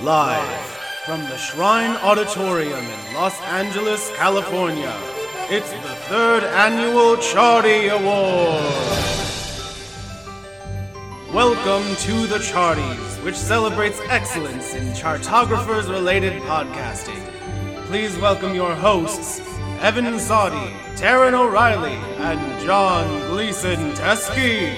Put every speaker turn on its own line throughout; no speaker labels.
Live from the Shrine Auditorium in Los Angeles, California, it's the third annual Charty Award. Welcome to the Charties, which celebrates excellence in chartographers related podcasting. Please welcome your hosts, Evan Sadi, Taryn O'Reilly, and John Gleason Teskey.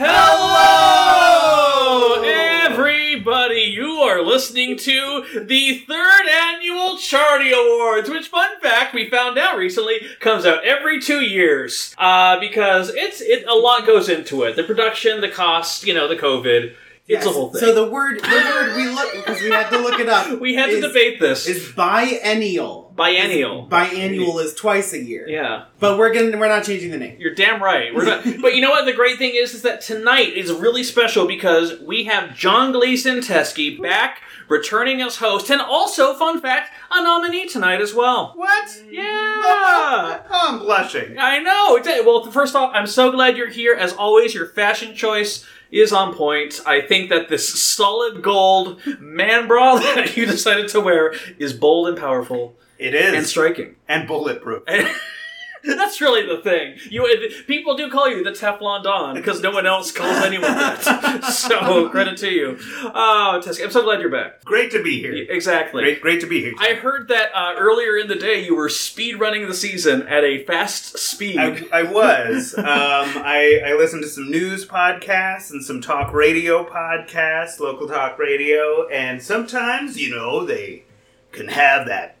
Hello, everybody! You are listening to the third annual Charity Awards, which, fun fact, we found out recently comes out every two years uh, because it's it a lot goes into it. The production, the cost, you know, the COVID. It's a
Yes.
whole thing.
So the word, the word we look because we had to look it up.
we had to
is-
debate this
is biennial.
biennial.
Biannual is twice a year.
yeah.
But we're gonna we're not changing the name.
You're damn right. We're not, but you know what? The great thing is, is that tonight is really special because we have John Gleason Teskey back, returning as host, and also, fun fact, a nominee tonight as well.
What?
Yeah.
I'm blushing.
I know. It's- Well, first off, I'm so glad you're here. As always, your fashion choice is on point. I think that this solid gold man bra that you decided to wear is bold and powerful
It is.
and striking.
And bulletproof.
That's really the thing. You people do call you the Teflon Don because no one else calls anyone that. so credit to you. Oh, Tess, I'm so glad you're back.
Great to be here.
Exactly.
Great, great to be here.
I heard that uh, earlier in the day you were speed running the season at a fast speed.
I, I was. Um, I, I listened to some news podcasts and some talk radio podcasts, local talk radio, and sometimes, you know, they can have that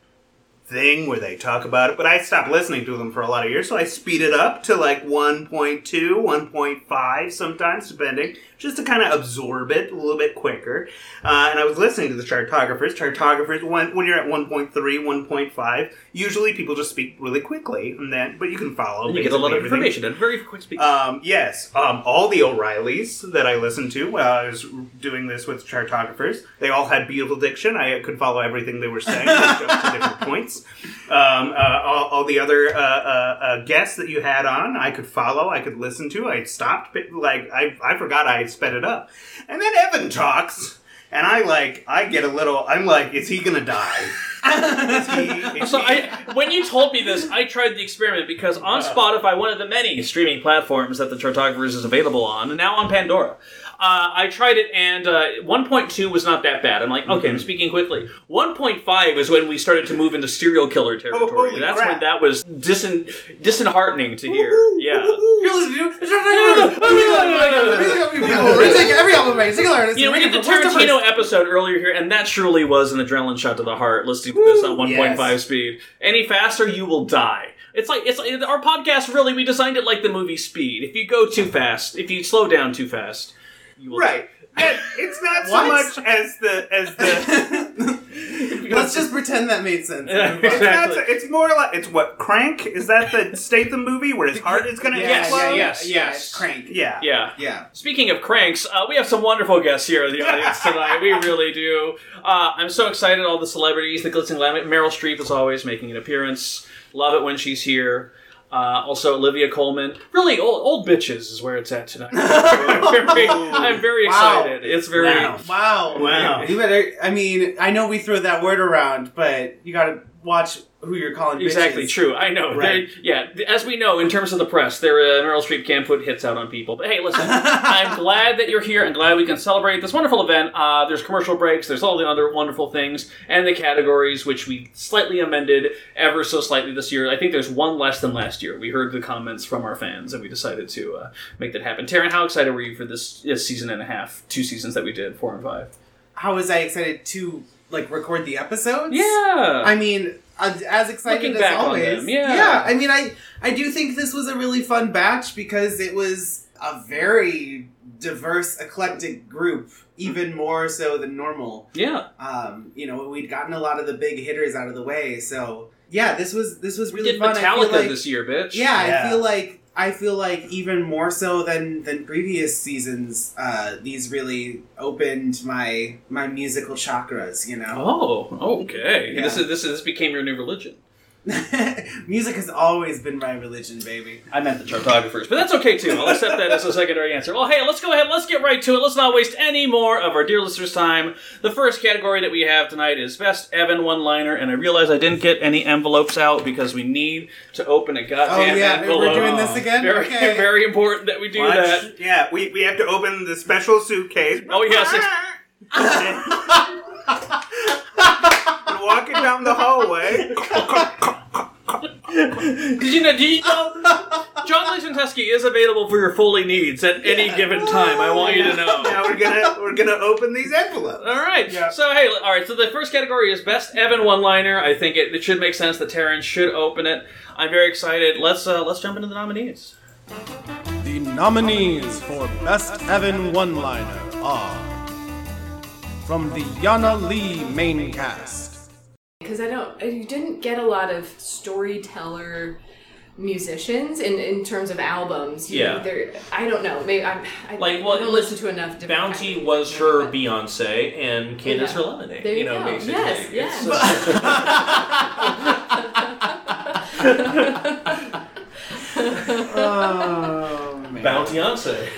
thing where they talk about it, but I stopped listening to them for a lot of years, so I speed it up to like 1.2, 1.5 sometimes, depending, just to kind of absorb it a little bit quicker. Uh, and I was listening to the chartographers. Chartographers, when, when you're at 1.3, 1.5, usually people just speak really quickly, and then, but you can follow.
And you get a lot of
basically
information
everything.
at very quick speed.
Um, yes, um, all the O'Reillys that I listened to while I was doing this with chartographers, they all had beautiful diction. I could follow everything they were saying they jumped to different points. Um, uh, all, all the other uh, uh, uh, guests that you had on, I could follow, I could listen to. I stopped, but, like, I, I forgot I had sped it up. And then Evan talks. And I like, I get a little. I'm like, is he gonna die? Is he, is
So
he-
I, when you told me this, I tried the experiment because on Spotify, one of the many streaming platforms that the Chartographers is available on, and now on Pandora, uh, I tried it and uh, 1.2 was not that bad. I'm like, okay,
Mm-hmm.
I'm speaking quickly. 1.5 is when we started to move into serial killer territory.
Oh, holy
That's
crap.
when that was disen- disheartening to hear. Yeah.
You're listening to We're taking every album by single artist.
You know, we did the Tarantino episode earlier here, and that truly was an adrenaline shot to the heart. Listening to this on 1.5
yes.
speed, any faster you will die. It's like it's like, our podcast. Really, we designed it like the movie Speed. If you go too fast, if you slow down too fast, you will
right. And It's not so
What?
much as the as the
Let's just pretend that made sense.
It's, not,
exactly.
it's more like it's what Crank is that the Statham movie where his heart is going to
Yes,
explode?
yeah, yes,
yeah,
yes.
Crank.
yeah.
Yeah.
Yeah.
Speaking of cranks, uh, we have some wonderful guests here in the audience tonight. We really do. Uh, I'm so excited. All the celebrities, the glistening glamour. Meryl Streep is always making an appearance. Love it when she's here. Uh, also, Olivia Coleman. Really, old, old bitches is where it's at tonight. I'm very, I'm very
Wow.
excited. It's very.
Wow. Wow.
Wow.
You better. I mean, I know we throw that word around, but you gotta watch who you're calling.
Exactly
bitches.
true. I know.
Right.
They- Yeah, th- as we know, in terms of the press, there uh, Meryl Streep can put hits out on people. But hey, listen, I'm glad that you're here and glad we can celebrate this wonderful event. Uh, there's commercial breaks. There's all the other wonderful things and the categories which we slightly amended ever so slightly this year. I think there's one less than last year. We heard the comments from our fans and we decided to uh, make that happen. Taryn, how excited were you for this, this season and a half, two seasons that we did, four and five?
How was I excited to like record the episodes?
Yeah.
I mean, as as excited
Looking
as
back on
always.
them, yeah.
I mean, I I do think this was a really fun batch because it was a very diverse, eclectic group, even more so than normal.
yeah.
Um, you know, we'd gotten a lot of the big hitters out of the way, so yeah, this was this was
We
really
did
fun. I feel
Metallica
like,
this year, bitch.
yeah, I
Yeah.
feel like I feel like even more so than than previous seasons, uh, these really opened my my musical chakras. You know.
Oh, okay.
Yeah.
This is this is, this became your new religion.
Music has always been my religion, baby.
I meant the chartographers, but that's okay too. I'll accept that as a secondary answer. Well, hey, let's go ahead. Let's get right to it. Let's not waste any more of our dear listeners' time. The first category that we have tonight is best Evan one-liner, and I realize I didn't get any envelopes out because we need to open a
Oh
goddamn
yeah,
envelope.
we're doing this again.
Very,
okay.
very important that we do
Watch.
that.
Yeah, we, we have to open the special suitcase.
Oh, yes,
Ah!
and walking down the hallway.
Did you know? Did you know? John Lee Tuskey is available for your Foley needs at any given time. I want you to know.
Now we're gonna we're gonna open these envelopes.
All right.
Yeah.
So hey, all right. So the first category is best Evan one-liner. I think it, it should make sense that Terran should open it. I'm very excited. Let's uh, let's jump into the nominees.
The nominees for Best Evan One Liner are from the Yana Lee main cast,
because I don't, uh, you didn't get a lot of storyteller musicians in in terms of albums. You-
Yeah.
there- I don't know. Maybe I'm, I,
Like, well,
I don't
it was-
listen to enough. Different
Bounty
kinds.
was her Beyonce, and Candace her
Yeah.
Lemonade.
There you
know,
go.
basically.
Yes,
It's
yes.
just- Bounteyonce.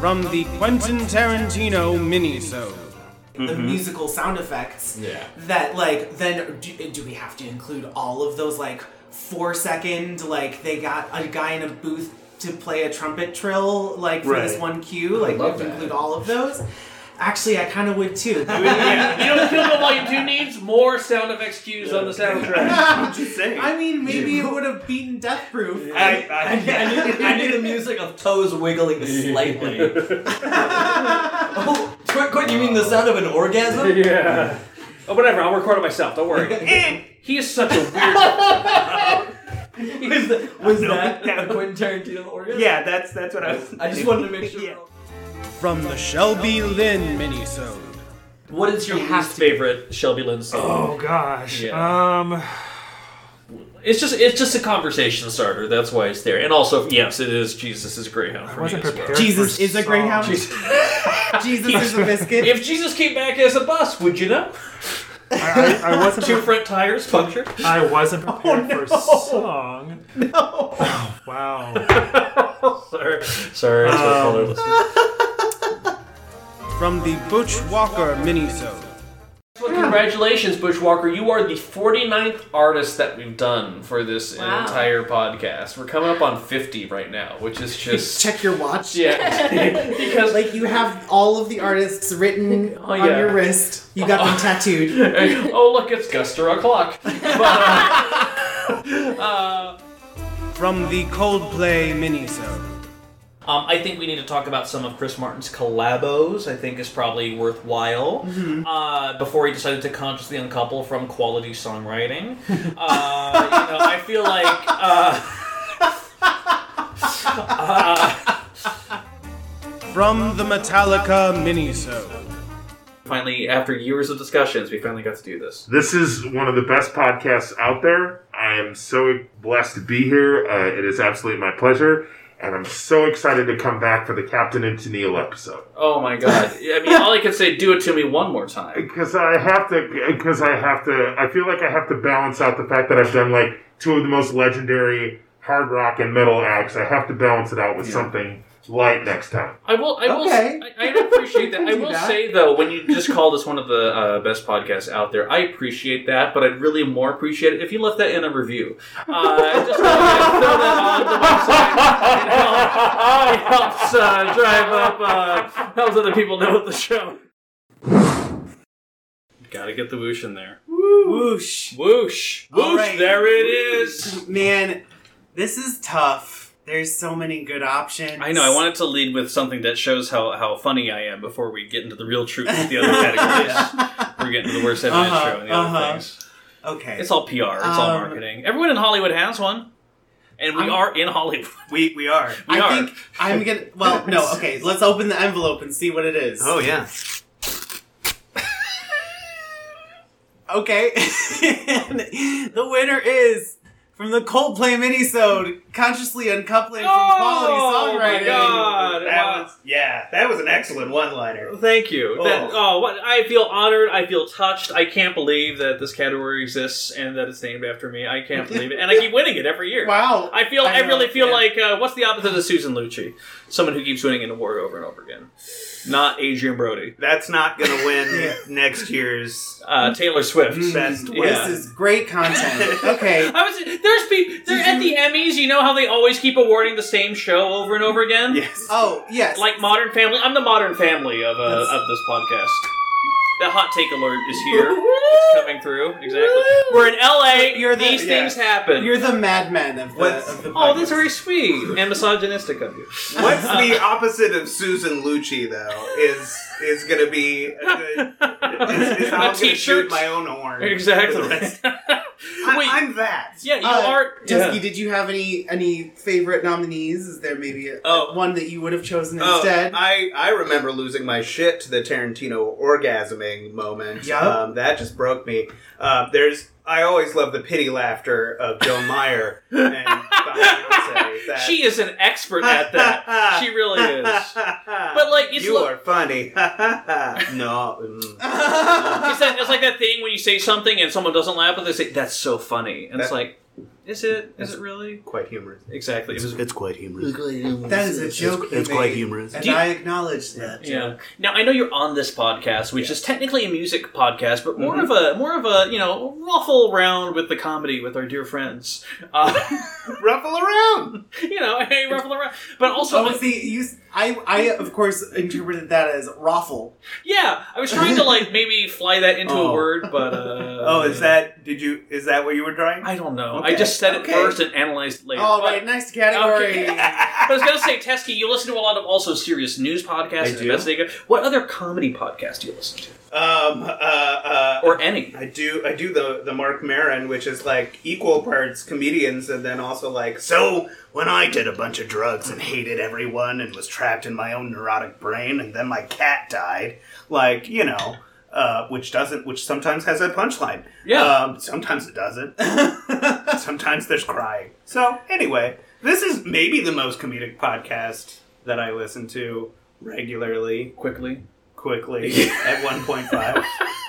from the Quentin Tarantino minisode,
the
mm-hmm.
musical sound effects
Yeah.
that like then do, do we have to include all of those like four second like they got a guy in a booth to play a trumpet trill like for this
Right.
one cue like we have to include all of those actually i kind of would too
Yeah. you know, what Kill Bill Volume Two needs more sound effects cues on the soundtrack.
I'm just saying.
i mean maybe it would have beaten death proof
I- I-
knew, I knew the music of toes wiggling slightly. oh, Qu- Quentin, you mean the sound of an orgasm?
yeah. Oh, whatever. I'll record it myself. Don't worry. he is such a weird.
was that, was
No,
that
that-
a Quentin Tarantino orgasm?
yeah, that's that's what I was.
I just wanted to make sure.
Yeah.
from the Shelby Lynn minisode,
What is your
have
least
to-
favorite Shelby Lynn song?
Oh gosh.
Yeah.
Um.
It's just it's just a conversation starter. That's why it's there. And also, yes, it is Jesus is a Greyhound.
I
For
wasn't
me as well.
prepared.
Jesus
for
is a
song.
greyhound. jesus is a biscuit
If Jesus came back as a bus, would you know?
I, I, I wasn't.
Two front tires Oh, punctured.
I wasn't prepared for song. No. Oh, wow. Um,
sorry, sorry. that's what I told her.
from the Butch Walker minisode,
Well, congratulations, Bushwalker. You are the 49th artist that we've done for this
Wow.
entire podcast. We're coming up on 50 right now, which is just.
check your watch
yeah. because.
like you have all of the artists written on
yeah.
your wrist you got them tattooed
oh, look, it's Guster o'clock. But, uh,
from the Coldplay minisode,
um, I think we need to talk about some of Chris Martin's collabos, I think is probably worthwhile. Uh, before he decided to consciously uncouple from quality songwriting. Uh, you know, I feel like. Uh, uh,
from the Metallica minisode,
finally, after years of discussions, we finally got to do this.
This is one of the best podcasts out there. I am so blessed to be here. Uh, it is absolutely my pleasure. And I'm so excited to come back for the Captain and Tennille episode.
Oh my god. I mean, all I can say, do it to me one more time.
Because I have to, because I have to, I feel like I have to balance out the fact that I've done like two of the most legendary hard rock and metal acts. I have to balance it out with something light next time.
I will. I will.
Okay.
I, I appreciate that. I
do
will
that.
say though, when you just call this one of the uh, best podcasts out there, I appreciate that. But I'd really more appreciate it if you left that in a review. Uh, just throw that on the website. It helps, it helps uh, drive up. Uh, helps other people know what the show. Gotta get the whoosh in there.
whoosh
Whoosh,
All
whoosh.
right.
There it is.
Man, this is tough. There's so many good options.
I know. I wanted to lead with something that shows how, how funny I am before we get into the real truth of the other categories. We're getting to the worst evidence
Uh-huh,
show and the other
uh-huh.
things.
Okay.
It's all PR. It's all
Um,
marketing. Everyone in Hollywood has one, and we
I'm-
are in Hollywood.
We we are.
We
I
are.
think I'm gonna. Well, no. Okay, let's open the envelope and see what it is.
Oh yeah.
Okay. the winner is from the Coldplay minisode, consciously uncoupling from quality
Oh my
songwriting.
God,
That Uh, yeah, that was an excellent one-liner.
Thank you.
Oh.
That, oh, what, I feel honored. I feel touched. I can't believe that this category exists and that it's named after me. I can't believe it, and I keep winning it every year.
Wow.
I feel. I,
know,
really feel
yeah.
like uh, what's the opposite of Susan Lucci? Someone who keeps winning an award over and over again. Not Adrian Brody.
That's not going to win next year's
uh, Taylor Swift.
Best
Yeah.
This is great content. Okay.
I was there's people they're at the Emmys. You know how they always keep awarding the same show over and over again.
Yes.
Oh yes.
Like Modern Family. I'm the Modern Family of uh, of this podcast. The hot take alert is here. it's coming through. Exactly. We're in LA.
You're the-
These things happen.
You're the madman of the, of the
oh, that's very sweet and misogynistic of you.
What's the opposite of Susan Lucci though? Is is going to be a good. Is, is how I'm going to shoot my own horn.
Exactly.
for the rest- I, I'm that.
Yeah, you
Uh,
are.
Dusky, did you have any any favorite nominees? Is there maybe a,
Oh.
one that you would have chosen instead?
Oh, I, I remember losing my shit to the Tarantino orgasming moment.
Yup.
Um, that just broke me. Uh, there's I always love the pity laughter of Joe Meyer. and Beyonce. That-
She is an expert at that. she really is. But like, it's
you
lo-
are funny. no. mm.
it's, that, it's like that thing when you say something and someone doesn't laugh, but they say that's so funny, and it's
That-
like, is it? Is it really?
Quite humorous.
Exactly. It was
It's quite humorous.
that is a joke. you made, and
Do you-
I acknowledge that.
Yeah. Now I know you're on this podcast, which is technically a music podcast, but more
Mm-hmm.
of a more of a you know ruffle round with the comedy with our dear friends. Uh,
Ruffle around.
you know, hey, ruffle around. But also,
oh, see, you, s- I, I, of course, interpreted that as raffle.
yeah, I was trying to like maybe fly that into
Oh.
a word, but uh,
Oh, is that? Did you? Is that what you were drawing?
I don't know. I
Okay,
just said
okay. Oh,
it first and analyzed later.
All
but-
right, nice category.
I was gonna say, Teskey, you listen to a lot of also serious news podcasts.
I
and
do.
investigative- What other comedy podcast do you listen to,
Um. Uh. uh
or any?
I do I do the the Mark Maron, which is like equal parts comedians and then also like so when I did a bunch of drugs and hated everyone and was trapped in my own neurotic brain and then my cat died, like, you know, uh, which doesn't which sometimes has a punchline.
Yeah.
Um, sometimes it doesn't. sometimes there's crying. So anyway, this is maybe the most comedic podcast that I listen to regularly
Quickly,
quickly at 1.5.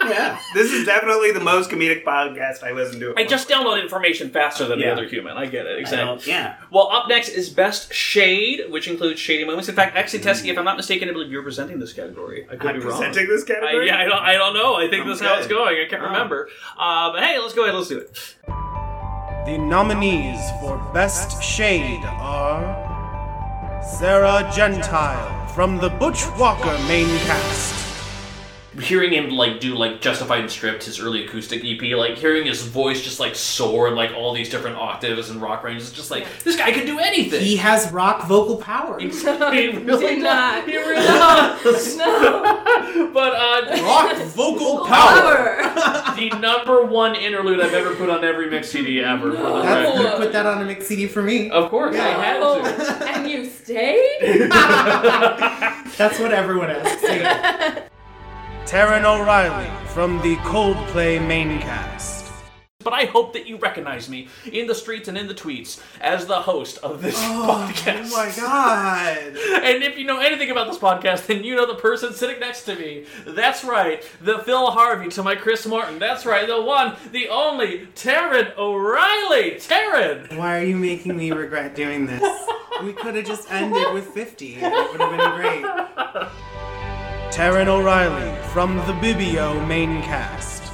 yeah, this is definitely the most comedic podcast I listen to. at
I just
1.5.
download information faster than the
Yeah.
other human. I get it
I
exactly.
don't- Yeah,
Well, up next is best shade, which includes shady moments. In fact, actually, Teskey, if I'm not mistaken, I believe you're presenting this category. I could
I'm
be wrong.
presenting this
I,
category.
yeah, I don't, I don't know. I think this is how it's
Okay.
going. I can't remember. Uh, but hey, let's go ahead. Let's do it.
The nominees for Best Shade are Sarah Gentile from the Butch Walker main cast,
hearing him like do like justified and stripped his early acoustic ep like hearing his voice just like soar in like all these different octaves and rock ranges it's just like this guy could do anything
He has rock vocal power.
He really
Did not.
He really
No.
But uh,
Rock vocal
Power.
the number one interlude I've ever put on every mix CD ever. For the
That,
record.
you put that on a mix CD for me.
Of course, I had
Oh,
to.
and you stayed?
That's what everyone asks.
Oh,
Yeah.
Taryn O'Reilly from the Coldplay main cast,
But I hope that you recognize me in the streets and in the tweets as the host of this podcast.
oh my god.
And if you know anything about this podcast, then you know the person sitting next to me. That's right, the Phil Harvey to my Chris Martin. That's right, the one, the only, Taryn O'Reilly. Taryn!
Why are you making me regret doing this? We could have just ended with 50 and it would have been great.
Taryn O'Reilly from the Bibio main cast,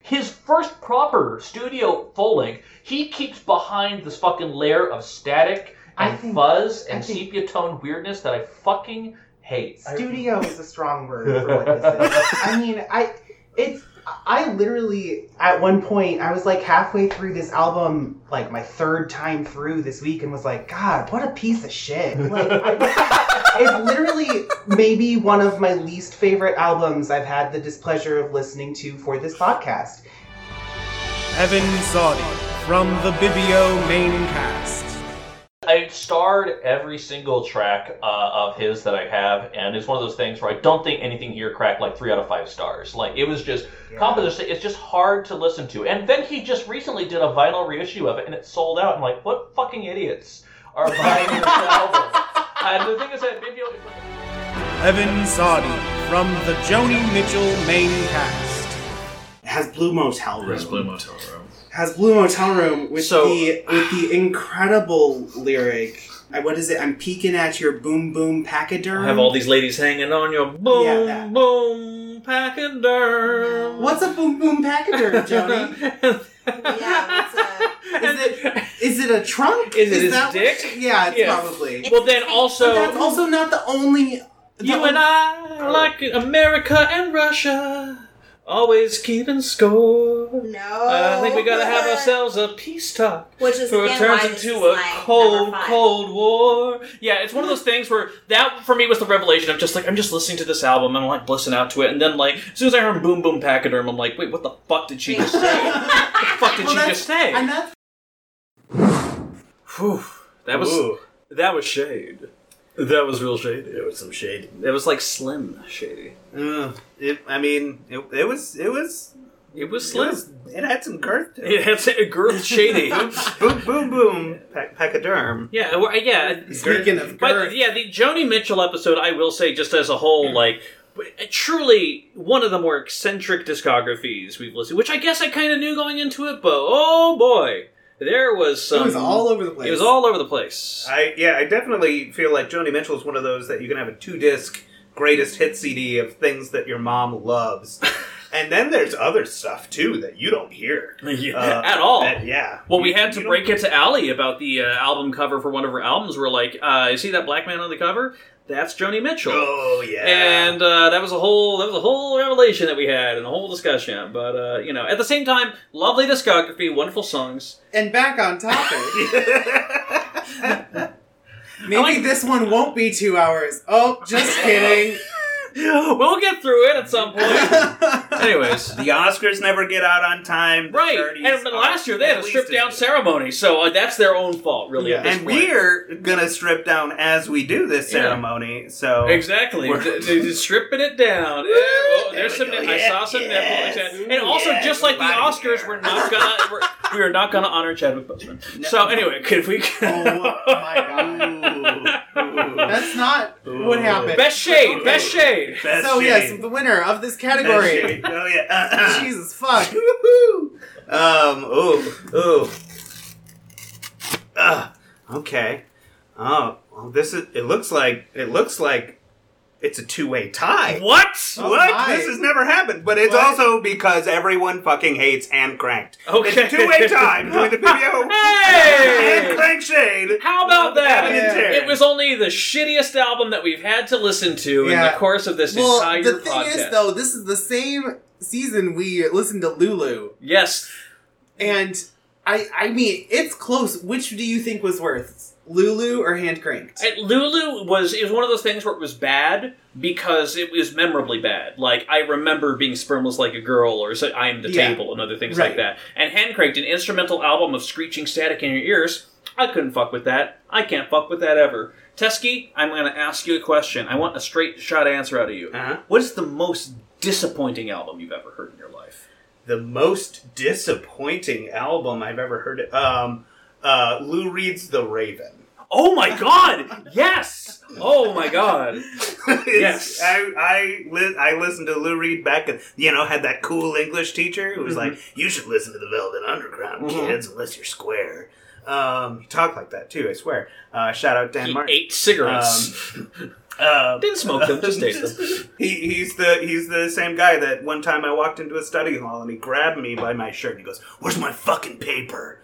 his first proper studio full length, he keeps behind this fucking layer of static
I
and
think-
fuzz and
I think-
sepia tone weirdness that I fucking hate.
Studio is a strong word for what this is. I mean, I it's I literally at one point I was like halfway through this album, like my third time through this week, and was like, God, what a piece of shit! Like, I, it's literally maybe one of my least favorite albums I've had the displeasure of listening to for this podcast.
Evan Zadi from the Bibio main cast.
I starred every single track uh, of his that I have, and it's one of those things where I don't think anything here cracked like three out of five stars. Like it was just composition. It's just hard to listen to. And then he just recently did a vinyl reissue of it, and it sold out. I'm like, what fucking idiots are buying this album? and the thing is that maybe I'll-
Evan Sadi from the Joni Mitchell main cast.
has Blue Motel Room.
Has Blue
Motel Room.
Has Blue Motel Room with
So-
the with the incredible lyric. I, what is it? I'm peeking at your boom boom pachyderm.
have all these ladies hanging on your boom boom pachyderm.
What's a boom boom pachyderm, Joni? Is it a trunk?
Is it his
that what-
dick?
yeah, it's
Yeah.
probably.
Well, then also-
But that's also not the only.
You and I are like America and Russia, always keeping score. No, I think we gotta have ourselves a peace talk,
Which is
so it
again
turns
why this
into
is
a
my
cold,
number five.
cold war. Yeah, it's one of those things where that for me was the revelation. I'm just like, I'm just listening to this album and I'm like blissing out to it, and then like as soon as I heard Boom Boom Pachyderm, I'm like, wait, what the fuck did she just say? the fuck did
Well,
she
that's-
just say?
And that's
Whew, that was
Ooh.
that was shade. That was real shady.
It was some shady.
It was like slim shady.
Uh, it, I mean, it, it was it was
it was slim.
It, had some girth. To it.
It had some girth shady.
boom boom boom pa- pachyderm.
Yeah, well, yeah.
Speaking of
but yeah, the Joni Mitchell episode, I will say, just as a whole, like uh, truly one of the more eccentric discographies we've listened, which I guess I kind of knew going into it, but oh boy, there was some.
It was all over the place.
It was all over the place.
I yeah, I definitely feel like Joni Mitchell is one of those that you can have a two disc greatest hit CD of things that your mom loves, and then there's other stuff too that you don't hear
Yeah,
uh,
at all.
that- yeah.
Oh. Well, we had to break it to Allie about the uh, album cover for one of her albums. We're like, uh, you see that black man on the cover? That's Joni Mitchell.
Oh yeah.
And uh, that was a whole that was a whole revelation that we had and a whole discussion. But uh, you know, at the same time, lovely discography, wonderful songs.
and back on topic. Maybe this one won't be two hours. Oh, just kidding.
we'll get through it at some point. Anyways,
the Oscars never get out on time. The
Right,
30s
and last year they had a
at least
stripped down ceremony, so uh, that's their own fault, really. at this
and
point.
we're gonna strip down as we do this
Yeah.
ceremony.
Oh.
So
Exactly,
We're-
D- d- d- stripping it down. Eh, oh, there's some. I saw some nipples, and also
Yes,
just like the
we're out of
Oscars, we're not gonna we're, we are not gonna honor Chadwick Boseman. So anyway, could we?
Oh That's not what happened.
Best shade, best shade.
so yes, the winner of this category.
Oh yeah.
Jesus fuck.
Um. Ooh. Ooh. Ugh. Okay. Oh. Well, this is. It looks like. It looks like. It's a two-way tie.
What?
Oh,
what?
my.
This has never happened. But it's
What?
also because everyone fucking hates hand cranked.
Okay.
It's a two-way tie between the video
Hey!
and crank shade.
How about that?
Adam and Terry.
It was only the shittiest album that we've had to listen to in
Yeah.
the course of this
well,
entire
the thing
podcast.
is, though, this is the same season we listened to Lulu,
yes,
and I, I mean, it's close. Which do you think was worse, Lulu or Hand Cranked?
Uh, Lulu was it was one of those things where it was bad because it was memorably bad. Like I remember being spermless like a girl, or so, I am the
Yeah.
table, and other things like
Right.
that. And Handcraked, an instrumental album of screeching static in your ears. I couldn't fuck with that. I can't fuck with that ever. Teskey, I'm going to ask you a question. I want a straight shot answer out of you. What is the most disappointing album you've ever heard in your life?
the most disappointing album I've ever heard. Um, uh, Lou Reed's The Raven.
Oh my god! yes! Oh my god!
yes, I I, li- I listened to Lou Reed back, and you know had that cool English teacher who was
Mm-hmm.
Mhm.
like, "You should listen to the Velvet Underground,
Mhm.
kids, unless you're square." Um, he talked like that too. I swear. Uh, shout out Dan
He
Martin.
ate cigarettes.
Um, uh,
Didn't smoke them, just ate them.
He, he's the he's the same guy that one time I walked into a study hall and he grabbed me by my shirt and he goes, "Where's my fucking paper?"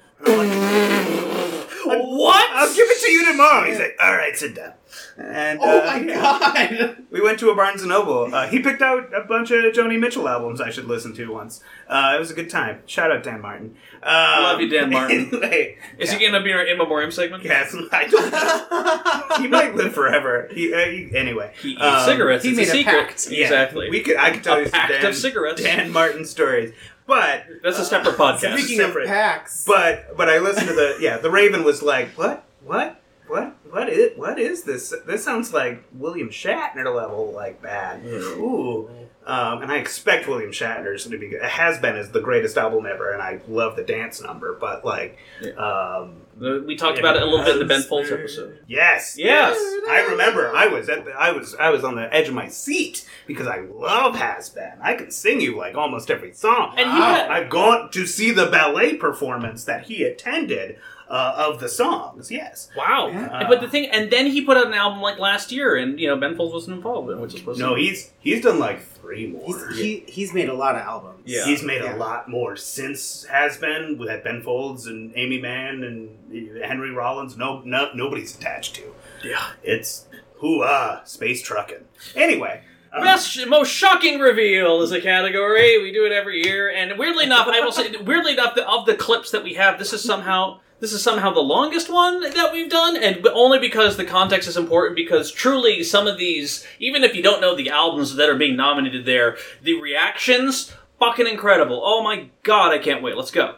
What?
I'll give it to you tomorrow. He's like, all right, sit down. And,
Oh
uh,
my
yeah. We went to a Barnes and Noble. Uh, he picked out a bunch of Joni Mitchell albums I should listen to once. Uh, it was a good time. Shout out Dan Martin. Um,
Love you, Dan Martin.
anyway,
Is he going to be our in memoriam segment?
Yes, I don't know. he might live forever. He, uh, he- anyway, he
eats cigarettes. Um, He It's a made a secret. pact. Exactly.
We could. I could tell
A
you some
pact
Dan,
of cigarettes.
Dan Martin stories, but
that's a separate podcast.
Speaking of packs,
but but I listened to the yeah. The Raven was like, what, what, what? what is what is this? This sounds like William Shatner level like that. Ooh. Um, and I expect William Shatner's to be good. It has been is the greatest album ever, and I love the dance number. But like, um,
We talked about it a little bit in the Ben Folds episode.
Yes,
Yes.
yes, I remember. I was at the, I was I was on the edge of my seat because I love Has Been. I can sing you like almost every song. And
had-
I've gone to see the ballet performance that he attended uh, of the songs. Yes,
Wow. And- but the thing, and then he put out an album like last year, and you know Ben Folds wasn't involved in, it, which is supposed
Uh, No,
to.
he's he's done like three more.
He's-
he- he's made a lot of albums.
Yeah.
he's made
Yeah.
a lot more since Has Been with that Ben Folds and Amy Mann and Henry Rollins. No, no nobody's attached to.
Yeah.
It's hoo ah space trucking. Anyway.
Best, most shocking reveal is a category. We do it every year, and weirdly enough, I will say, weirdly enough, the, of the clips that we have, this is somehow this is somehow the longest one that we've done, and but only because the context is important. Because truly, some of these, even if you don't know the albums that are being nominated, there, the reactions, fucking incredible. Oh my god, I can't wait. Let's go.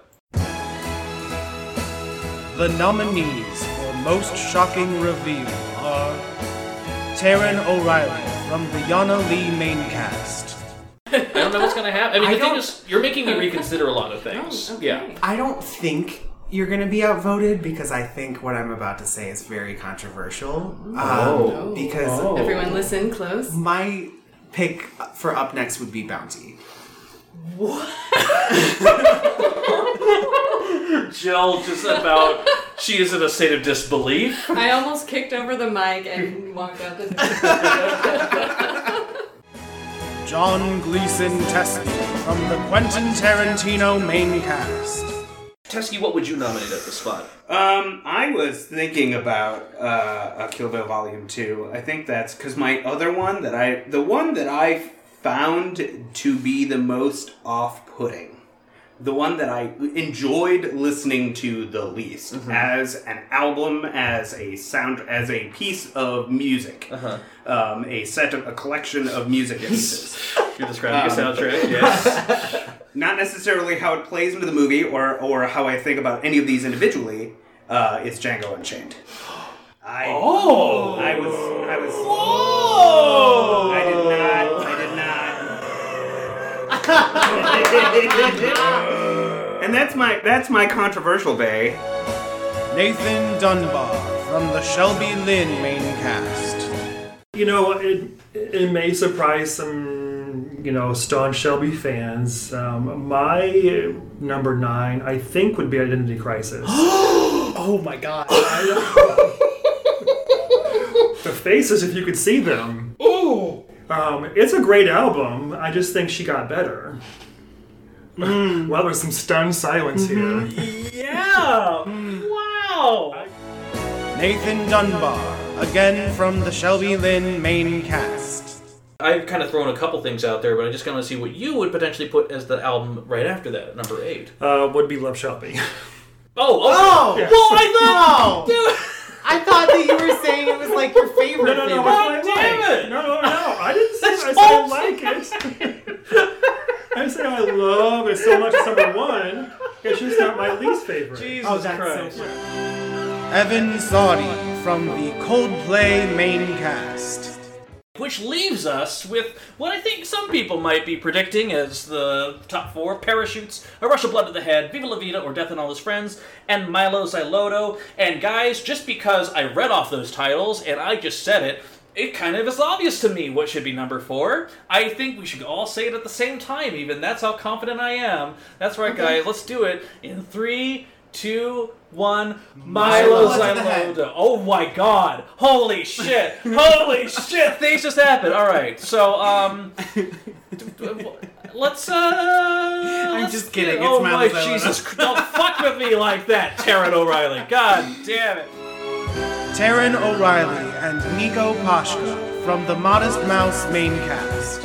The nominees for Most Shocking Reveal are Taryn O'Reilly from the Yana Lee maincast.
I don't know what's gonna happen. I mean,
I
the thing is, you're making me reconsider a lot of things.
Oh,
Yeah.
I don't think you're going to be outvoted because I think what I'm about to say is very controversial. Um,
Oh.
Because
Everyone listen close.
My pick for up next would be Bounty.
Jill just about she is in a state of disbelief.
I almost kicked over the mic and walked out the door.
John Gleason Teskey from the Quentin Tarantino maincast.
Teskey, what would you nominate at the spot?
Um, I was thinking about uh, a Kill Bill Volume Two. I think that's because my other one that I, the one that I found to be the most off-putting, the one that I enjoyed listening to the least
Mm-hmm.
as an album, as a sound, as a piece of music, uh-huh. um, a set of a collection of music pieces.
You're describing a
Um,
soundtrack. Yes.
not necessarily how it plays into the movie or or how I think about any of these individually. Uh, it's Django Unchained. I
oh
I was I was
Whoa!
I did not I did not. and that's my that's my controversial day.
Nathan Dunbar from the Shelby Lynn maincast.
You know, it, it may surprise some, you know, staunch Shelby fans. Um, my number nine, I think, would be Identity Crisis. oh my god. the faces, if you could see them. Ooh! Um, it's a great album. I just think she got better. well, there's some stunned silence here.
Yeah. Wow.
Nathan Dunbar, again from the Shelby Lynn maincast.
I've kind of thrown a couple things out there, but I just kind of want to see what you would potentially put as the album right after that, at number eight.
Uh, would be Love Shelby.
Oh,
Oh!
okay.
Yeah.
well, I thought.
Oh!
I thought that you were saying it was like your favorite.
No, no, no.
favorite.
that's what I like. No,
Oh,
no, no. I didn't say that. I said I like it. I said I love it so much. It's number one. It's just not my least favorite. Jesus Christ.
Evan Saudi from the Coldplay maincast.
Which leaves us with what I think some people might be predicting as the top four parachutes, a rush of blood to the head, Viva La Vida or Death and All His Friends, and Milo Xyloto. And guys, just because I read off those titles and I just said it, it kind of is obvious to me what should be number four. I think we should all say it at the same time, even. That's how confident I am. That's right,
Okay.
guys. Let's do it in three, two, one.
Milo
Milo
to the head.
Xyloto. Oh my god. Holy shit. Holy shit. Things just happened. All right. So, um let's uh I'm
just kidding. It's
Oh my
Milo Xyloto.
Jesus. Christ. Don't fuck with me like that, Taryn O'Reilly. God damn it.
Taryn O'Reilly and Nico Pashka from the Modest Mouse maincast.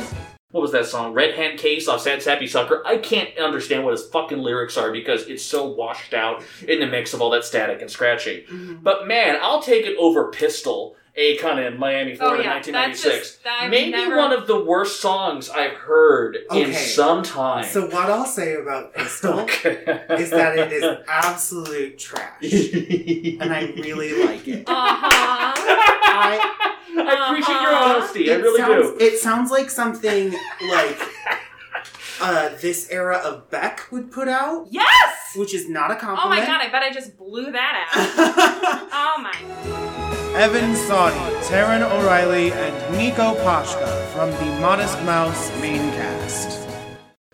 What was that song? Red Hand Case off Sad Sappy Sucker. I can't understand what his fucking lyrics are because it's so washed out in the mix of all that static and scratching. But man, I'll take it over Pistol A Con in Miami, Florida,
Oh, yeah, that's
1996.
just- I've
Maybe
never-
one of the worst songs I've heard
Okay.
in some time.
So what I'll say about Crystal is that it is absolute trash, and I really like it.
Uh-huh.
I,
appreciate your honesty. I really
sounds,
do.
It sounds like something like uh, this era of Beck would put out.
Yes,
which is not a compliment.
Oh my god, I bet I just blew that out. oh my.
Evan Saudi, Taryn O'Reilly, and Nico Pashka from the Modest Mouse main cast.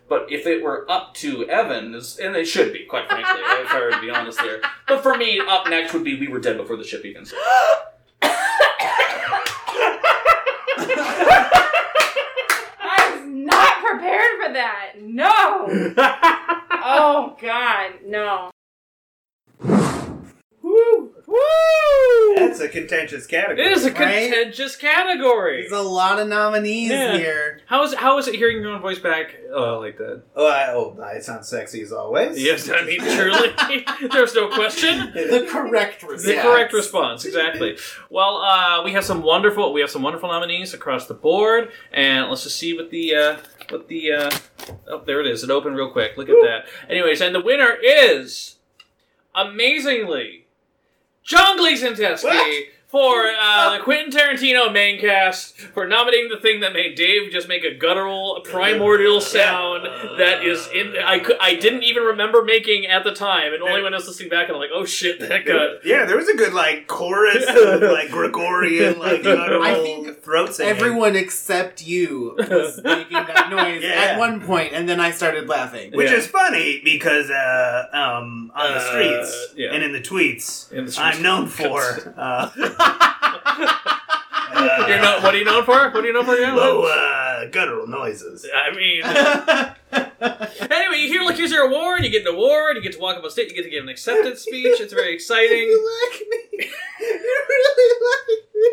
But if it were up to Evan, is- and it should be, quite frankly, if I were to be honest there. But for me, up next would be We Were Dead Before the Ship Even Sailed.
I was not prepared for that. No. oh God, no.
Woo! Woo! That's a contentious category.
It is a contentious category.
There's a lot of nominees
Yeah.
here.
How is how is it hearing your own voice back uh, like that?
Oh, I, oh, I sound sexy as always.
Yes, I mean truly. There's no question.
The correct
The correct response, exactly. well, uh, we have some wonderful we have some wonderful nominees across the board, and let's just see what the uh, what the uh, oh there it is. It opened real quick. Look at that. Anyways, and the winner is amazingly John Gleason Teskey for uh, the Quentin Tarantino main cast for nominating the thing that made Dave just make a guttural primordial sound that is in I cou- I didn't even remember making at the time, and only when I was listening back and I'm like, oh shit, that gut.
Yeah, there was a good like chorus of like Gregorian like guttural
I
throat singing.
Everyone except you was making that noise at one point, and then I started laughing,
Which is funny because uh, um, on the streets and in the tweets,
streets.
I'm known for uh,
You're not, what are you known for? What are you known for? Again?
low uh, guttural noises.
I mean, anyway, you hear like here's your award. You get an award. You get to walk up on stage. You get to give an acceptance speech. It's very exciting.
you
like me. You really like me.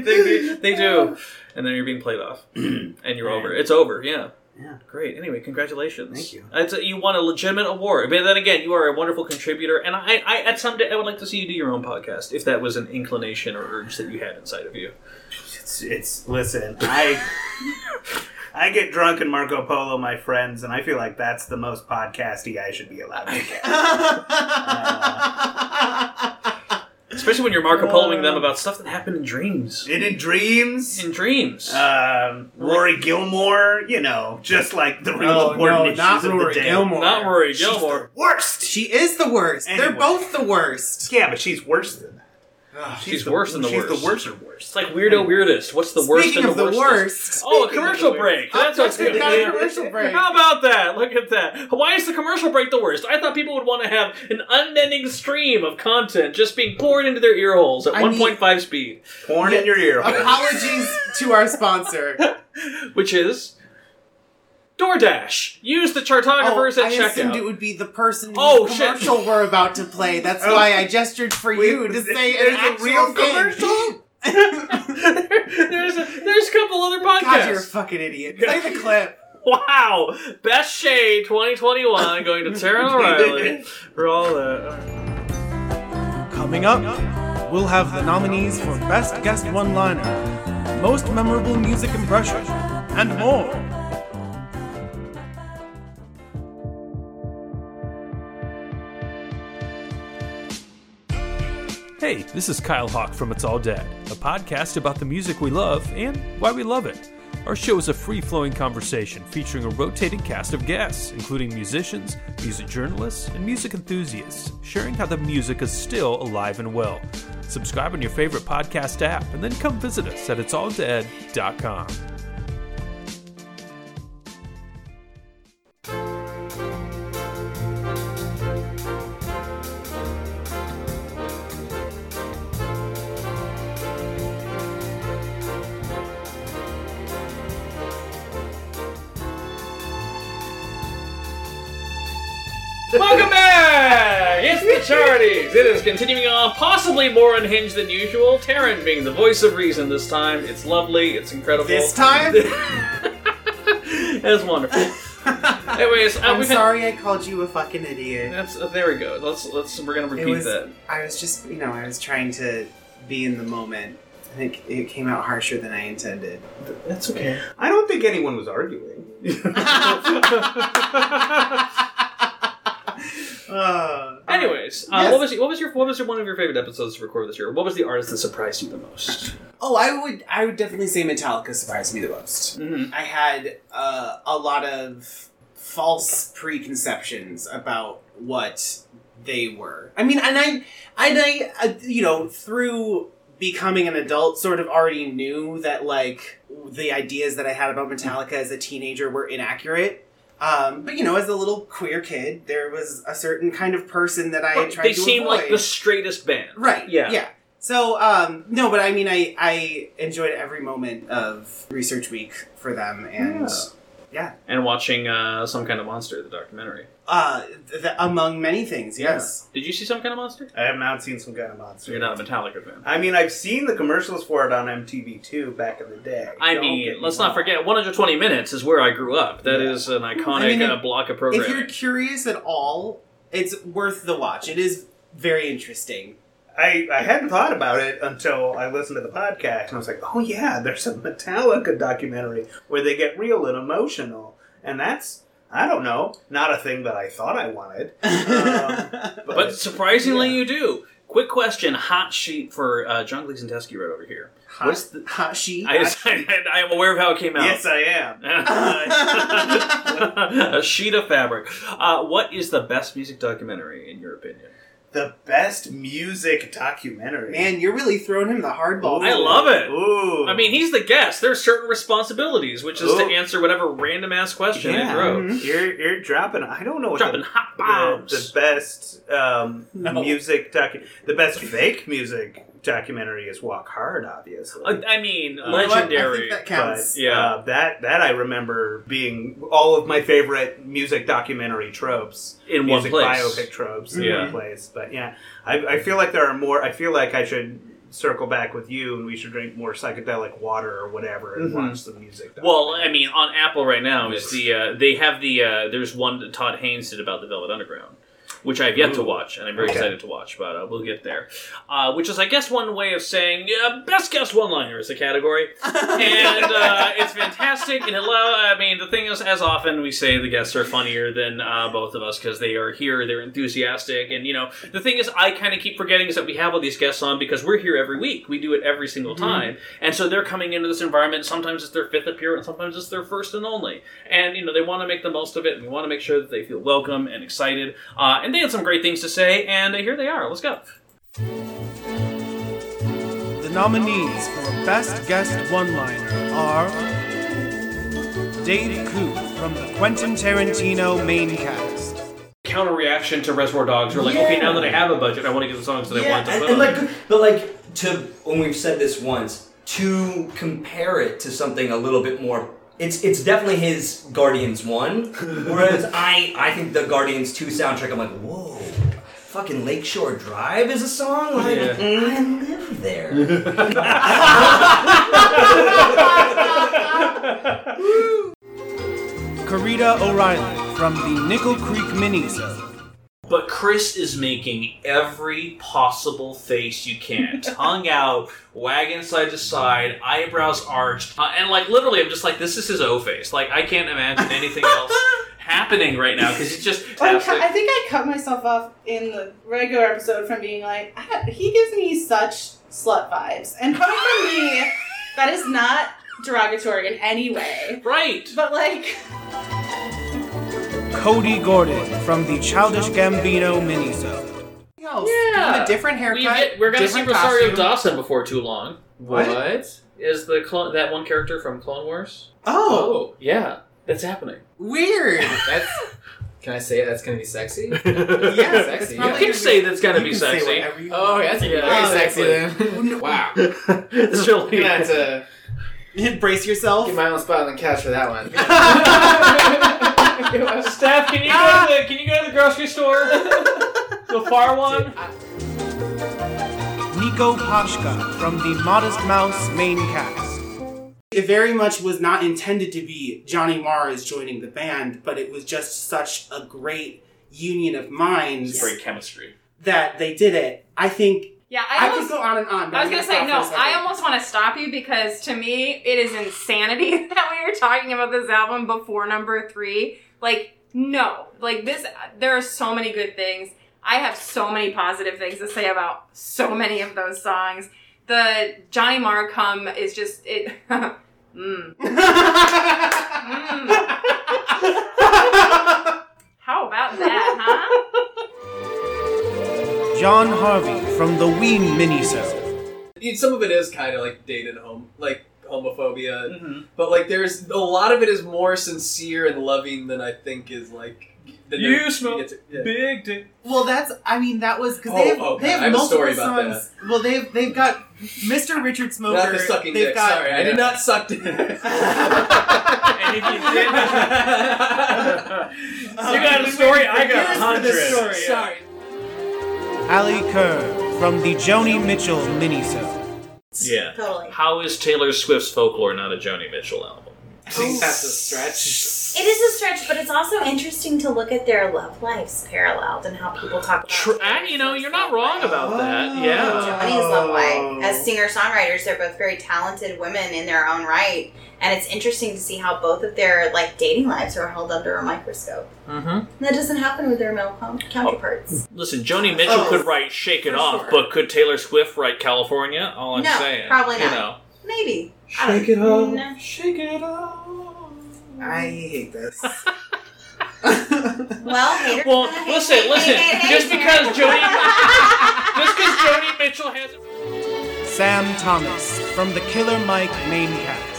they, they do, and then you're being played off, and you're over. It's over. Yeah. Yeah. Great. Anyway, congratulations. Thank you. It's a, you won a legitimate award, but then again, you are a wonderful contributor. And I, I at some day, I would like to see you do your own podcast if that was an inclination or urge that you had inside of you.
It's, it's listen, I I get drunk in Marco Polo, my friends, and I feel like that's the most podcasty I should be allowed to get. Uh,
Especially when you're Marco Poloing them about stuff that happened in dreams.
And in dreams?
In dreams.
Um, Rory Gilmore, you know, just like the real
Oh,
Oh,
No,
important
no,
issues
not
of
Rory
the day.
Gilmore. Not
Rory
Gilmore.
worst.
She is the worst. They're both the worst.
Yeah, but she's worse than
that. Ah,
She's, worse than the
she's
worst.
the worst of worst.
It's like weirdo weirdest. What's the worst
Speaking
and
of the
worstest?
worst-
Oh, a
speaking of
commercial
the
break.
worst.
That's what's good.
Got a commercial break.
How about that? Look at that. Why is the commercial break the worst? I thought people would want to have an unending stream of content just being poured into their ear holes at
I
1.5 speed.
Porn in your ear
Apologies to our sponsor.
Which is DoorDash. Use the chartographers
Oh,
at
I assumed
checkout.
it would be the person whose
Oh, shit.
commercial we're about to play. That's
Oh.
why I gestured for you to say
there's
an
a
actual
real
thing.
commercial? there's a, there's a couple other podcasts.
God, you're a fucking idiot. Play the clip.
Wow! Best Shade 2021 going to Taryn O'Reilly for all uh, that.
Coming up, we'll have the nominees for Best Guest One Liner, Most Memorable Music Impression, and more.
Hey, this is Kyle Hawk from It's All Dad, a podcast about the music we love and why we love it. Our show is a free flowing conversation featuring a rotating cast of guests, including musicians, music journalists, and music enthusiasts, sharing how the music is still alive and well. Subscribe on your favorite podcast app and then come visit us at itsalldead.com.
Welcome back! It's the Charties! It is continuing on, possibly more unhinged than usual. Taryn being the voice of reason this time. It's lovely, it's incredible.
This time?
That's wonderful. Anyways, uh,
I'm
we've had-
sorry I called you a fucking idiot.
That's, uh, there we go. Let's let's we're gonna
It
repeat
was-
that.
I was just, you know, I was trying to be in the moment. think it came out harsher than I intended.
That's okay. I don't think anyone was arguing.
Uh, Anyways, uh,
Yes.
what was what was your what was your, one of your favorite episodes to record this year? What was the artist that surprised you the most?
Oh, I would I would definitely say Metallica surprised me the most. I had uh, a lot of false preconceptions about what they were. I mean, and I and I uh, you know through becoming an adult, sort of already knew that like the ideas that I had about Metallica as a teenager were inaccurate. Um, but you know, as a little queer kid, there was a certain kind of person that I had
But
tried
they
to
seem
avoid.
like the straightest band,
Right.
Yeah,
Yeah. So um, no, but I mean, I I enjoyed every moment of Research Week for them, and yeah,
And watching uh, some kind of monster, the documentary.
uh, th- th- among many things, yes.
Did you see some kind of monster?
I have not seen some kind of monster.
You're not a Metallica fan.
I mean, I've seen the commercials for it on MTV too back in the day.
I
Don't
mean,
get me
let's not forget, 120 minutes is where I grew up. That is an iconic
I mean,
uh, block of
If you're
programming.
curious at all, it's worth the watch. It is very interesting.
I, I hadn't thought about it until I listened to the podcast, and I was like, oh yeah, there's a Metallica documentary where they get real and emotional, and that's I don't know, not a thing that I thought I wanted. Uh,
But, surprisingly, you do. Quick question, hot sheet for uh, John Gleason Teskey right over here.
Hot,
What's the
hot sheet?
I, I am aware of how it came out.
Yes, I am.
a sheet of fabric. Uh, what is the best music documentary in your opinion?
The best music documentary.
Man, you're really throwing him the hardball.
I love it.
Ooh.
I mean, he's the guest. There's certain responsibilities, which is to
Ooh.
answer whatever random ass question
Yeah. Mm-hmm.
they throw.
You're you're dropping. I don't know what
Dropping
the,
hot
bombs. The, best um, music docu- The best fake music documentary is Walk Hard, obviously.
Oh,
Uh, I mean,
Uh,
legendary.
But,
yeah.
uh, that that I remember being all of my favorite music documentary tropes
In one
music
place.
biopic tropes in
Yeah.
one place. But yeah, I, I feel like there are more. I feel like I should circle back with you, and we should drink more psychedelic water or whatever, and
Mhm.
Mm-hmm.
watch the music.
Well, I mean, on Apple right now is the uh, they have the uh, there's one that Todd Haynes did about the Velvet Underground, which I've yet to
Ooh.
watch, and I'm very
Okay.
excited to watch. But uh, we'll get there. Uh, which is, I guess, one way of saying uh, best guess one liner is the category, and uh, it's fantastic. And hello, I mean, the thing is, as often we say, the guests are funnier than uh, both of us because they are here, they're enthusiastic, and you know, the thing is, I kind of keep forgetting is that we have all these guests on because we're here every week, we do it every single
Mm-hmm.
Mhm.
time. And so they're coming into this environment. Sometimes it's their fifth appearance, sometimes it's their first and only. And, you know, they want to make the most of it, and we want to make sure that they feel welcome and excited. Uh, and they had some great things to say, and uh, here they are. Let's go.
The nominees for Best Guest One Liner are Dave Coop from the Quentin Tarantino main cast.
Counter reaction to Reservoir Dogs. We're like,
Yeah.
okay, now that I have a budget, I want to get the songs that I want to
and,
put
and
on.
like, but like to when we've said this once, to compare it to something a little bit more. It's it's definitely his Guardians one, whereas I I think the Guardians two soundtrack. I'm like, whoa, fucking Lakeshore Drive is a song like
Yeah.
I live there.
Karita O'Reilly from the Nickel Creek Minisode.
But Chris is making every possible face you can. Tongue out, wagging side to side, eyebrows arched. Uh, and, like, literally, I'm just like, this is his O face. Like, I can't imagine anything else happening right now because it's just.
I, cu- I think I cut myself off in the regular episode from being like, I, he gives me such slut vibes. And coming from me, that is not derogatory in any way.
Right.
But like,
Cody Gordon from the Childish Gambino Minisode.
Yeah.
a different haircut.
We get, we're going to see
different
Rosario
costume.
Dawson before too long.
What?
Is the clone, that one character from Clone Wars?
Oh.
yeah. That's happening.
Weird.
That's. Can I say that's gonna be sexy? yeah,
it's probably You can gonna say be- that's gonna be sexy.
Oh, yeah, that's gonna
Yeah.
be very sexy then. wow.
It's really.
That's a.
Brace yourself.
Get my own spot on the couch for that one.
Steph, can you go to the can you go to the grocery store? the far one.
Nico Pashka from the Modest Mouse main cast.
It very much was not intended to be Johnny Mars joining the band, but it was just such a great union of minds
Great chemistry.
that they did it. I think
Yeah,
I
I,
could
almost
go on and on, but
I was
I'm
gonna
gonna
say no.
stop for a second.
I almost want to stop you because to me it is insanity that we are talking about this album before number three. Like no, like this. There are so many good things. I have so many positive things to say about so many of those songs. The Johnny Marr come is just it. mm. Mm. How about that, huh?
John Harvey from the Ween minisode.
Yeah, Some of it is kind of like dated home, like homophobia,
Mm-hmm.
but like there's a lot of it is more sincere and loving than I think is like. than
You
there-
smoke
get to- yeah.
big dick.
Well, that's. I mean, that was because
Oh,
they have,
okay.
they have
I have a
multiple
story about that.
songs. Well, they've they've got Mr. Richard Smoker.
Not the sucking
they've
dick.
got
Sorry, I did not suck dick.
You got a story. I got a hundred.
Sorry.
Ali Kerr from the Joni Mitchell minisode.
Yeah. Totally. How is Taylor Swift's folklore not a Joni Mitchell album?
I think that's a stretch.
It is a stretch, but it's also interesting to look at their love lives paralleled and how people talk about
And uh, you know, you're not wrong about
Oh.
that. Yeah.
Johnny's love life.
Oh.
As singer songwriters, they're both very talented women in their own right, and it's interesting to see how both of their like dating lives are held under a microscope.
Mm-hmm.
And that doesn't happen with their male com- counterparts.
Listen, Joni Mitchell
Oh,
could write "Shake It
for
Off,"
sure.
but could Taylor Swift write "California"? All I'm
No,
saying,
probably
You
not.
know,
Maybe.
Shake it off.
Shake it off.
I hate this.
Well, haters
Well,
gonna hate
listen,
me.
listen.
Hate, hate,
Just
hate.
because just because Joni Mitchell has.
Sam Thomas from the Killer Mike main cast.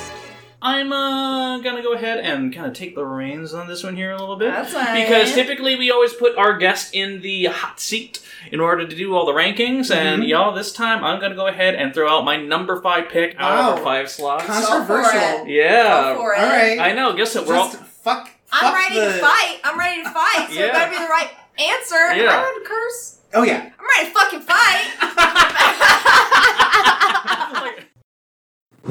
I'm uh, gonna go ahead and kind of take the reins on this one here a little bit.
That's all right.
Because typically we always put our guest in the hot seat in order to do all the rankings,
Mm-hmm.
and
Mhm.
y'all, this time I'm gonna go ahead and throw out my number five pick out of our
Wow.
five slots.
Controversial.
Yeah.
Go for it. All right.
I know. Guess what? We're all.
Fuck.
I'm
Fuck
ready
the-
to fight. I'm ready to fight. So
Yeah.
it better be the right answer.
Yeah.
I'm ready to curse.
Oh yeah.
I'm ready to fucking fight.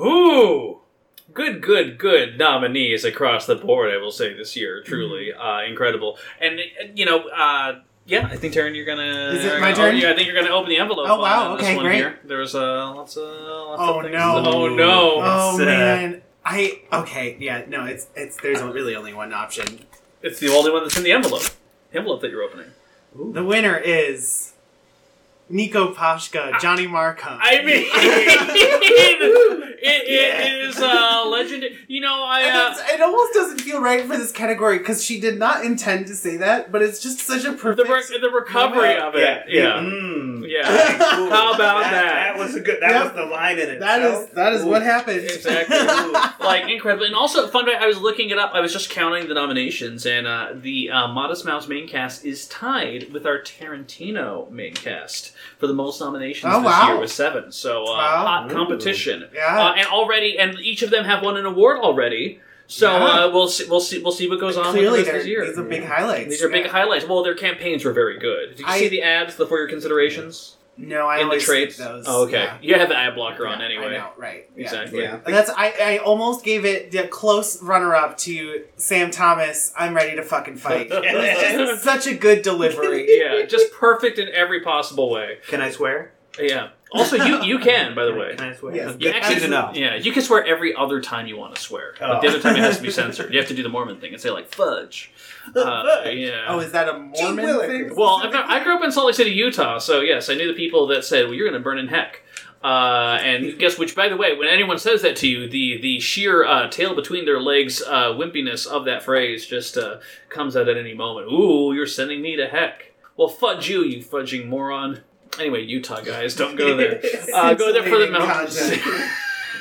Ooh. Good, good, good nominees across the board. I will say this year, truly
Mm-hmm.
uh, incredible. And uh, you know, uh, yeah, I think Taryn, you're gonna.
Is it
you're
my
gonna- oh,
turn?
yeah, I think you're gonna open the envelope.
Oh, wow,
on, uh,
okay,
this one
great.
Here. There was uh, lots of. Lots
Oh
of things.
no!
Oh no!
Oh
It's, uh,
man! I okay. Yeah. No. It's it's. There's really only one option.
It's the only one that's in the envelope. Envelope that you're opening.
The winner is Nico Pashka, Johnny Markham.
Ah. I mean, it, it, it is uh, legendary. You know, I.
And
Uh,
it's- it almost doesn't feel right for this category because she did not intend to say that, but it's just such a perfect. The,
uh, the recovery of it. Yeah. Yeah. How about that?
Mm. That was a good. That was the line in it.
That is that is what
Ooh.
happened.
Exactly. like incredible, and also fun fact: I was looking it up. I was just counting the nominations, and uh, the uh, Modest Mouse main cast is tied with our Tarantino main cast for the most nominations
Oh,
this
wow.
year with seven. So uh,
Wow.
hot
Ooh.
competition.
Yeah.
Uh, and already, and each of them have won an award already. So
Yeah.
uh, we'll see. We'll see. We'll see what goes on.
Clearly
with the rest of
they're-
this year.
these are big highlights.
These are big
Yeah.
highlights. Well, their campaigns were very good. Did you
I-
see the ads? The for your considerations.
No, I
in the
always
traits.
skip those.
Oh, okay,
Yeah.
you have the ad blocker on anyway.
I know, right? Yeah.
Exactly.
Yeah. That's I, I almost gave it the close runner up to Sam Thomas. I'm ready to fucking fight. It was just such a good delivery.
yeah, just perfect in every possible way.
Can I swear?
Yeah. Also, you you can, by the way. Can
I swear?
Yeah,
Yes,
you
good
actually,
to know.
Yeah, you can swear every other time you want to swear, but the
Oh.
other time it has to be censored. You have to do the Mormon thing and say like fudge. Uh, yeah.
Oh, is that a Mormon thing?
Well, I, I grew up in Salt Lake City, Utah, so yes, I knew the people that said, "Well, you're going to burn in heck." Uh, and guess which? By the way, when anyone says that to you, the the sheer uh, tail between their legs uh, wimpiness of that phrase just uh, comes out at any moment. Ooh, you're sending me to heck. Well, fudge you, you fudging moron. Anyway, Utah guys, don't go there. Uh, go there for the mountains.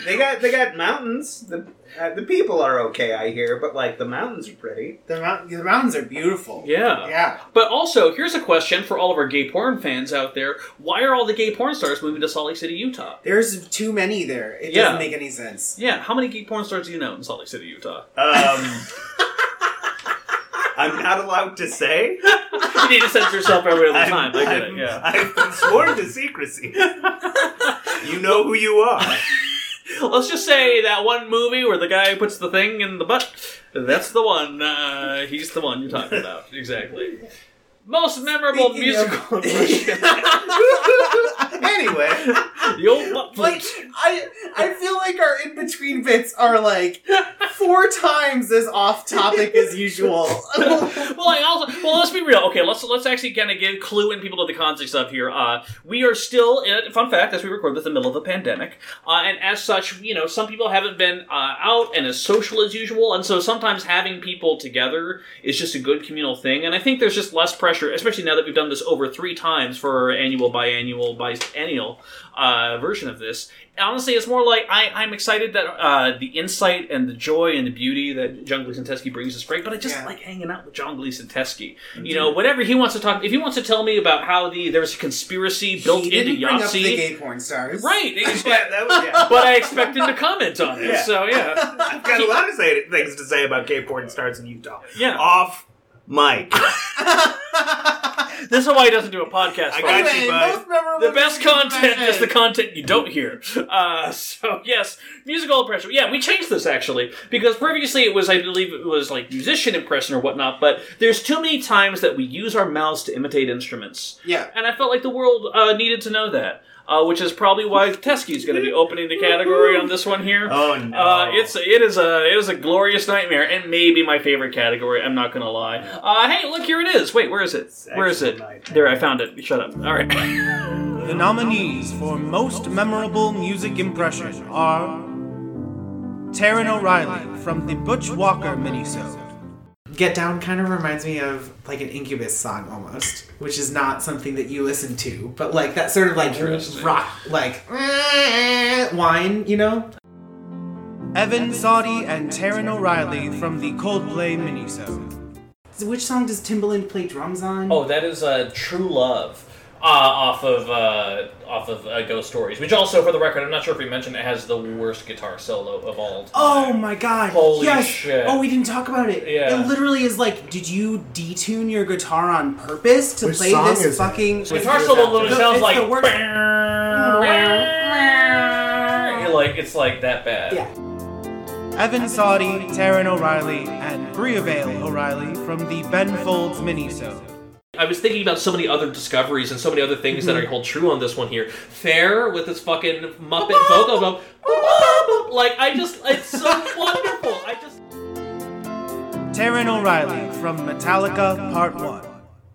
they got they got mountains. The uh, the people are okay, I hear, but like the mountains are pretty.
The, the mountains are beautiful.
Yeah.
Yeah.
But also, here's a question for all of our gay porn fans out there: Why are all the gay porn stars moving to Salt Lake City, Utah?
There's too many there. It
Yeah.
doesn't make any sense.
Yeah, how many gay porn stars do you know in Salt Lake City, Utah?
Um, I'm not allowed to say.
you need to censor yourself every other time. I get it.
I'm-
Yeah.
I've been sworn to secrecy. you know who you are.
Let's just say that one movie where the guy puts the thing in the butt. That's the one. Uh, he's the one you're talking about. Exactly. Most memorable musical impression.
anyway,
the old
like I, I feel like our in between bits are like four times as off topic as usual.
well, I also well, let's be real. Okay, let's let's actually kind of give clue and people to the context of here. Uh, we are still in fun fact as we record this in the middle of a pandemic, uh, and as such, you know, some people haven't been uh, out and as social as usual, and so sometimes having people together is just a good communal thing. And I think there's just less pressure, especially now that we've done this over three times for our annual, biannual, biennial uh, version of this. Honestly, it's more like I, I'm excited that uh, the insight and the joy and the beauty that John Gleason Teskey brings is great, but I just like hanging out with John Gleason Teskey. You know, whatever he wants to talk, if he wants to tell me about how the there's a conspiracy built
He didn't
into
bring
Yahtzee,
up the gay porn stars,
right? but I expect him to comment on it.
Yeah.
So yeah,
I've got a lot of say, things to say about gay porn stars in Utah.
Yeah.
Off mic.
this is why he doesn't do a podcast.
I got
folks.
you, bud.
The best content is the content you don't hear. Uh, so yes, musical impression. Yeah, we changed this actually because previously it was, I believe, it was like musician impression or whatnot. But there's too many times that we use our mouths to imitate instruments.
Yeah.
And I felt like the world uh, needed to know that, uh, which is probably why Teskey's going to be opening the category on this one here.
Oh no!
Uh, it's it is a it is a glorious nightmare and maybe my favorite category. I'm not going to lie. Uh, hey, look here it is. Wait, where is it? Where is it? There, I found it. Shut up. All right.
The nominees for Most Memorable Music Impression are Taryn O'Reilly from the Butch Walker minisode,
Get Down kind of reminds me of like an Incubus song almost, which is not something that you listen to, but like that sort of like rock, like wine, you know?
Evan Soddy and Taryn O'Reilly from the Coldplay minisode,
So Which song does Timbaland play drums on?
Oh, that is uh, True Love. Uh, off of uh, off of uh, Ghost Stories, which also, for the record, I'm not sure if we mentioned it has the worst guitar solo of all. time.
Oh my god.
Holy
yes.
shit.
Oh, we didn't talk about it.
Yeah.
It literally is like, did you detune your guitar on purpose to
Which
play
song
this
is that?
fucking
The guitar solo literally
No,
sounds
it's
like-
the worst-
It, like it's like that bad.
Yeah.
Evan Soddy, Taryn O'Reilly, and Briavale O'Reilly from the Ben Folds minisode.
I was thinking about so many other discoveries and so many other things that I hold true on this one here. Fair with his fucking Muppet vocal bump.
Like I just, it's so wonderful. I just.
Taryn O'Reilly from Metallica Part 1.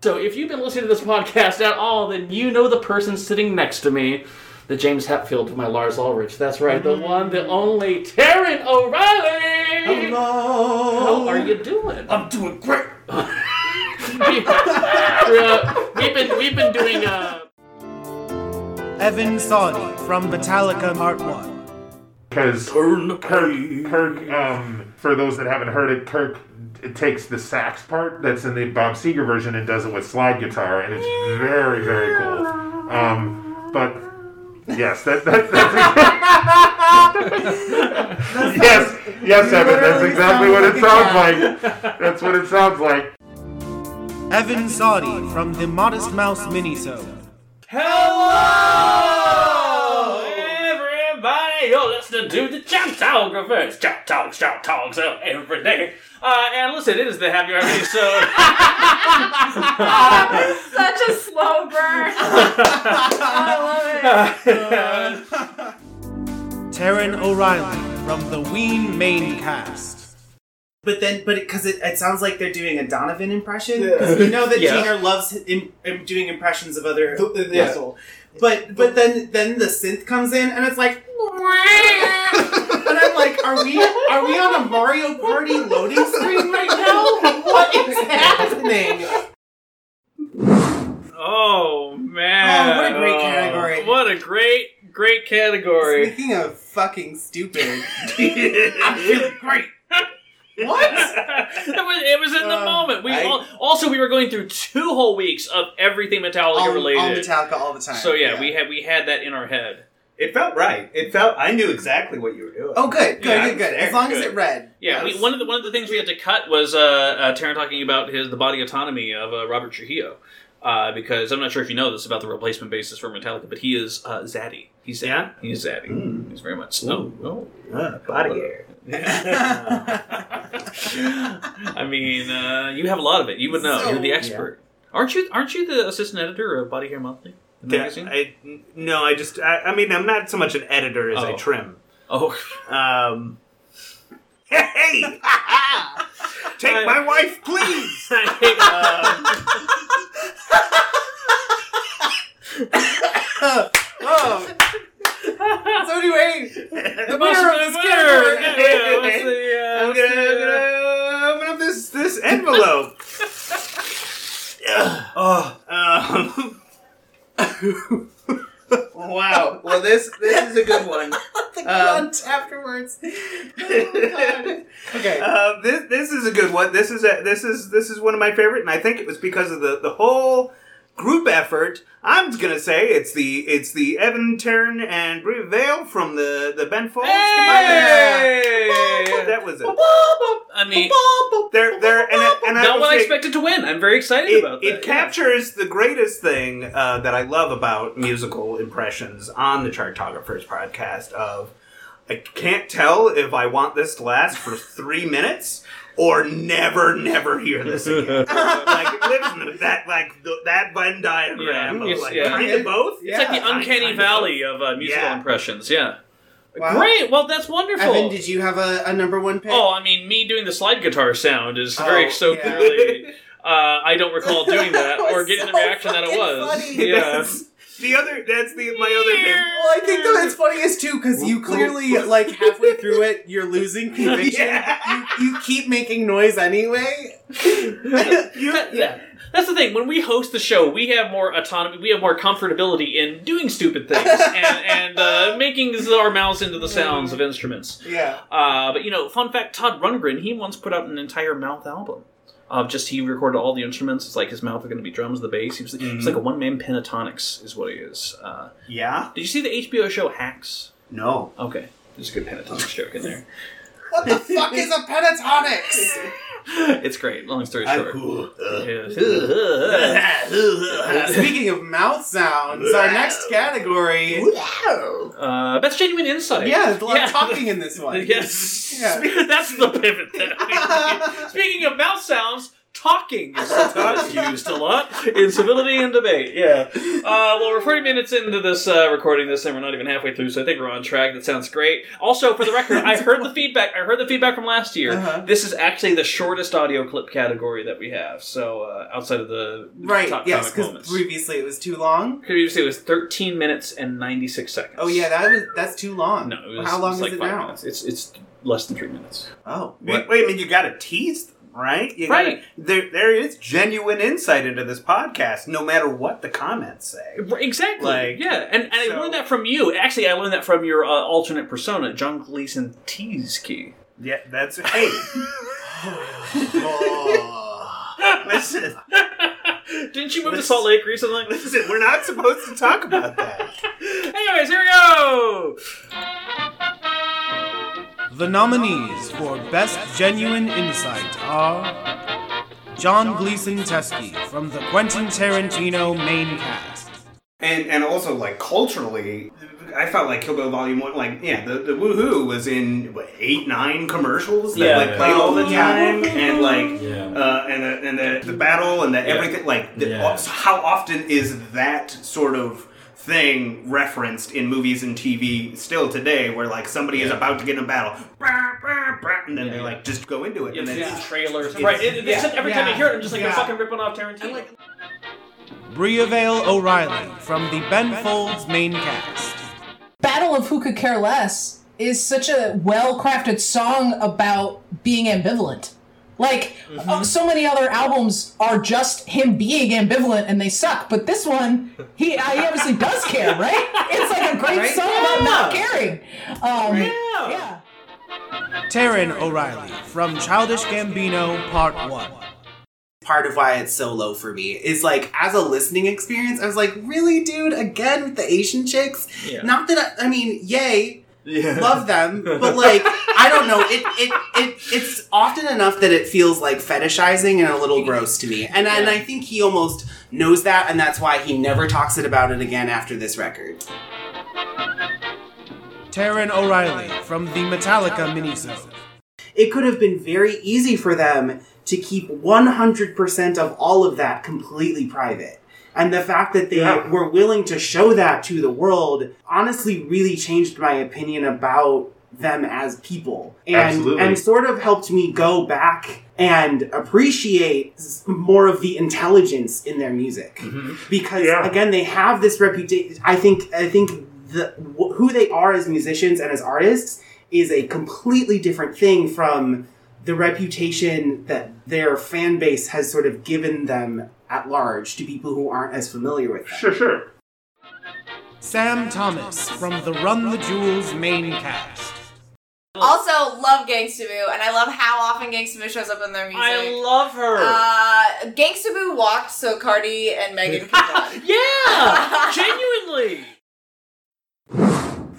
So if you've been listening to this podcast at all, then you know the person sitting next to me, the James Hetfield of my Lars Ulrich. That's right, the one, the only Taryn O'Reilly. Hello. How are you doing? I'm doing great. we've been we've been doing uh,
Evan Soddy from Metallica Part 1.
Because Kirk, Kirk um, for those that haven't heard it, Kirk it takes the sax part that's in the Bob Seger version and does it with slide guitar, and it's very, very cool. Um, but yes, that, that, that's yes, yes, Evan, that's exactly what it sounds like. That's what it sounds like.
Evan Soddy from the Modest Mouse minisode.
Hello, everybody! Yo, let's the do the chaptographers. Chop talks, chop talks out every day. Uh, and listen, it is the Happy Hour episode.
Ah, Such a slow burn.
Taryn O'Reilly from the Ween main cast.
But then, but because it, it, sounds like they're doing a Donovan impression. 'Cause You know that
Yeah.
Jinger loves im im- doing impressions of other
the- yeah.
people. But but then then the synth comes in and it's like. and I'm like, are we are we on a Mario Party loading screen right now? What is happening?
Oh man!
Oh, what a great
Oh,
category.
What a great, great category.
Speaking of fucking stupid, I'm feeling great. What?
it, was, it was in the moment. We
Um, I-
al- also we were going through two whole weeks of everything Metallica
All- all
related.
Metallica all the time.
So yeah,
Yeah.
we had we had that in our head.
It felt right. It felt. I knew exactly what you were doing.
Oh, good, good, good, good. As long as it
read.
Yeah, we, one of the one of the things we had to cut was uh, uh, Taryn talking about his the body autonomy of uh, Robert Trujillo. Uh, because I'm not sure if you know this about the replacement bassist for Metallica, but he is uh, Zaddy. He's Zaddy. He's Zaddy.
Mm.
He's very much. so. Oh,
body hair.
I mean, uh, you have a lot of it. You would know.
So-
You're the expert. Aren't you aren't you the assistant editor of Body Hair Monthly? The
Yeah,
magazine?
I, no, I just, I, I mean, I'm not so much an editor as I
Oh.
trim.
Oh.
Um, hey! Take my wife, please!
oh. So anyway, the
most
mirror is
mirror.
scared.
Yeah, what's the,
uh,
I'm
what's
gonna,
the,
I'm gonna open up this this envelope.
Oh.
Um,
wow. Well, this this is a good one.
The
grunt afterwards. okay.
Um, this this is a good one. This is a this is this is one of my favorite, and I think it was because of the the whole group effort. I'm just gonna say it's the it's the Evan Turn and Brie Vale from the the Ben Folds. That was it.
I mean,
they're they're and, I- and
Not
I
what I
expected
to win. I'm very excited
it,
about that,
It
yeah.
captures the greatest thing uh, that I love about musical impressions on the Chartographers podcast. Of I can't tell if I want this to last for three minutes or never, never hear this again. like it lives in the- that like the, that Venn diagram
Yes,
of like
yeah.
kind of both.
It's like the uncanny valley of uh, musical
Yeah.
impressions. Yeah.
Wow.
Great. Well, that's wonderful.
Evan, did you have a, a number one pick?
Oh, I mean, me doing the slide guitar sound is very so clearly. Uh, I don't recall doing that or getting the reaction that it was.
funny.
Yeah.
The other that's the my other thing.
Well, I think though it's funniest too because you clearly like halfway through it, you're losing conviction. You, you keep making noise anyway.
That- that- That's the thing. When we host the show, we have more autonomy. We have more comfortability in doing stupid things and, and uh, making our mouths into the sounds of instruments.
Yeah.
Uh, but you know, fun fact: Todd Rundgren he once put out an entire mouth album. Of just he recorded all the instruments. It's like his mouth are going to be drums, the bass. He was he's like a one man pentatonics is what he is. Uh,
yeah.
Did you see the HBO show Hacks?
No.
Okay. There's a good pentatonics joke in there.
What the fuck is a pentatonics?
It's great. Long story short.
Uh, Speaking of mouth sounds, our next category.
Uh, that's genuine insight.
Yeah, there's a lot
Yeah.
of talking in this one.
Yes.
Yeah.
Spe- That's the pivot that I need. Speaking of mouth sounds, talking is sometimes used a lot in civility and debate. Yeah. Uh, well, we're 40 minutes into this uh, recording this, and we're not even halfway through, so I think we're on track. That sounds great. Also, for the record, I heard the feedback. I heard the feedback from last year.
Uh-huh.
This is actually the shortest audio clip category that we have. So uh, outside of the
Right,
top
yes,
comic
because
moments.
previously it was too long.
Previously, it was 13 minutes and 96 seconds.
Oh yeah, that was that's too long.
No, it was-
How long
it's
is
like
it
five
now?
minutes. It's it's less than three minutes.
Oh,
Wait, wait a minute, you gotta tease them, right? You
Right.
gotta- there, there is genuine insight into this podcast, no matter what the comments say.
Exactly.
Like,
yeah, and, and I learned that from you. Actually, I learned that from your uh, alternate persona, John Gleason Tease Key.
Yeah, that's hey. Listen,
didn't you move to Salt Lake recently?
Listen, we're not supposed to talk about that.
Anyways, here we go.
The nominees for Best Genuine Insight are John Gleason Teskey from the Quentin Tarantino main cast.
And and also like culturally, I felt like Kill Bill Volume One. Like yeah, the, the woohoo was in what, eight nine commercials that
Yeah.
like played all the
Oh, yeah.
time, and like
Yeah.
uh, and the, and the, the battle and the everything. Like the, uh, how often is that sort of thing referenced in movies and TV still today, where like somebody is about to get in a battle, "Brah, brah, brah," and then they like just go into it, and then
It's
it's-
trailers.
it's-
right. It, it-
yeah.
except every time I
Yeah.
hear it, I'm just like,
Yeah.
you're fucking ripping off Tarantino.
Bria Vale O'Reilly from the Ben Folds main cast.
Battle of Who Could Care Less is such a well crafted song about being ambivalent. Like,
Mm-hmm.
uh, so many other albums are just him being ambivalent and they suck, but this one, he, uh, he obviously does care, right? It's like a great
Right?
song about not
Yeah.
caring. Um,
yeah.
Taryn O'Reilly from Childish Gambino Part 1.
part of why it's so low for me is like as a listening experience i was like really dude again with the asian chicks
Yeah.
not that I, I mean yay love them but like i don't know it, it it it's often enough that it feels like fetishizing and a little gross to me and and i think he almost knows that and that's why he never talks it about it again after this record
Taryn O'Reilly from the Metallica minisode.
it could have been very easy for them to keep 100% of all of that completely private. And the fact that they
Yeah.
were willing to show that to the world honestly really changed my opinion about them as people. And,
Absolutely.
and sort of helped me go back and appreciate s- more of the intelligence in their music
Mm-hmm.
because again they have this reputation i think i think the wh- who they are as musicians and as artists is a completely different thing from the reputation that their fan base has sort of given them at large to people who aren't as familiar with them.
Sure, sure.
Sam Thomas from the Run the Jewels main cast.
Also, love Gangstabu, and I love how often Gangstabu shows up in their music.
I love her.
Uh, Gangstabu walked so Cardi and Megan could run.
yeah, genuinely. Well,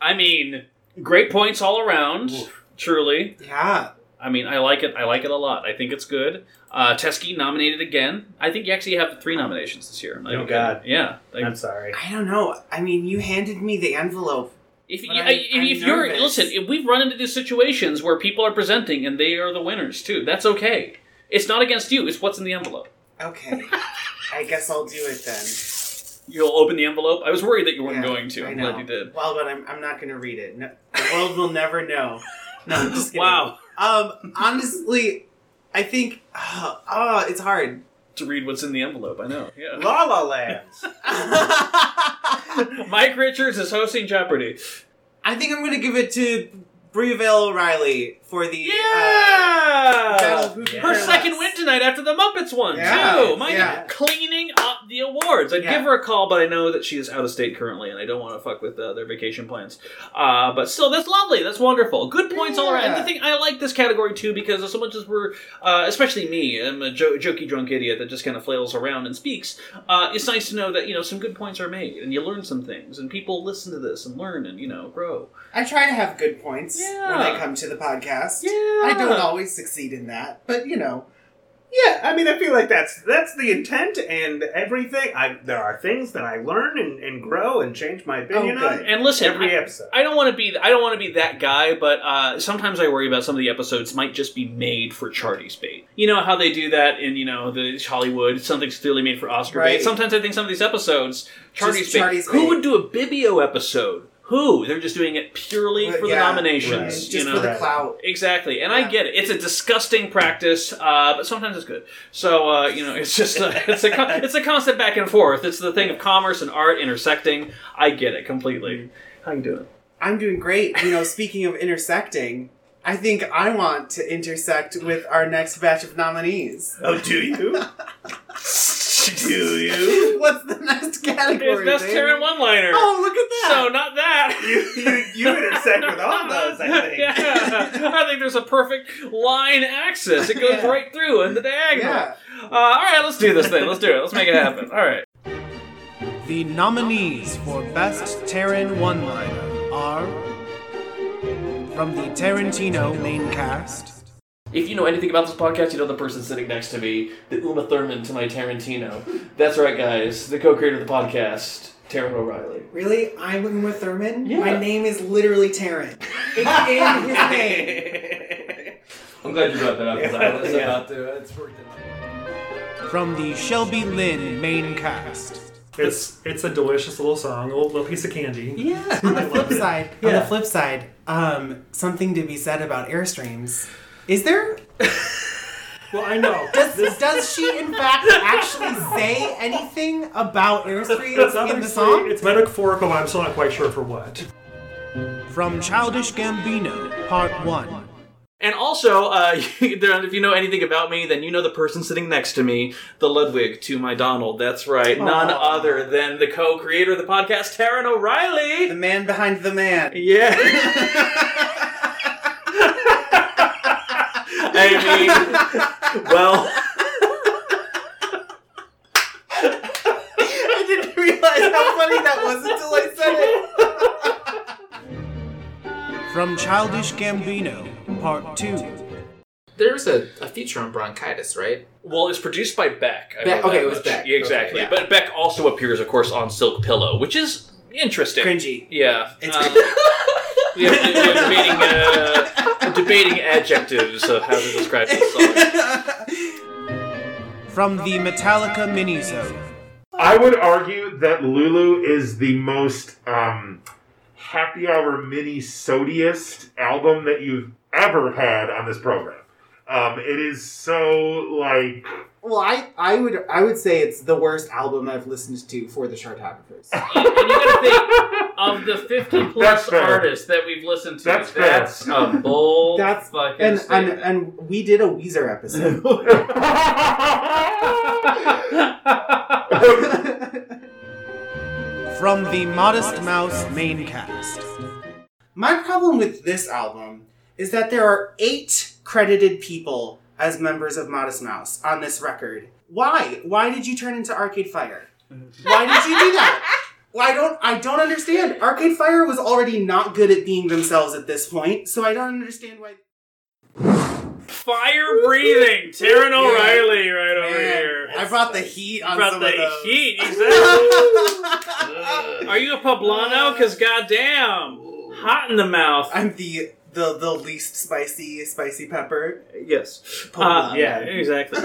I mean, great points all around. Truly.
Yeah.
I mean, I like it. I like it a lot. I think it's good. Uh, Teskey nominated again. I think you actually have three nominations this year. Like,
Oh, God.
Yeah.
I'm
sorry.
I don't know. I mean, you handed me the envelope.
If,
but
Yeah,
I'm-
if,
I'm
if you're
nervous.
listen, if we've run into these situations where people are presenting and they are the winners too. That's okay. It's not against you. It's what's in the envelope.
Okay. I guess I'll do it then.
You'll open the envelope. I was worried that you weren't going to.
I
I'm
know.
glad you did.
Well, but I'm, I'm not going to read it. No, the world will never know. No, I'm just kidding.
Wow.
Um, honestly, I think uh, uh, it's hard
to read what's in the envelope. I know. Yeah.
La La Land.
Mike Richards is hosting Jeopardy.
I think I'm going to give it to Breville O'Reilly for the uh,
yeah!
Battle of Who Can
Her
Care
second win tonight after the Muppets won
Yeah,
too. My
yeah.
God, cleaning up the awards. I'd give her a call, but I know that she is out of state currently, and I don't want to fuck with uh, their vacation plans. Uh, but still, that's lovely. That's wonderful. Good points all around. And the thing I like this category too because as much as we're, uh, especially me, I'm a jo- jokey drunk idiot that just kind of flails around and speaks. Uh, it's nice to know that you know some good points are made, and you learn some things, and people listen to this and learn and you know grow.
I try to have good points when I come to the podcast. Yeah. I don't always succeed in that, but you know.
Yeah, I mean, I feel like that's that's the intent and everything. I there are things that I learn and, and grow and change my opinion on.
And listen,
every
I,
episode.
I don't want to be I don't want to be that guy, but uh, sometimes I worry about some of the episodes might just be made for Charlie's bait. You know how they do that in you know the Hollywood. Something's clearly made for Oscar
Right.
bait. Sometimes I think some of these episodes
Just
Charlie's bait.
Charlie's
Who
bait.
would do a Bibio episode? Who? They're just doing it purely for the
yeah,
nominations.
right.
you
Just
know?
for the clout.
Exactly, and I get it. It's a disgusting practice, uh, but sometimes it's good. So uh, you know, it's just a, it's a con- it's a constant back and forth. It's the thing of commerce and art intersecting. I get it completely. How you doing?
I'm doing great. You know, speaking of intersecting, I think I want to intersect with our next batch of nominees.
Oh, do you? do you?
What's the next category?
It's best
baby?
Terran
one-liner.
Oh, look at that!
So not that.
You you, you intersect with all those. I think.
yeah. I think there's a perfect line axis. It goes
Yeah.
right through in the diagonal. Uh, all right, let's do this thing. Let's do it. Let's make it happen. All right.
The nominees for Best Terran One Liner are from the Tarantino main cast.
If you know anything about this podcast, you know the person sitting next to me, the Uma Thurman to my Tarantino. That's right, guys, the co-creator of the podcast, Taryn O'Reilly.
Really? I'm Uma Thurman? My name is literally Taryn. It's in his name.
I'm glad you brought that up. 'cause I was
Yeah.
about to. It's worked.
From the Shelby Lynn main cast.
It's it's a delicious little song, a little, little piece of candy.
Yeah. On the flip side, on the flip side, um, something to be said about airstreams. Is there?
well, I know.
Does, does she in fact actually say anything about
It's
airstreams in
not
the
actually-
song?
It's metaphorical, but I'm still not quite sure for what.
From Childish Gambino, Part 1.
And also, uh, there- if you know anything about me, then you know the person sitting next to me, the Ludwig to my Donald. That's right, none
Aw.
other than the co-creator of the podcast, Taryn O'Reilly, the
man behind the man.
Yeah. I mean, well.
I didn't realize how funny that was until I said it.
From Childish Gambino, Part 2.
There's a, a feature on bronchitis, right?
Well, it's produced by Beck. I
Beck-
know that
okay, it was
much.
Beck.
Yeah, exactly.
Okay, yeah.
But Beck also appears, of course, on Silk Pillow, which is interesting.
Cringy.
Yeah.
It's
Um, yeah, we- we were debating, uh, debating adjectives of how to describe this song.
From the Metallica minisode.
I would argue that Lulu is the most um, happy hour mini sodiest album that you've ever had on this program. Um, it is so like
Well, I, I would I would say it's the worst album I've listened to for the chartographers.
Of the 50 plus
fair.
artists that we've listened to, that's,
fair.
a bold
That's
fucking
and, and
statement.
and we did a Weezer episode.
From the Modest Mouse main cast.
My problem with this album is that there are eight credited people as members of Modest Mouse on this record. Why? Why did you turn into Arcade Fire? Why did you do that? Well, I don't I don't understand. Arcade Fire was already not good at being themselves at this point, so I don't understand why
Fire breathing, Taryn
Yeah.
O'Reilly, right over
Man,
here.
I brought the heat on
Brought
some
the
of those.
heat. exactly. Are you a poblano? Because goddamn, hot in the mouth.
I'm the the the least spicy spicy pepper.
Yes.
Poblano.
Uh, yeah, exactly.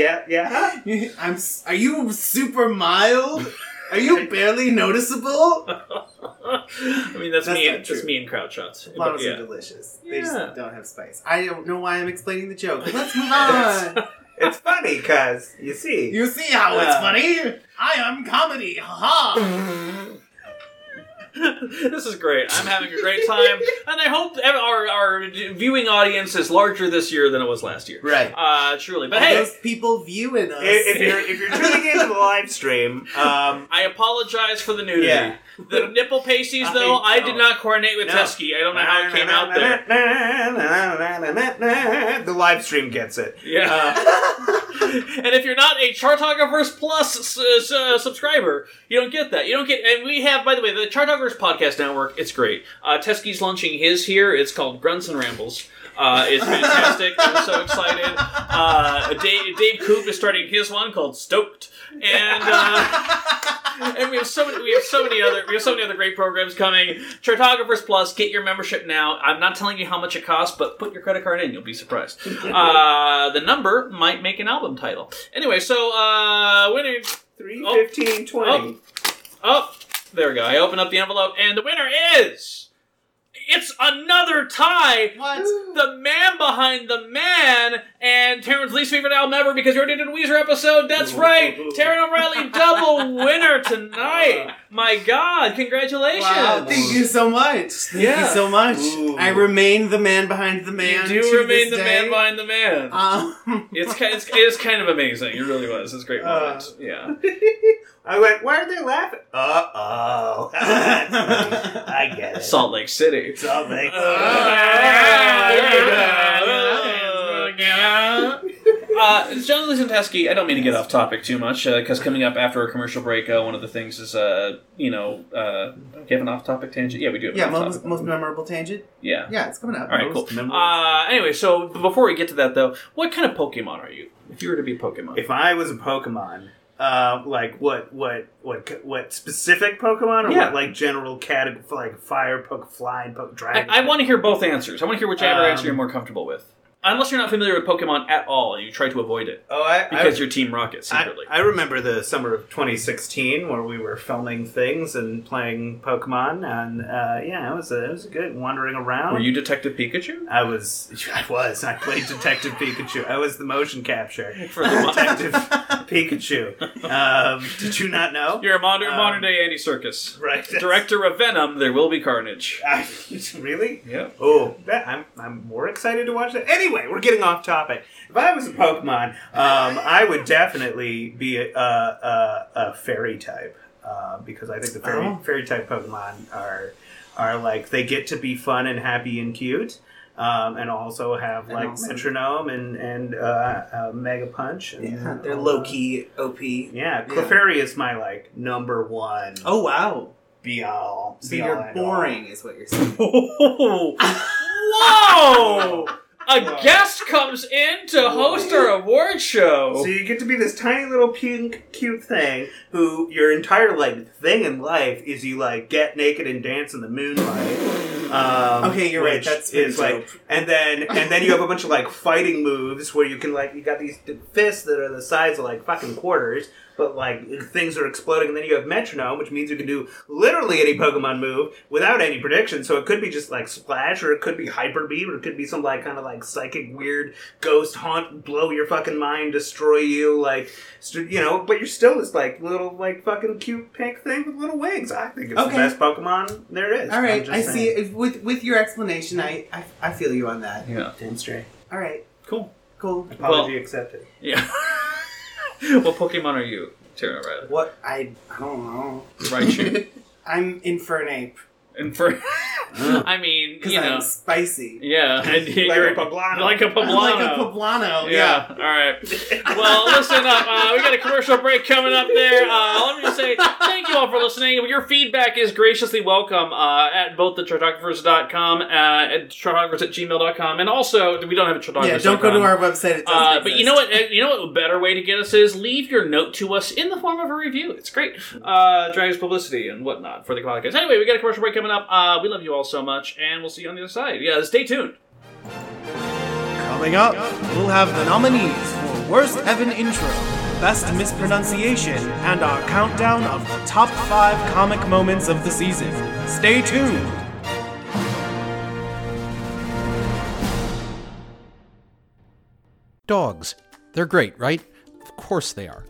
yeah, yeah. I'm. s- Are you super mild? Are you barely noticeable?
I mean, that's,
That's
me.
not
And, that's me and crowd shots.
Poblano's
yeah.
are delicious. They just
Yeah.
don't have spice. I don't know why I'm explaining the joke. but Let's move on.
It's funny, cause you see,
you see how it's
Uh,
funny. I am comedy. Haha.
this is great. I'm having a great time, and I hope ev- our, our viewing audience is larger this year than it was last year.
Right.
Uh, truly. But
All
hey,
those
people viewing us.
If, if you're if you're tuning into the live stream, um,
I apologize for the nudity.
Yeah.
The nipple pasties, though, I, did not coordinate with
No.
Teskey. I don't know how it came out there.
the live stream gets it.
Yeah.
Uh,
and if you're not a Chartographers Plus s- s- uh, subscriber, you don't get that. You don't get. And we have, by the way, the Chartographers Podcast Network. It's great. Uh, Teskey's launching his here. It's called Grunts and Rambles. Uh, it's fantastic. I'm so excited. Uh, Dave, Dave Coop is starting his one called Stoked, and uh, and we have so many we have so many other we have so many other great programs coming. Chartographers Plus, get your membership now. I'm not telling you how much it costs, but put your credit card in. You'll be surprised. Uh, the number might make an album title. Anyway, so uh, winner
three fifteen twenty.
Oh, there we go. I open up the envelope, and the winner is. It's another tie.
What?
The man behind the man, and Taryn's least favorite album ever because you already did a Weezer episode. That's right, Taryn O'Reilly, double winner tonight. My God, congratulations!
Wow, thank you so much. Thank
Yeah.
you so much. I remain the man behind the man.
You
to
do remain
this
the
day.
man behind the man.
Um.
It's ki- it's it's kind of amazing. It really was. It's a great
Uh,
moment. yeah.
I went, why are they laughing? Uh oh. I get it.
Salt Lake City.
Salt Lake.
Uh, John Lisenteski, I don't mean to get off topic too much because coming up after a commercial break, uh, one of the things is uh, you know uh, do we have an off-topic tangent. Yeah, we do. Have
Yeah,
an
most,
off-topic.
most memorable tangent.
yeah,
Yeah, it's coming up.
All right, cool. Uh, anyway, so before we get to that though, what kind of Pokemon are you? If you were to be a Pokemon,
If I was a Pokemon, uh, like what, what, what, what specific Pokemon, or
Yeah.
what, like general category, like fire, poke, flying, poke,
I,
dragon.
I want to hear both answers. I want to hear whichever
Um,
answer you're more comfortable with. Unless you're not familiar with Pokemon at all, and you try to avoid it.
Oh, I
because
I-
you're Team Rocket secretly.
I, I remember the summer of 2016 where we were filming things and playing Pokemon, and uh, yeah, it was a, it was good wandering around.
Were you Detective Pikachu?
I was. I was. I played Detective Pikachu. I was the motion capture
for Detective
Pikachu. Um, did you not know?
You're a
Um,
modern modern day Andy Circus,
right?
Director of Venom. There will be carnage.
really?
Yeah.
Oh, that, I'm I'm more excited to watch that. Anyway, we're getting off topic. If I was a Pokemon, um, I would definitely be a, a, a, a fairy type uh, because I think the fairy
Oh.
fairy type Pokemon are are like they get to be fun and happy and cute. Um, and also have
And
like
also-
metronome and and uh, uh, mega punch. And
Yeah, they're low key OP.
Yeah, Clefairy is my like number one.
Oh wow.
Be all.
So
be all
you're
and all.
boring, is what you're saying.
Whoa! A guest comes in to host our award show.
Oh.
So you get to be this tiny little pink, cute thing who your entire like thing in life is you like get naked and dance in the moonlight. Um,
Okay, you're right,
which
that's pretty
is like, and then and then you have a bunch of like fighting moves where you can like you got these fists that are the size of like fucking quarters, but like things are exploding. And then you have metronome, which means you can do literally any Pokemon move without any prediction. So it could be just like splash, or it could be hyper beam, or it could be some like kind of like psychic weird ghost haunt, blow your fucking mind, destroy you, like st- you know. But you're still this like little like fucking cute pink thing with little wings. I think it's
Okay.
the best Pokemon there is.
All
I'm
right,
just
I
saying.
see. If- With with your explanation, I I, I feel you on that.
Yeah.
Stray.
All right.
Cool.
Cool.
Apology accepted.
Yeah. what Pokemon are you, Tara Riley?
What I I don't know.
Raichu.
I'm Infernape.
Infer. I mean,
because
you know.
I'm spicy.
Yeah, and
Like
you're
a poblano.
Like a
I'm like a
poblano.
poblano,
All right. Well, listen up. Uh, we got a commercial break coming up there. Uh, let me just say thank you all for listening. Your feedback is graciously welcome uh, at both the chartographers.com, uh, at chartographers at gmail.com, and also, we don't have a chartographers.
yeah, don't go to our website. It doesn't
Uh, but you
exist.
know what? You know what? A better way to get us is leave your note to us in the form of a review. It's great. Uh, drives publicity and whatnot for the podcast. Anyway, we got a commercial break coming up. Uh, we love you all so much, and we'll see you on the other side. Yeah, stay tuned.
Coming up, we'll have the nominees for Worst Evan Intro, Best Mispronunciation, and our countdown of the top five comic moments of the season. Stay tuned!
Dogs. They're great, right? Of course they are.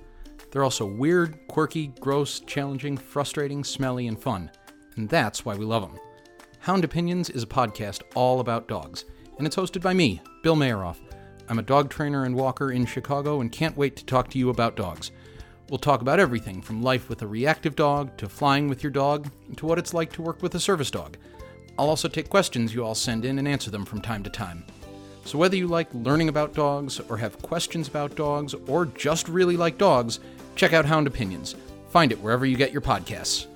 They're also weird, quirky, gross, challenging, frustrating, smelly, and fun. And that's why we love them. Hound Opinions is a podcast all about dogs, and it's hosted by me, Bill Mayeroff. I'm a dog trainer and walker in Chicago and can't wait to talk to you about dogs. We'll talk about everything from life with a reactive dog to flying with your dog to what it's like to work with a service dog. I'll also take questions you all send in and answer them from time to time. So, whether you like learning about dogs, or have questions about dogs, or just really like dogs, check out Hound Opinions. Find it wherever you get your podcasts.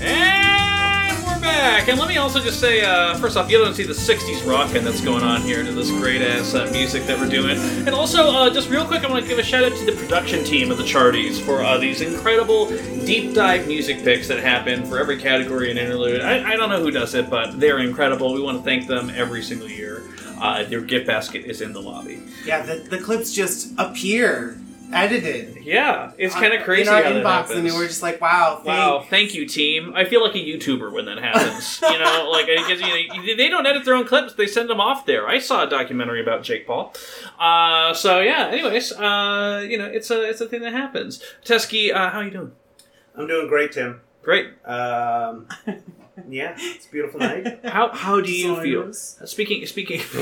And we're back. And let me also just say, uh, first off, you don't see the '60s rockin' that's going on here to this great ass uh, music that we're doing. And also, uh, just real quick, I want to give a shout out to the production team of the Charties for uh, these incredible deep dive music picks that happen for every category and interlude. I, I don't know who does it, but they're incredible. We want to thank them every single year. Uh, their gift basket is in the lobby.
Yeah, the, the clips just appear edited.
Yeah, it's
on-
kind of crazy
in our
how
inbox,
that happens.
and we're just like, wow, thank
Wow, thank you, team. I feel like a YouTuber when that happens. you know, like it gives you, you- they don't edit their own clips; they send them off there. I saw a documentary about Jake Paul. Uh, so yeah. Anyways, uh, you know, it's a it's a thing that happens. Teskey, uh, how you doing?
I'm doing great, Tim.
Great.
Um, yeah, it's a beautiful night.
How how do you feel? Speaking speaking,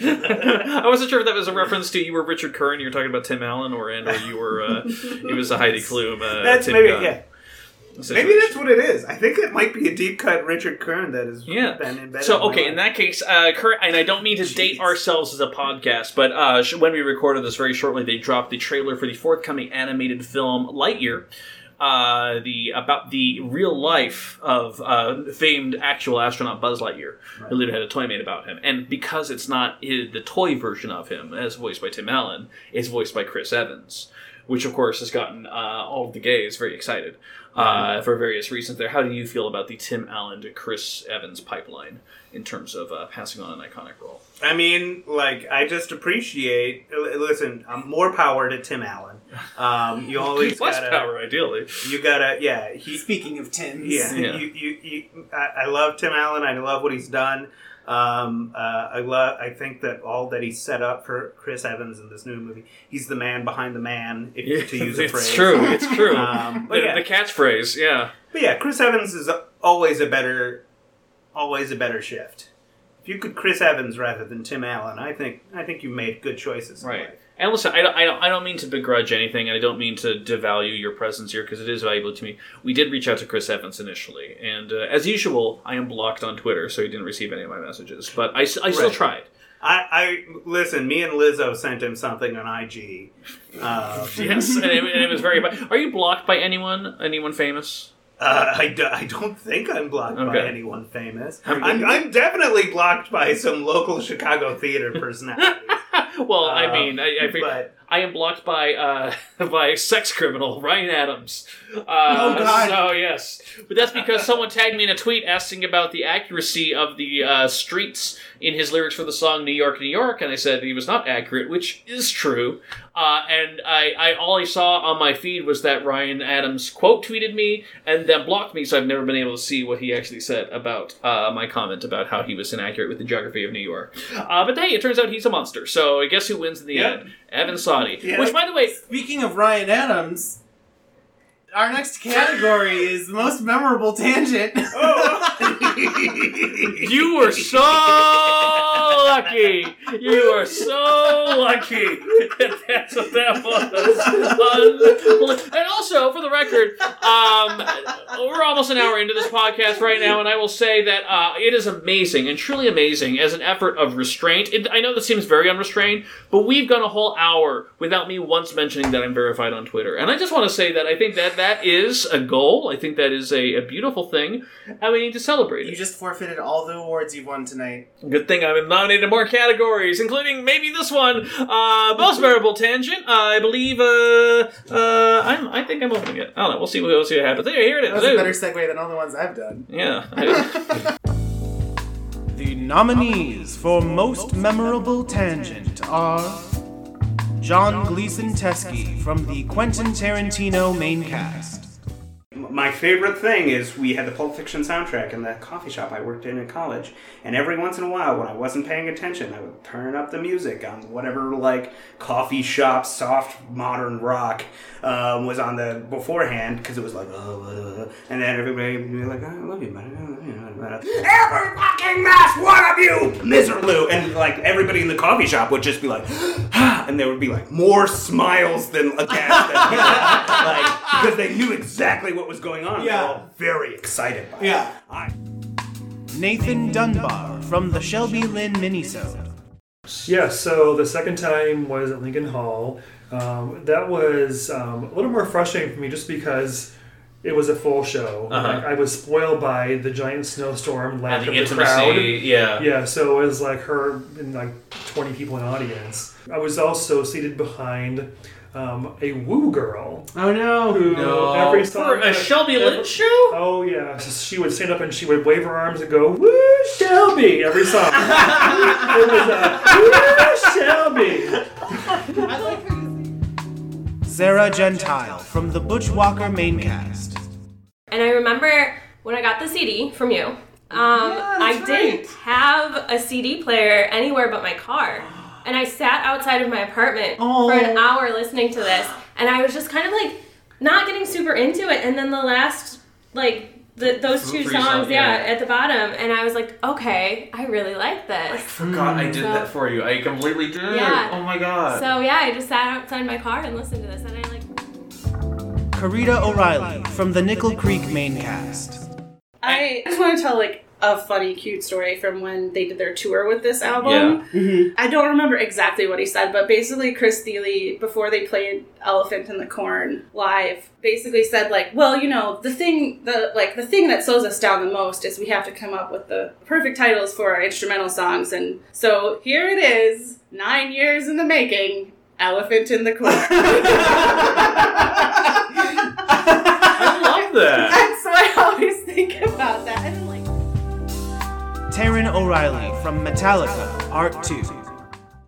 I wasn't sure if that was a reference to you were Richard Curran. and You were talking about Tim Allen, or and or you were uh, it was a Heidi Klum. Uh,
That's
Tim
maybe
Gunn
yeah.
situation.
Maybe that's what it is. I think it might be a deep cut Richard Kern that has
Yeah.
been embedded.
So
in my
okay, in that case, uh, current, and I don't mean to date ourselves as a podcast, but uh, sh- when we recorded this very shortly, they dropped the trailer for the forthcoming animated film Lightyear, uh, the about the real life of uh, famed actual astronaut Buzz Lightyear, who later had a toy made about him. And because it's not i the toy version of him, as voiced by Tim Allen, it's voiced by Chris Evans, which of course has gotten uh, all of the gays very excited. Uh, for various reasons there. How do you feel about the Tim Allen to Chris Evans pipeline in terms of uh, passing on an iconic role?
I mean, like, I just appreciate. l- Listen, um, more power to Tim Allen. Um, you always
Less
gotta,
power, ideally.
You gotta, yeah. He,
Speaking of Tims,
yeah.
Yeah.
You, you, you, I, I love Tim Allen. I love what he's done. Um, uh, I love. I think that all that he set up for Chris Evans in this new movie, he's the man behind the man, if, to use a
it's
phrase.
true. It's true.
Um,
the,
but yeah.
the catchphrase, yeah.
But yeah, Chris Evans is always a better, always a better shift. If you could Chris Evans rather than Tim Allen, I think I think you made good choices. in
Right.
life.
And listen, I don't, I, don't, I don't mean to begrudge anything, and I don't mean to devalue your presence here because it is valuable to me. We did reach out to Chris Evans initially, and uh, as usual, I am blocked on Twitter, so he didn't receive any of my messages. But I, s- I still
Right.
tried.
I, I listen. Me and Lizzo sent him something on IG. Um,
yes, and it, and it was very. bu- Are you blocked by anyone? Anyone famous?
Uh, I, do, I don't think I'm blocked by anyone famous.
I'm-
I'm, I'm definitely blocked by some local Chicago theater personality.
Well, I
Um,
mean, I, I, fig- I am blocked by uh, by sex criminal Ryan Adams. Uh, oh
God.
So yes, but that's because someone tagged me in a tweet asking about the accuracy of the uh, streets in his lyrics for the song "New York, New York," and I said he was not accurate, which is true. Uh, and I, I all I saw on my feed was that Ryan Adams quote tweeted me and then blocked me, so I've never been able to see what he actually said about uh, my comment about how he was inaccurate with the geography of New York. Uh, but hey, it turns out he's a monster. So I guess who wins in the
Yep.
end? Evan Saudi. Which, by the way,
speaking of Ryan Adams, our next category is most memorable tangent.
oh.
you were so lucky. You were so lucky that that's what that was. Un- and also, for the record, um, we're almost an hour into this podcast right now, and I will say that uh, it is amazing and truly amazing as an effort of restraint. It, I know this seems very unrestrained, but we've gone a whole hour without me once mentioning that I'm verified on Twitter. And I just want to say that I think that that is a goal. I think that is a, a beautiful thing, and we need to celebrate it.
You just forfeited all the awards you've won tonight.
Good thing I'm nominated in more categories, including maybe this one, uh, most memorable tangent. Uh, I believe. Uh, uh, I'm. I think I'm opening it. I don't know. We'll see. We'll see what happens. There, here it is.
That was a
Ooh.
better segue than all the ones I've done.
yeah.
The nominees for most memorable tangent are John Gleason Teskey from the Quentin Tarantino main cast.
My favorite thing is we had the Pulp Fiction soundtrack in the coffee shop I worked in in college, and every once in a while, when I wasn't paying attention, I would turn up the music on whatever like coffee shop soft modern rock um, was on the beforehand because it was like, oh, uh, and then everybody would be like, "Oh, I love you, man. I love you, man. I love you." Every fucking mass one of you, Mr. Lou, and like everybody in the coffee shop would just be like, and there would be like more smiles than a gas like because they knew exactly what was going on. They were all very excited by it.
Nathan Dunbar from the Shelby Lynn Minisode.
Yeah, so the second time was at Lincoln Hall. Um, that was um, a little more frustrating for me just because it was a full show.
Uh-huh.
Like, I was spoiled by the giant snowstorm, lack
And the
of the
intimacy,
crowd.
yeah.
Yeah, so it was like her and like 20 people in the audience. I was also seated behind um, a woo girl.
Oh no!
Who
No.
every song
For a Shelby Lynn show?
Oh yeah. So she would stand up and she would wave her arms and go, Woo Shelby! Every song. it was uh, Woo Shelby!
Sarah Gentile from the Butchwalker main cast.
And I remember when I got the CD from you, um, I didn't have a CD player anywhere but my car. And I sat outside of my apartment for
Oh.
an hour listening to this. And I was just kind of like not getting super into it. And then the last, like, the, those
Three
two
songs,
songs, yeah,
yeah.
at the bottom. And I was like, okay, I really like this.
God, I did
So-
that for you. I completely did.
Yeah.
Oh my god.
So yeah, I just sat outside my car and listened to this. And I like,
Karita O'Reilly from the Nickel Creek main cast.
I just want to tell like a funny, cute story from when they did their tour with this album. I don't remember exactly what he said, but basically Chris Thiele, before they played Elephant in the Corn live, basically said like, "Well, you know, the thing, the like the thing that slows us down the most is we have to come up with the perfect titles for our instrumental songs, and so here it is, nine years in the making, Elephant in the Corn."
I love that.
and so I always think about that. And I'm like,
Taryn O'Reilly from Metallica, Art 2.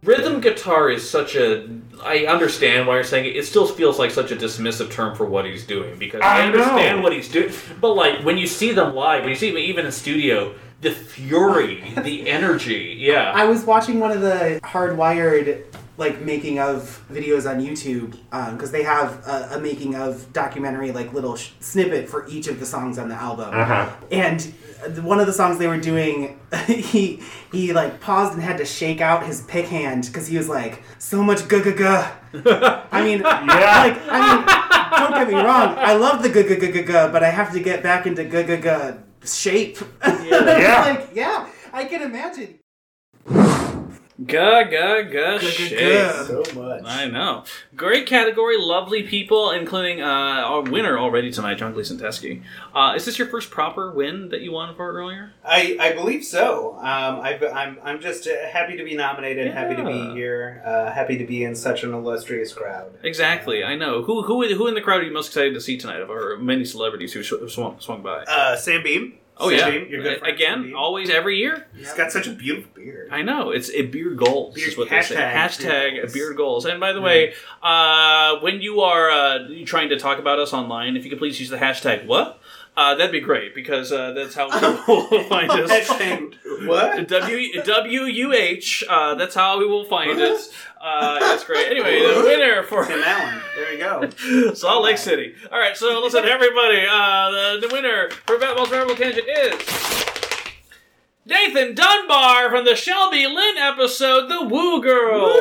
Rhythm guitar is such a. I understand why you're saying it. It still feels like such a dismissive term for what he's doing because I,
I know.
understand what he's doing. But like when you see them live, when you see them even in studio, the fury, the energy, yeah.
I was watching one of the hardwired like making of videos on YouTube because they have a, a making of documentary like little sh- snippet for each of the songs on the album.
Uh-huh.
And the- one of the songs they were doing, he he like paused and had to shake out his pick hand because he was like so much guh guh guh. I mean, like I mean, don't get me wrong, I love the guh guh guh guh guh, but I have to get back into guh guh guh shape. Yeah.
Yeah.
like yeah, I can imagine.
Gah, gah, gah, shit.
So much.
I know. Great category, lovely people, including uh, our winner already tonight, John Gleason Teskey. Uh, is this your first proper win that you won for earlier?
I, I believe so. Um, I've, I'm, I'm just uh, happy to be nominated, happy to
Yeah.
be here, uh, happy to be in such an illustrious crowd.
Exactly, I know. Who who who in the crowd are you most excited to see tonight of our many celebrities who sw- swung, swung by?
Uh, Sam Beam.
Oh
Sam
yeah,
Beam, you're good
A- again. Always, every year.
He's got such a beautiful beard.
I know it's a beer goals is what they say.
hashtag
Hashtag
beer
beer goals.
goals.
And by the way, uh, when you are uh, trying to talk about us online, if you could please use the hashtag what. Uh, that'd be great because uh, that's how we will find us.
Hashtag what?
W W U H. Uh, that's how we will find us. Uh, that's great. Anyway, the winner for
Tim Allen. There you go.
Salt Lake City. All right, so listen, everybody. Uh, the, the winner for Batball's Memorable Tangent is Nathan Dunbar from the Shelby Lynn episode, The Woo Girl.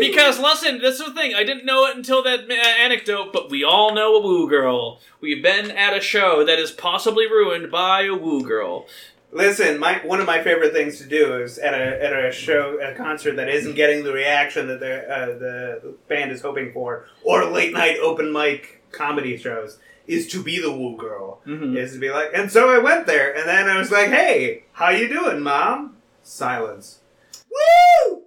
Because listen, this is the thing. I didn't know it until that uh, anecdote, but we all know a woo girl. We've been at a show that is possibly ruined by a woo girl.
Listen, my one of my favorite things to do is at a at a show at a concert that isn't getting the reaction that the uh, the band is hoping for, or late night open mic comedy shows, is to be the woo girl. Is to be like, and so I went there, and then I was like, "Hey, how you doing, mom?" Silence. Woo!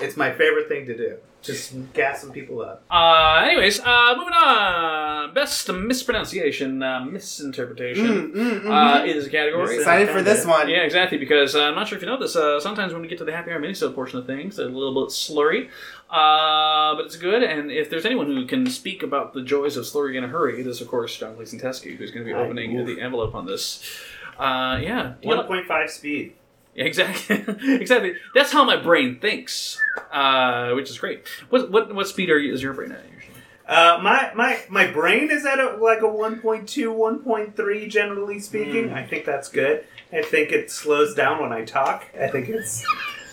It's my favorite thing to do. Just gas some people up.
Uh, anyways, uh, moving on. Best mispronunciation, uh, misinterpretation
Mm, mm,
uh,
mhm.
is a category.
Excited for this one.
Yeah, exactly, because uh, I'm not sure if you know this. Uh, sometimes when we get to the happy hour minisode portion of things, they're a little bit slurry. Uh, but it's good, and if there's anyone who can speak about the joys of slurry in a hurry, it is, of course, John Gleason Teskey, who's going to be
Aye,
opening
oof.
the envelope on this. Uh, yeah.
One point five speed.
Exactly. exactly. That's how my brain thinks, uh, which is great. What, what, what speed are you, is your brain at?
Uh, my my my brain is at a, like a 1.2 1.3 generally speaking i think that's good i think it slows down when i talk i think it's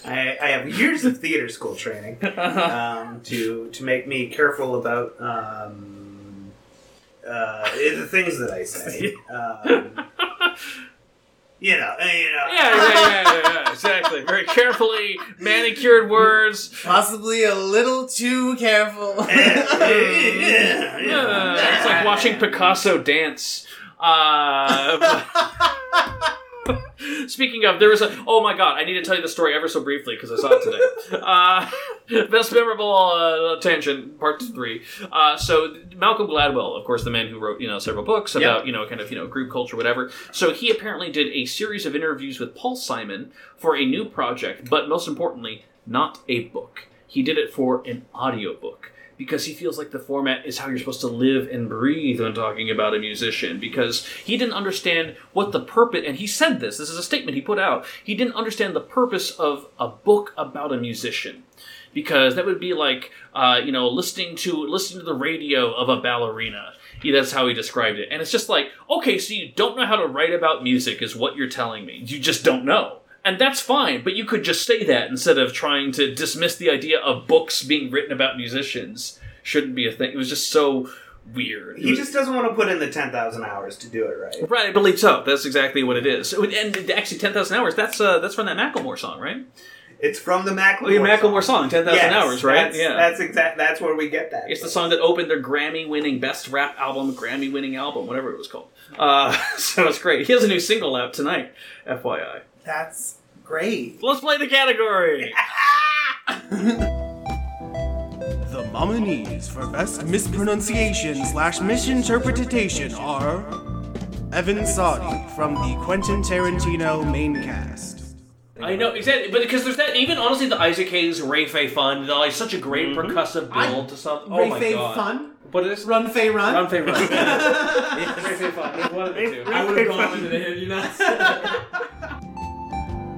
i, I have years of theater school training um, to to make me careful about um, uh, the things that i say um, you know eh, you know
Yeah, yeah, yeah, yeah, yeah, exactly. Very carefully manicured words.
Possibly a little too careful.
Yeah, it's like watching Picasso dance. Uh, speaking of, there was a. Oh my god, I need to tell you the story ever so briefly because I saw it today. Uh, best memorable uh, tangent, part three. Uh, so Malcolm Gladwell, of course, the man who wrote you know several books about you know kind of you know group culture, whatever. So he apparently did a series of interviews with Paul Simon for a new project, but most importantly, not a book. He did it for an audiobook because he feels like the format is how you're supposed to live and breathe when talking about a musician because he didn't understand what the purpose and he said this this is a statement he put out he didn't understand the purpose of a book about a musician because that would be like uh, you know listening to listening to the radio of a ballerina He- that's how he described it and it's just like okay so you don't know how to write about music is what you're telling me you just don't know and that's fine but you could just say that instead of trying to dismiss the idea of books being written about musicians shouldn't be a thing it was just so weird It
he
was-
just doesn't want to put in the 10000 hours to do it right
Right, I believe so. That's exactly what it is. So- And actually, ten thousand hours—that's uh, that's from that Macklemore song, right?
It's from the
Oh,
Macklemore,
Macklemore song, ten thousand
Yes,
hours, right?
that's, that's exact that's where we get that
It's the song that opened their Grammy-winning Best Rap Album, Grammy-winning album, whatever it was called. Uh, so it's great. He has a new single out tonight, FYI.
That's great.
Let's play the category.
The nominees for Best Mispronunciation slash Misinterpretation are Evan Saudi from the Quentin Tarantino Maincast,
I know exactly, but because there's that. Even honestly, the Isaac Hayes Ray Fay Fun, they're like such a great percussive build to something. Oh
Ray
my
Fay
god!
Fun?
What is
Run Fay Run?
Run Fay Run.
Ray
Fay Fun. One of the
two.
I would've gone
with
it, you know?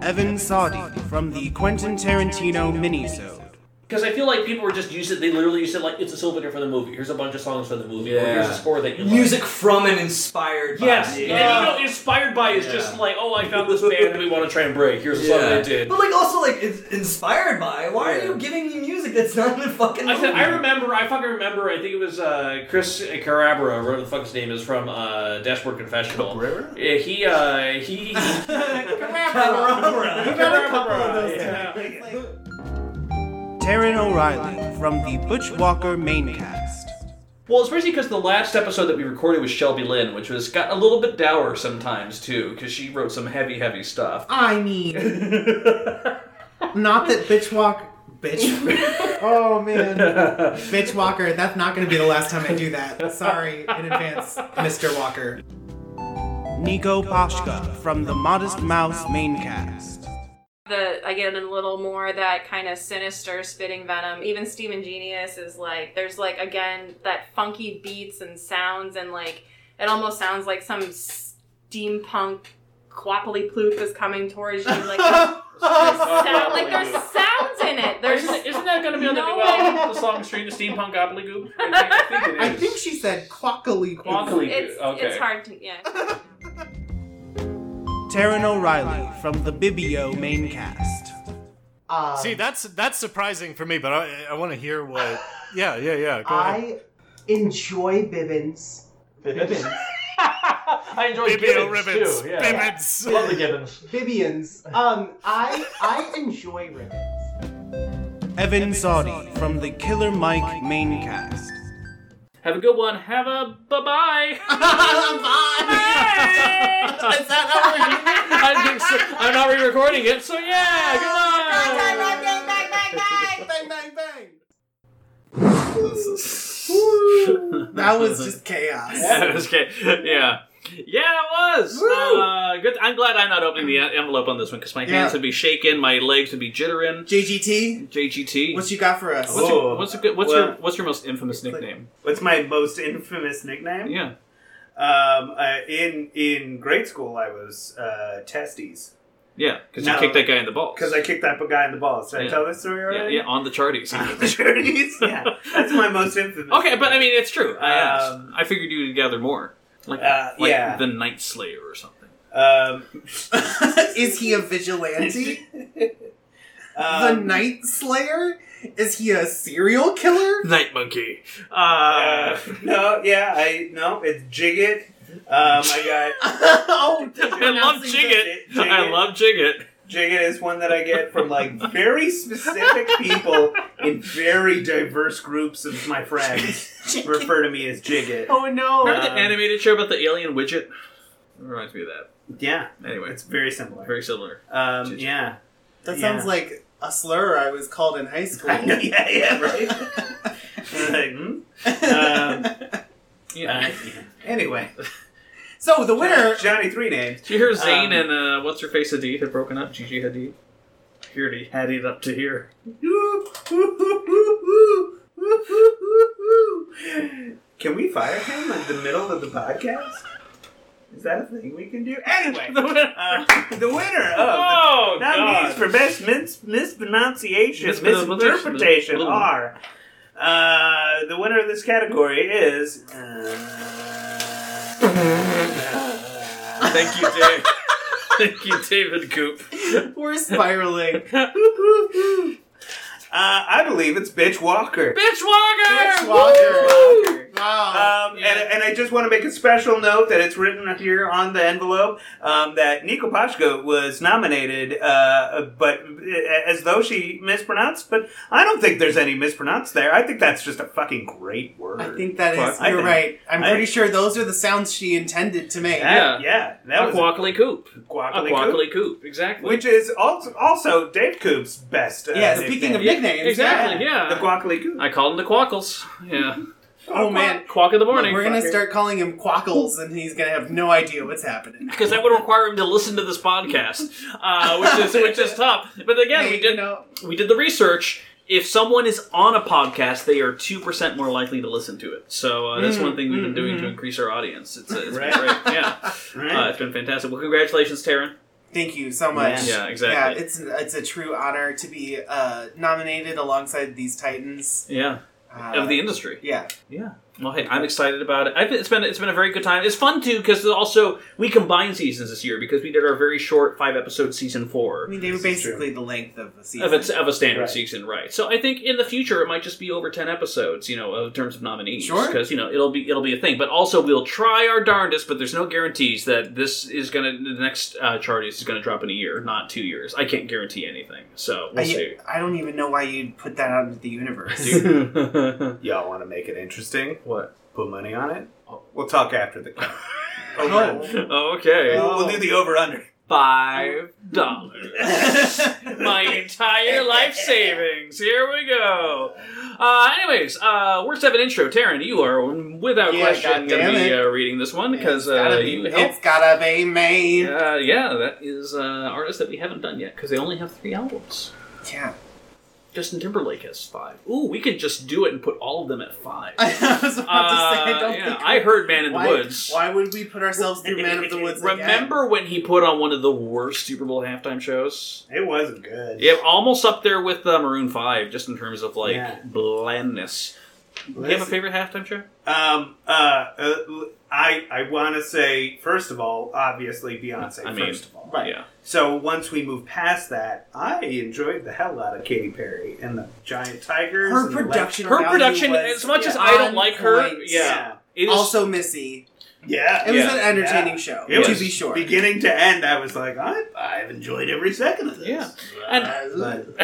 Evan Saudi from the Quentin Tarantino Minisode,
Because I feel like people were just used to they literally used to like it's a souvenir for the movie. Here's a bunch of songs for the movie. Or here's a score that you love.
Music from and inspired by.
Yes, and you know, inspired by is just like, oh, I found this band and we want to try and break. Here's a song
Yeah.
they did.
But like also like it's inspired by. Why are
Yeah.
you giving me music that's not in the fucking
I said,
movie?
I remember, I fucking remember, I think it was uh, Chris Carabra, whatever the fuck his name is, from uh, Dashboard Confessional. Carabra? Yeah, he, uh, he... Carabra.
Taryn O'Reilly from the Butch Walker Maincast.
Well, it's basically because the last episode that we recorded was Shelby Lynn, which was got a little bit dour sometimes, too, because she wrote some heavy, heavy stuff.
I mean, not that bitch walk. Bitch. oh man. bitch Walker, that's not going to be the last time I do that. Sorry in advance, Mr. Walker.
Nico Pashka from the Modest Mouse Maincast.
The again a little more that kind of sinister spitting venom. Even Steven Genius is like there's like again that funky beats and sounds and like it almost sounds like some steampunk quappily ploop is coming towards you. Like there's sound, like there's sounds in it. There's
Isn't- isn't that going to be on the
no
new album,
way.
the song Street of Steampunk Gobbledygook?
I think she said clockily.
Quackly.
It's,
okay.
it's hard to yeah.
Taryn O'Reilly from the Bibio Maincast.
Uh,
See, that's that's surprising for me, but I, I want to hear what. Yeah, yeah, yeah. Go
I
ahead.
enjoy Bibbins. Bibbins.
I enjoy
Bibio
Gibbons,
ribbons.
too. Yeah.
Bibbins.
Love the Gibbons.
Bibbians. Um, I I enjoy ribbons.
Evan Saudi from the Killer Mike Maincast.
Have a good one. Have a bye-bye.
Is that how we're
I think so. I'm not re-recording it, so yeah. Good night.
Bang, bang, bang! that was just chaos.
Yeah, it was okay. Yeah. Yeah, it was. Uh, good. I'm glad I'm not opening the en- envelope on this one because my
Yeah.
hands would be shaking, my legs would be jittering.
JGT.
JGT. What
you got for us?
What's your
Oh.
what's, a good, what's
Well-
your what's your most infamous nickname?
What's my most infamous nickname?
Yeah.
Um, uh, in in grade school, I was uh, testes.
Yeah, because you kicked that guy in the balls.
Because I kicked that guy in the balls. Did I
Yeah.
tell this story
Yeah,
already?
yeah, on the charties.
yeah, that's my most infamous.
okay, but I mean, it's true. I asked.
Um,
I figured you'd gather more, like,
Uh,
like
yeah.
the Night Slayer or something.
Um,
Is he a vigilante? the
Um,
Night Slayer? Is he a serial killer?
Night Monkey.
Uh, no, yeah, I no, it's Jigget. Um, I got.
oh,
I love Jigget. I love Jigget.
Jigget is one that I get from like very specific people in very diverse groups of my friends refer to me as Jigget.
Oh no!
Remember
Um,
the animated show about the alien widget? It reminds me of that.
Yeah.
Anyway,
it's very similar.
Very similar.
Um, yeah.
That
Yeah.
sounds like a slur I was called in high school.
I know, yeah, yeah, right? um,
yeah.
uh, anyway.
So the winner,
Johnny Three Names.
Did you hear
um,
Zayn and uh, what's her face Hadid had broken up? Gigi Hadid. Here he had it up to here.
Can we fire him in the middle of the podcast? Is that a thing we can do? Anyway,
the uh, winner,
Uh, the winner of
Oh,
the
God.
nominees for best mis- mispronunciation,
Mispronunciation.
misinterpretation
Ooh.
are uh, the winner of this category is. uh,
Thank you, Dave. Thank you, David Coop.
We're spiraling.
uh, I believe it's Bitch Walker.
Bitch Walker!
Bitch
Walker.
Wow. Um, and, and I just want to make a special note that it's written up here on the envelope um, that Nico Pashko was nominated, uh, but uh, as though she mispronounced. But I don't think there's any mispronounced there. I think that's just a fucking great word.
I think that is.
I
You're
think-
right. I'm
I-
pretty sure those are the sounds she intended to make.
Yeah, yeah, that was-
Guacamole Coop.
Guacamole
Guacamole Coop. Exactly.
Which is also, also Dave Coop's best. Uh,
Yeah, speaking of
nickname.
nicknames, Exactly, yeah. yeah.
The Guacamole Coop.
I called him the Quackles. Yeah.
Oh man,
Quack in the morning.
We're gonna start calling him Quackles, and he's gonna have no idea what's happening.
because that would require him to listen to this podcast, uh, which is which is tough. But again, we did we did the research. If someone is on a podcast, they are two percent more likely to listen to it. So uh, that's
Mm,
one thing we've been
mm,
doing
mm.
to increase our audience. It's, uh, it's been great. Yeah,
Right.
Uh, it's been fantastic. Well, congratulations, Taryn.
Thank you so much.
Yeah. Yeah, exactly.
Yeah, it's it's a true honor to be uh, nominated alongside these titans.
Yeah.
Uh,
of the industry.
Yeah.
Yeah. Well, hey, I'm excited about it. I've, it's been it's been a very good time. It's fun too because also we combined seasons this year because we did our very short five episode season four.
I mean, they were basically the length of a
Of
season
a, of a standard
Right.
season, right? So I think in the future it might just be over ten episodes, you know, in terms of nominees,
Sure.
Because you know it'll be it'll be a thing. But also we'll try our darndest, but there's no guarantees that this is gonna the next uh, chart is gonna drop in a year, not two years. I can't guarantee anything, so we'll see.
I, I don't even know why you'd put that out into the universe.
Y'all want to make it interesting?
What?
Put money on it? We'll talk after the cut.
Oh. okay.
We'll, we'll do the over under.
Five dollars. My entire life savings. Here we go. Uh, anyways, uh, we're seven intro. Taryn, you are without
Yeah,
question
goddamn
going to be
it.
uh, reading this one because uh,
gotta be-
you
it's gotta be me.
Uh, yeah, that is uh, artists that we haven't done yet because they only have three albums.
Yeah.
Justin Timberlake has five. Ooh, we could just do it and put all of them at five.
I
Uh,
don't
yeah,
think
I heard Man in the
why,
Woods.
Why would we put ourselves through Man of the Woods? again?
Remember when he put on one of the worst Super Bowl halftime shows?
It wasn't good.
Yeah, almost up there with uh, Maroon Five, just in terms of like
Yeah.
blandness. Do you have a favorite halftime show?
Um, uh, uh, l- I, I want to say, first of all, obviously Beyonce,
I mean,
first of all. Right.
yeah.
So once we move past that, I enjoyed the hell out of Katy Perry and the Giant Tigers.
Her
and the
production
Her
Left-
production, as much as I don't like her,
Points.
yeah, it is-
Also, Missy.
Yeah,
It was
yeah,
an entertaining
yeah.
show,
It
to
was
be sure.
Beginning to end, I was like, I, I've enjoyed every second of this. Yeah,
And-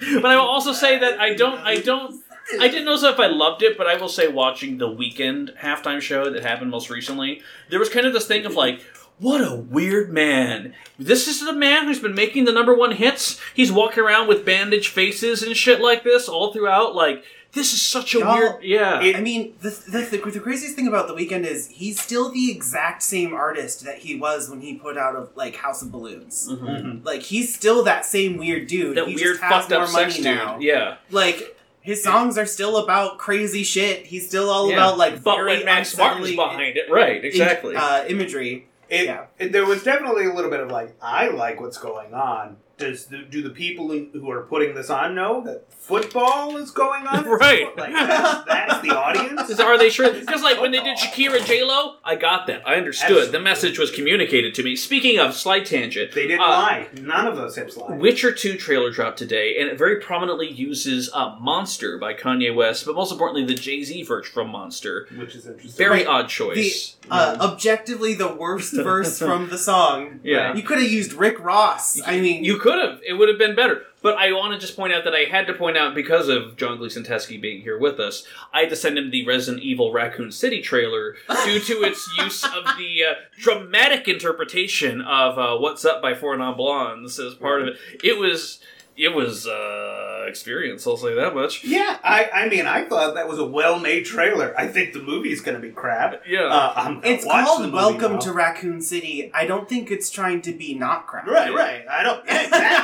but I will also say that I don't, I don't, I didn't know if I loved it, but I will say watching the weekend halftime show that happened most recently, there was kind of this thing of like, what a weird man. This is the man who's been making the number one hits. He's walking around with bandaged faces and shit like this all throughout. Like, this is such a
Y'all-
weird. Yeah.
I mean, the, the, the, the craziest thing about the weekend is he's still the exact same artist that he was when he put out of like House of Balloons.
Mhm.
Like he's still that same weird dude.
that
he
weird
just has
fucked
more
up
money
sex dude.
now.
Yeah.
Like his songs are still about crazy shit. He's still all
Yeah.
about like
But
very
when Max Martin's
unsettling
behind it, right? Exactly.
uh, imagery.
It, it- there was definitely a little bit of like, I like what's going on. Does the, do the people who, who are putting this on know that football is going on?
Right.
Like that's, that's the audience.
Is- Are they sure? Because like when they did Shakira J Lo, I got that. I understood. The message was communicated to me. Speaking of slight tangent, they
didn't lie. None of those hips lie.
Witcher Two trailer dropped today, and it very prominently uses uh, "Monster" by Kanye West, but most importantly, the Jay Z verse from "Monster,"
which is interesting.
Very
Right.
odd choice.
The, uh, objectively, the worst verse from the song.
Yeah.
you could have used Rick Ross. I mean,
you could have. It would have been better. But I want to just point out that I had to point out because of John Gleason Teskey being here with us, I had to send him the Resident Evil Raccoon City trailer due to its use of the uh, dramatic interpretation of uh, "What's Up" by Four Non Blondes as part of it. It was it was uh, experience. I'll say that much.
Yeah, I, I mean, I thought that was a well-made trailer. I think the movie's going to be crap.
Yeah,
uh, I'm gonna
it's
watch
called
the movie
Welcome
now.
to Raccoon City. I don't think it's trying to be not crap.
Right, right. I don't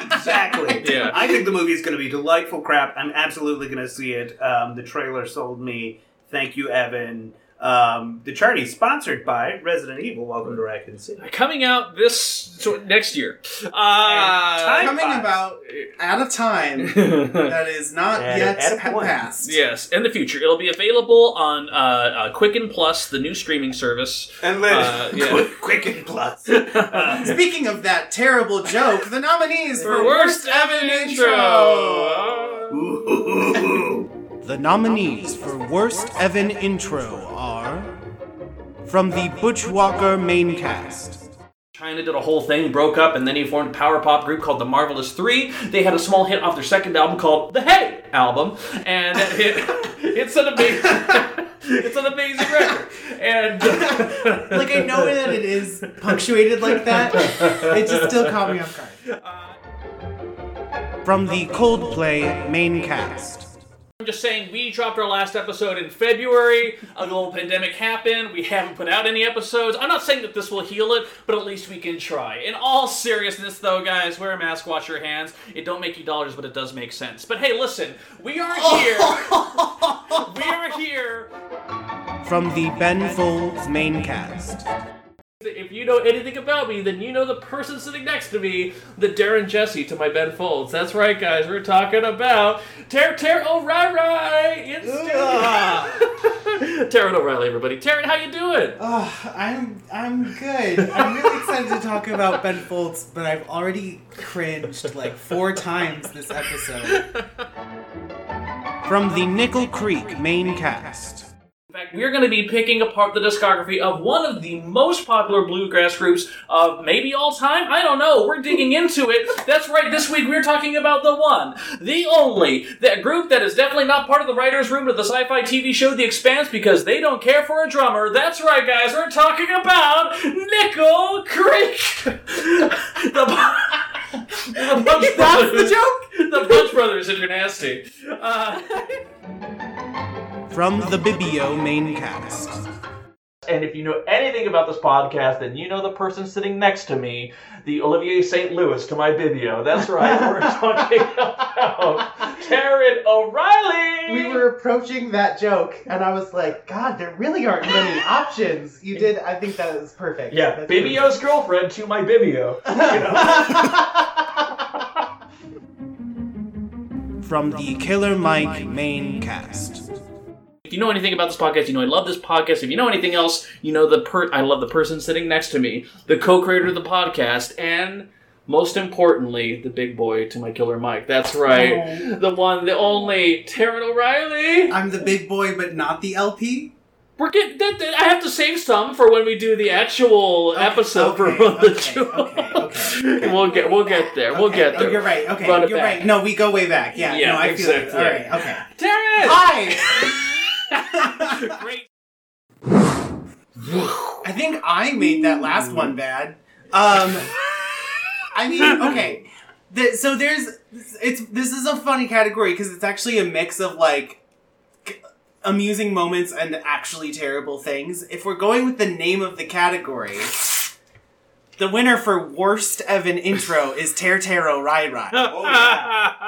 exactly.
Yeah.
I think the movie is going to be delightful crap. I'm absolutely going to see it. Um, the trailer sold me. Thank you, Evan. Um, the chart is sponsored by Resident Evil. Welcome to Raccoon City.
Coming out this so next year. Uh,
coming about at a time that is not
At a-
yet
at a
had
point.
passed.
Yes, in the future, it'll be available on uh, uh, Quicken Plus, the new streaming service.
And
let-
uh, yeah. Uh,
Quicken Plus.
Speaking of that terrible joke, the nominees for,
For
worst
Worst
Evan
Evan
intro.
The nominees for Worst Evan Intro are from the Butchwalker main cast.
China did a whole thing, broke up, and then he formed a power pop group called the Marvelous Three. They had a small hit off their second album called the Hey album, and that hit, it's an amazing, it's an amazing record. And
like I know that it is punctuated like that. It just still caught me off guard.
From the Coldplay main cast.
I'm just saying, we dropped our last episode in February. A global pandemic happened. We haven't put out any episodes. I'm not saying that this will heal it, but at least we can try. In all seriousness, though, guys, wear a mask, wash your hands. It don't make you dollars, but it does make sense. But hey, listen, we are here. we are here.
From the Ben Folds main cast.
If you know anything about me, then you know the person sitting next to me, the Darren Jesse to my Ben Folds. That's right, guys. We're talking about Ter Ter O'Reilly. in studio. Taryn O'Reilly, everybody. Taryn, how you doing?
Oh, I'm I'm good. I'm really excited to talk about Ben Folds, but I've already cringed like four times this episode.
From the Nickel Creek main cast.
In fact, we're going to be picking apart the discography of one of the most popular bluegrass groups of maybe all time. I don't know. We're digging into it. That's right. This week we're talking about the one, the only, that group that is definitely not part of the writers' room of the sci-fi TV show The Expanse because they don't care for a drummer. That's right, guys. We're talking about Nickel Creek. the. the Punch That's the joke. The Punch Brothers are nasty. Uh,
From the Bibio main cast.
And if you know anything about this podcast, then you know the person sitting next to me, the Olivier St. Louis to my Bibio. That's right, we're talking about Taryn O'Reilly.
We were approaching that joke, and I was like, God, there really aren't many options. You did, I think that is perfect.
Yeah,
That's
Bibio's girlfriend to my Bibio.
From the Killer Mike main cast.
If you know anything about this podcast, you know I love this podcast. If you know anything else, you know the per- I love the person sitting next to me, the co-creator of the podcast, and most importantly, the big boy to my killer Mike. That's right,
Oh.
the one, the only Taryn O'Reilly.
I'm the big boy, but not the LP.
We're getting. That, that- I have to save some for when we do the actual episode for the show. We'll get. We'll get there. We'll get
Oh,
there.
you're right. Okay,
Run it
you're
back.
right. No, we go way back. Yeah,
Yeah,
no, I
exactly.
feel it. All right, okay.
Terrence!
Hi! I think I made that last one bad. Um, I mean, okay. The, so there's, it's this is a funny category because it's actually a mix of like c- amusing moments and actually terrible things. If we're going with the name of the category, the winner for worst Evan intro is Ter Tero Rai Rai.
Oh,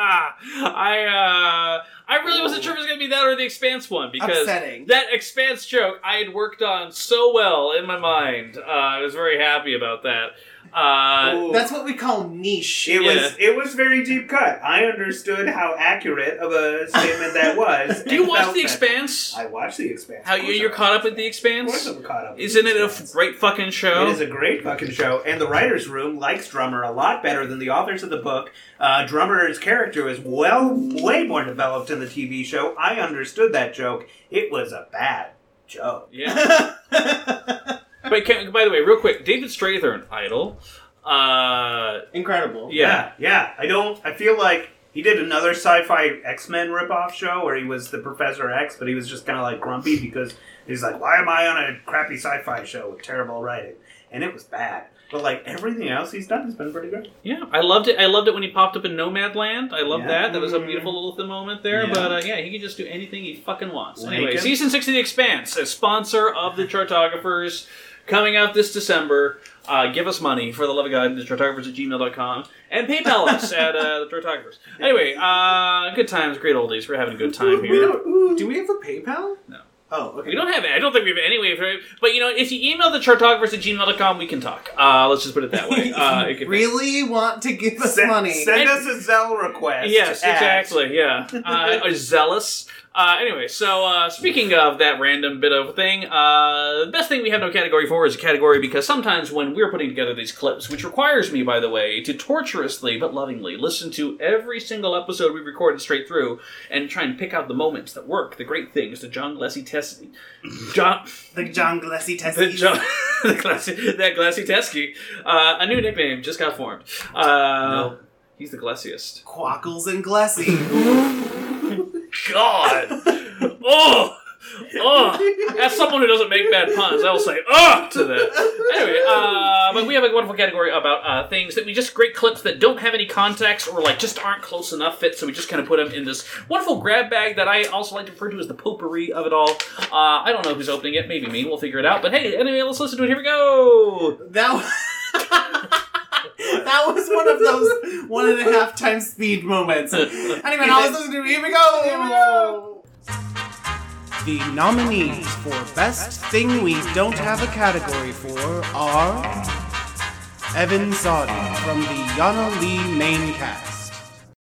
I uh, I really wasn't sure if it was gonna be that or the Expanse one because
Upsetting.
that Expanse joke I had worked on so well in my mind. Uh, I was very happy about that. Uh,
That's what we call niche.
It
Yeah.
was it was very deep cut. I understood how accurate of a statement that was.
Do you
and
watch
felt
The
that.
Expanse?
I watch The Expanse.
How you you're caught up with the Expanse? Of course
I'm caught up.
Isn't it a f- great fucking show?
It is a great fucking show, and the writers' room likes Drummer a lot better than the authors of the book. Uh, Drummer's character is well, way more developed in the TV show. I understood that joke. It was a bad joke.
Yeah. but can, by the way, real quick, David Strathern, Idol. Uh,
Incredible.
Yeah.
yeah. I don't. I feel like he did another sci-fi X-Men ripoff show where he was the Professor X, but he was just kind of like grumpy because he's like, "Why am I on a crappy sci-fi show with terrible writing?" And it was bad. But like everything else he's done has been pretty good.
Yeah, I loved it. I loved it when he popped up in Nomadland. I love
Yeah.
that. That was a beautiful little th- moment there.
Yeah.
But uh, yeah, he can just do anything he fucking wants.
Lincoln.
Anyway, season six of The Expanse, a sponsor of the Chartographers, coming out this December. Uh, give us money for the love of God, the chartographers at gmail.com, and PayPal us at uh, the chartographers. Anyway, uh, good times, great old days. We're having a good time here.
We don't, do we have a PayPal? No. Oh, okay.
We don't have it. I don't think we have any way of But you know, if you email the chartographers at gmail.com, we can talk. Uh, let's just put it that way. Uh, it could
really want to give us money.
Send us a Zell request.
Yes,
at-
exactly. Yeah, uh, zealous. Uh, anyway, so uh, speaking of that random bit of thing, uh, the best thing we have no category for is a category because sometimes when we're putting together these clips, which requires me, by the way, to torturously but lovingly listen to every single episode we recorded straight through and try and pick out the moments that work, the great things, the John Glessy test, John,
the John Glessy test,
the John, the glassy, that Glassy Teskey, uh, a new nickname just got formed. Uh, He's the glassiest.
Quackles and Glessy.
God. oh, oh. As someone who doesn't make bad puns, I will say oh to that. Anyway, uh, but we have a wonderful category about uh, things that we just great clips that don't have any context or like just aren't close enough fit, so we just kind of put them in this wonderful grab bag that I also like to refer to as the potpourri of it all. Uh, I don't know who's opening it. Maybe me. We'll figure it out. But hey, anyway, let's listen to it. Here we go.
That. that was one of those one and a half times speed moments. Anyway, now let's listen to it. Here we go. Here we go.
The nominees for Best Thing We Don't Have a Category for are Evan Sadi from the Yana Lee main cast.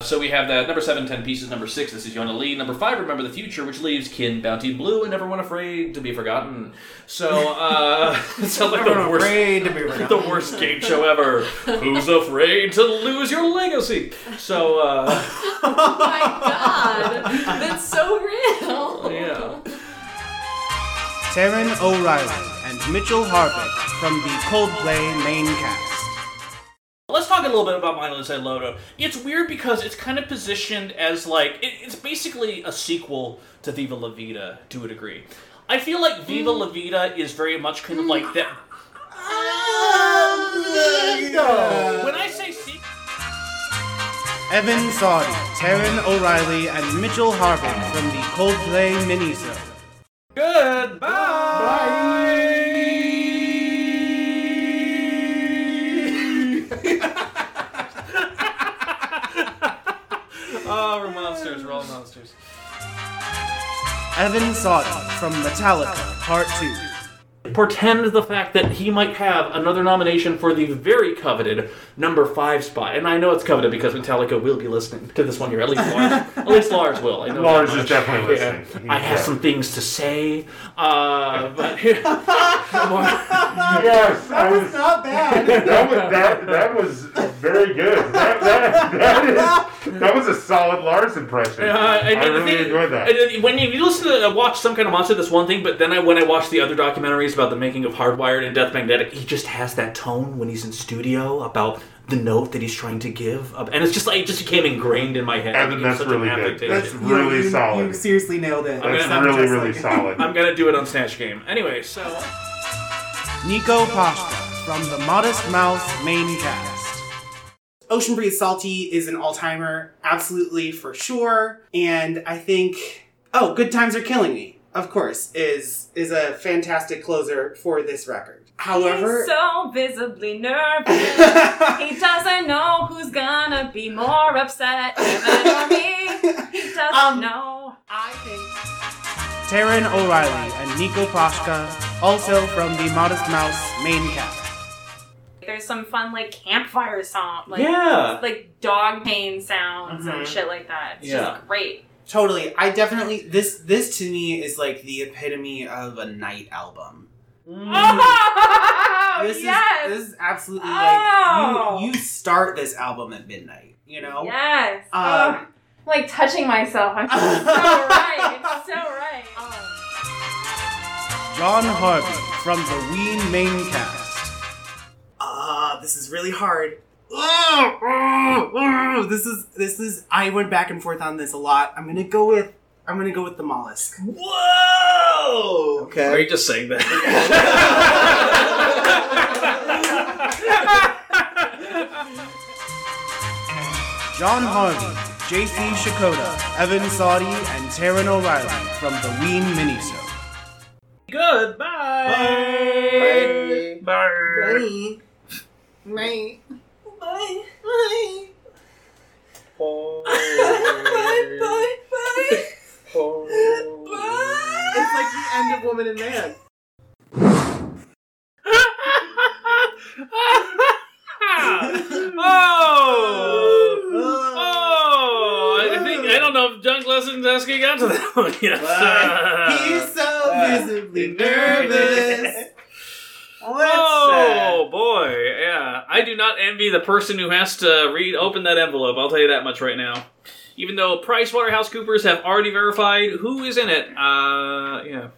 So we have that number seven, ten pieces. Number six, this is Yona Lee. Number five, Remember the Future, which leaves Kin Bounty Blue and everyone afraid to be forgotten. So, uh, it sounds like the
Everyone
worst,
afraid to be forgotten.
the worst game show ever. Who's afraid to lose your legacy? So, uh,
That's so real.
Yeah.
Taryn O'Reilly and Mitchell Harvick from the Coldplay main cast.
Let's talk a little bit about Mindless Inside Lodo. It's weird because it's kind of positioned as like it, it's basically a sequel to Viva La Vida to a degree. I feel like Viva La Vida is very much kind of like that.
No.
When I say sequel,
Evan Sadi, Taryn O'Reilly, and Mitchell Harvick from the Coldplay minisode.
oh, we're monsters. We're all monsters.
Evan Sadi from Metallica Part 2.
Portend the fact that he might have another nomination for the very coveted number five spot, and I know it's coveted because Metallica will be listening to this one here. At least Lars, at least Lars will. I know
Lars
that
is
much.
definitely
Yeah.
listening.
I have some things to say, uh, but
yes, that was
not bad.
that was that, that was very good. That, that, that, is, that was a solid Lars impression.
Uh, and-
I
and the
really
thing-
enjoyed that.
and then when you, you listen to uh, watch some kind of monster, that's one thing. But then I, when I watch the other documentaries about the making of Hardwired and Death Magnetic, he just has that tone when he's in studio about the note that he's trying to give, up. and it's just like it just became ingrained in my head.
Evan,
It became
that's
such
really
an
good.
affectation.
That's really solid.
seriously nailed it.
I'm gonna-
That's really, really solid.
I'm gonna do it on Snatch Game anyway. So
Nico Pashka from the Modest Mouse main cast.
Ocean Breeze Salty is an all timer, absolutely for sure. And I think, oh, Good Times Are Killing Me, of course, is is a fantastic closer for this record. However,
He's so visibly nervous. he doesn't know who's gonna be more upset, Evan or me. He doesn't
Um,
know. I think.
Taryn O'Reilly and Nico Pashka, also from the Modest Mouse main cast.
There's some fun like campfire sound, like
Yeah.
like dog pain sounds and
Mhm.
shit like that. It's
Yeah.
just great.
Totally. I definitely this this to me is like the epitome of a night album.
Oh,
Mm. This
yes.
is this is absolutely
Oh.
like you, you start this album at midnight, you know?
Yes.
Um,
Ugh. like touching myself. I'm so right. So right.
John Harvey from the Ween main cast.
Ah, this is really hard. Oh, oh, oh, This is this is I went back and forth on this a lot. I'm gonna go with I'm gonna go with the mollusk. Whoa! Okay.
Are you just saying that?
John Harvey, JC Shakota, Evan Sadi, and Taryn O'Reilly from the Ween minisode.
Goodbye.
Bye.
Bye.
Right.
It's like the end of Woman and Man.
oh, oh! I think I don't know if John Glessen's asking out to that one. Yes.
Uh,
He's so visibly
nervous. oh boy, yeah. I do not envy the person who has to read open that envelope. I'll tell you that much right now. Even though PricewaterhouseCoopers have already verified who is in it, uh, yeah.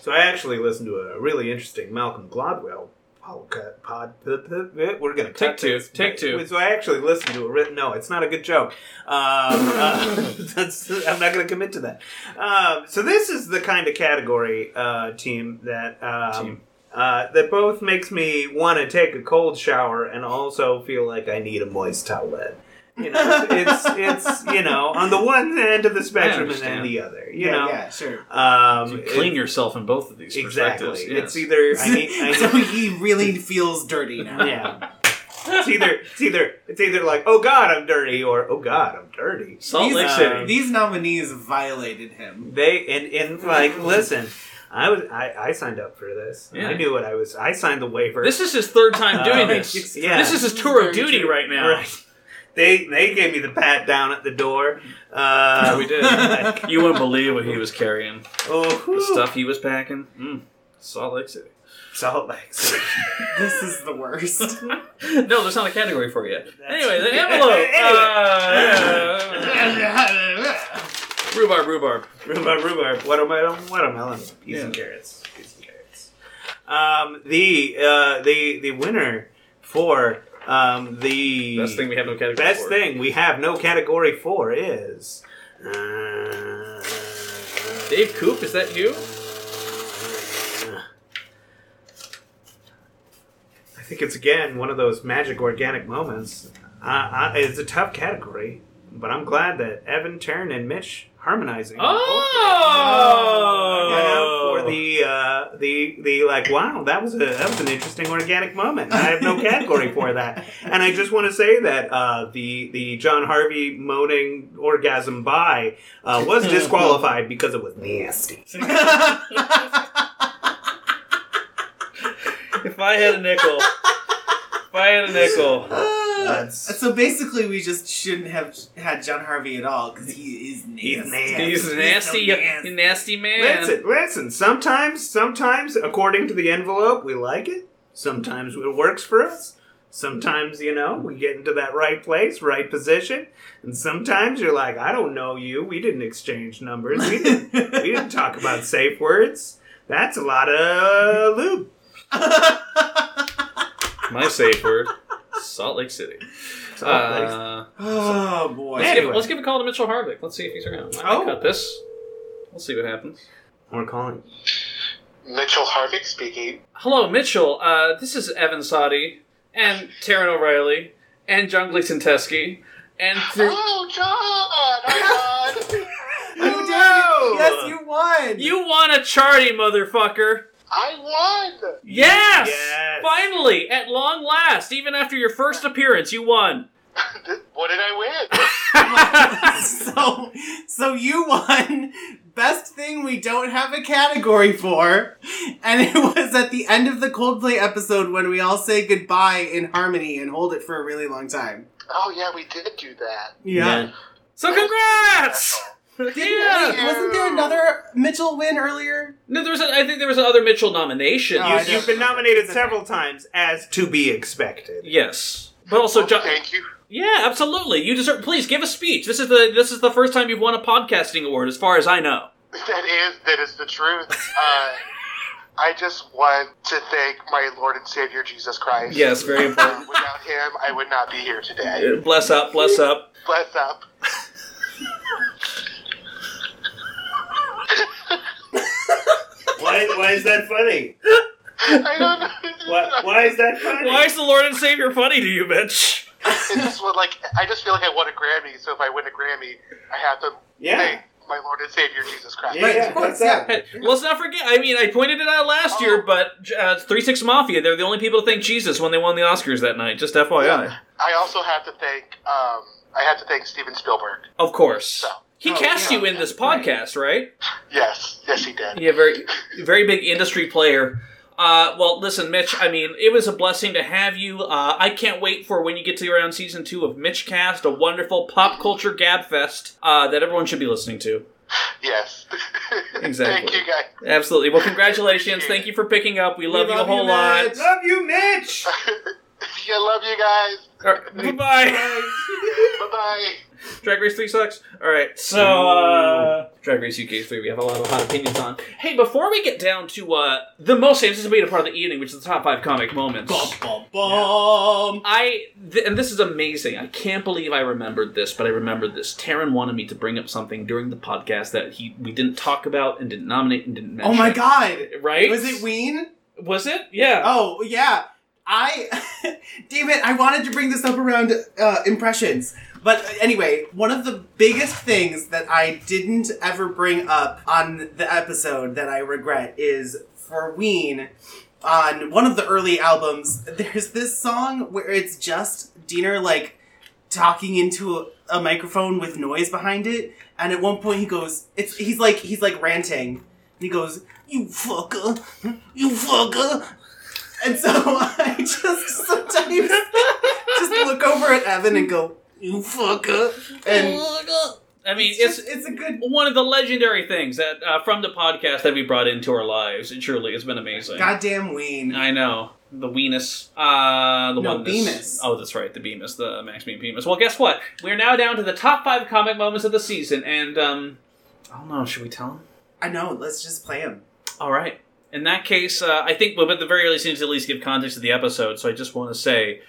So I actually listened to a really interesting Malcolm Gladwell podcast. Pod, p- p- p- we're gonna
Take
cut
two,
this.
take two.
So I actually listened to a written. No, it's not a good joke. Um, uh, that's, I'm not gonna commit to that. Um, so this is the kind of category uh, team that um, Uh, that both makes me want to take a cold shower and also feel like I need a moist towelette. You know, it's it's you know on the one end of the spectrum and then
understand.
the other. You
Yeah,
know,
yeah,
sure.
Um,
You clean
it-
yourself in both of these
Exactly.
perspectives. yes.
It's either I need, I
so
need
he really feels dirty now.
Yeah. It's either it's either it's either like oh god I'm dirty or oh god I'm dirty.
Salt Lake City.
These nominees violated him. They and and like listen, I was I, I signed up for this.
Yeah.
I knew what I was. I signed the waiver.
This is his third time doing
Um,
this.
yeah.
This is his tour of duty right now.
Right. They they gave me the pat down at the door. Uh,
we did. you wouldn't believe what he was carrying.
Oh,
the stuff he was packing. Mm. Salt Lake City.
Salt Lake City.
this is the worst. no, there's not a category for you. Anyway, the
Yeah,
envelope.
anyway.
Uh, rhubarb, rhubarb,
rhubarb, rhubarb. Watermelon, watermelon. Peas and carrots. Peas and carrots. Um, the uh, the the winner for um, the best thing
we have no category.
Best
for.
thing we have no category for is uh,
Dave Coop. Is that you?
I think it's again one of those magic organic moments. I, I, it's a tough category, but I'm glad that Evan, Taryn, and Mitch harmonizing.
Oh,
for the uh, the the like wow that was a that was an interesting organic moment i have no category for that and i just want to say that uh, the the john harvey moaning orgasm by uh, was disqualified because it was nasty
if I had a nickel, if I had a nickel,
Ah. so basically, we just shouldn't have had John Harvey at all because he is nasty.
He's nasty.
he's a nasty, nasty, nasty man.
listen listen sometimes sometimes according to the envelope we like it sometimes it works for us Sometimes, you know, we get into that right place, right position, and sometimes you're like, I don't know you. We didn't exchange numbers. We didn't, we didn't talk about safe words. That's a lot of lube.
My safe word, Salt Lake City.
Salt Lake-
Uh,
Oh boy.
Let's, give, let's give a call to Mitchell Harvick. Let's see if he's around. I might cut this. We'll see what happens.
We're calling.
Mitchell Harvick speaking.
Hello, Mitchell. Uh, this is Evan Sadi and Taryn O'Reilly and John Gleason Teskey and through-
Oh, John!
you Yes,
you won.
You won a charty, motherfucker.
I won!
Yes! Finally, at long last, even after your first appearance, you won.
What did I win?
so, so you won best thing we don't have a category for, and it was at the end of the Coldplay episode when we all say goodbye in harmony and hold it for a really long time.
Oh, yeah, we did do that.
Yeah.
So congrats!
Didn't,
Yeah.
wait, wasn't there another Mitchell win earlier?
No, there was. A, I think there was another Mitchell nomination.
You, you've been nominated several times as to be expected.
Yes, but also John.
Thank you.
Yeah, absolutely. You deserve. Please give a speech. This is the this is the first time you've won a podcasting award, as far as I know.
That is that is the truth. Uh, I just want to thank my Lord and Savior Jesus Christ.
Yes, very important.
Uh, without him, I would not be here today.
Bless up, bless up.
Bless up.
Why, why is that funny?
I don't know.
Why, why is that funny?
Why is the Lord and Savior funny to you, bitch?
It's just what, like I just feel like I won a Grammy, so if I win a Grammy, I have to
Yeah.
thank my Lord and Savior Jesus Christ.
Hey, let's not forget. I mean, I pointed it out last
Oh.
year, but uh, Three Six Mafia—they're the only people to thank Jesus when they won the Oscars that night. Just FYI.
I also have to thank um, I have to thank Steven Spielberg.
Of course. He
oh,
cast you in this podcast, right?
Yes, yes, he did.
Yeah, very, very big industry player. Uh, well, listen, Mitch. I mean, it was a blessing to have you. Uh, I can't wait for when you get to around season two of MitchCast, a wonderful pop culture gabfest uh, that everyone should be listening to.
Yes.
Exactly.
Thank you guys.
Absolutely. Well, congratulations. Thank you for picking up. We love, you a whole lot.
Love you, Mitch.
yeah, love you guys.
Bye bye.
bye bye.
Drag Race 3 sucks? Alright, so, uh. Drag Race UK 3, we have a lot of hot opinions on. Hey, before we get down to, uh, the most anticipated part of the evening, which is the top five comic moments.
Bomb.
I th- and this is amazing. I can't believe I remembered this, but I remembered this. Taryn wanted me to bring up something during the podcast that he we didn't talk about and didn't nominate and didn't mention.
Oh my god!
Right?
Was it Ween?
Was it? Yeah.
Oh yeah. I, David, I wanted to bring this up around uh, impressions, but uh, anyway, one of the biggest things that I didn't ever bring up on the episode that I regret is for Ween. on one of the early albums, there's this song where it's just Diener like talking into a, a microphone with noise behind it, and at one point he goes, "It's he's like he's like ranting," and he goes, "You fucker, you fucker," and so I just sometimes just look over at Evan and go, "You fucker," and Oh,
I mean, it's it's,
a good
one of the legendary things that uh, from the podcast that we brought into our lives. It truly has been amazing.
goddamn ween.
I know. The Weenus. Uh, the
No,
one
Bemis.
Oh, that's right. The Bemis. The Maximine Bemis. Well, guess what? We're now down to the top five comic moments of the season, and, um, I don't know. Should we tell him?
I know. Let's just play him.
All right. In that case, uh, I think we'll at the very least need to at least give context to the episode. So I just want to say,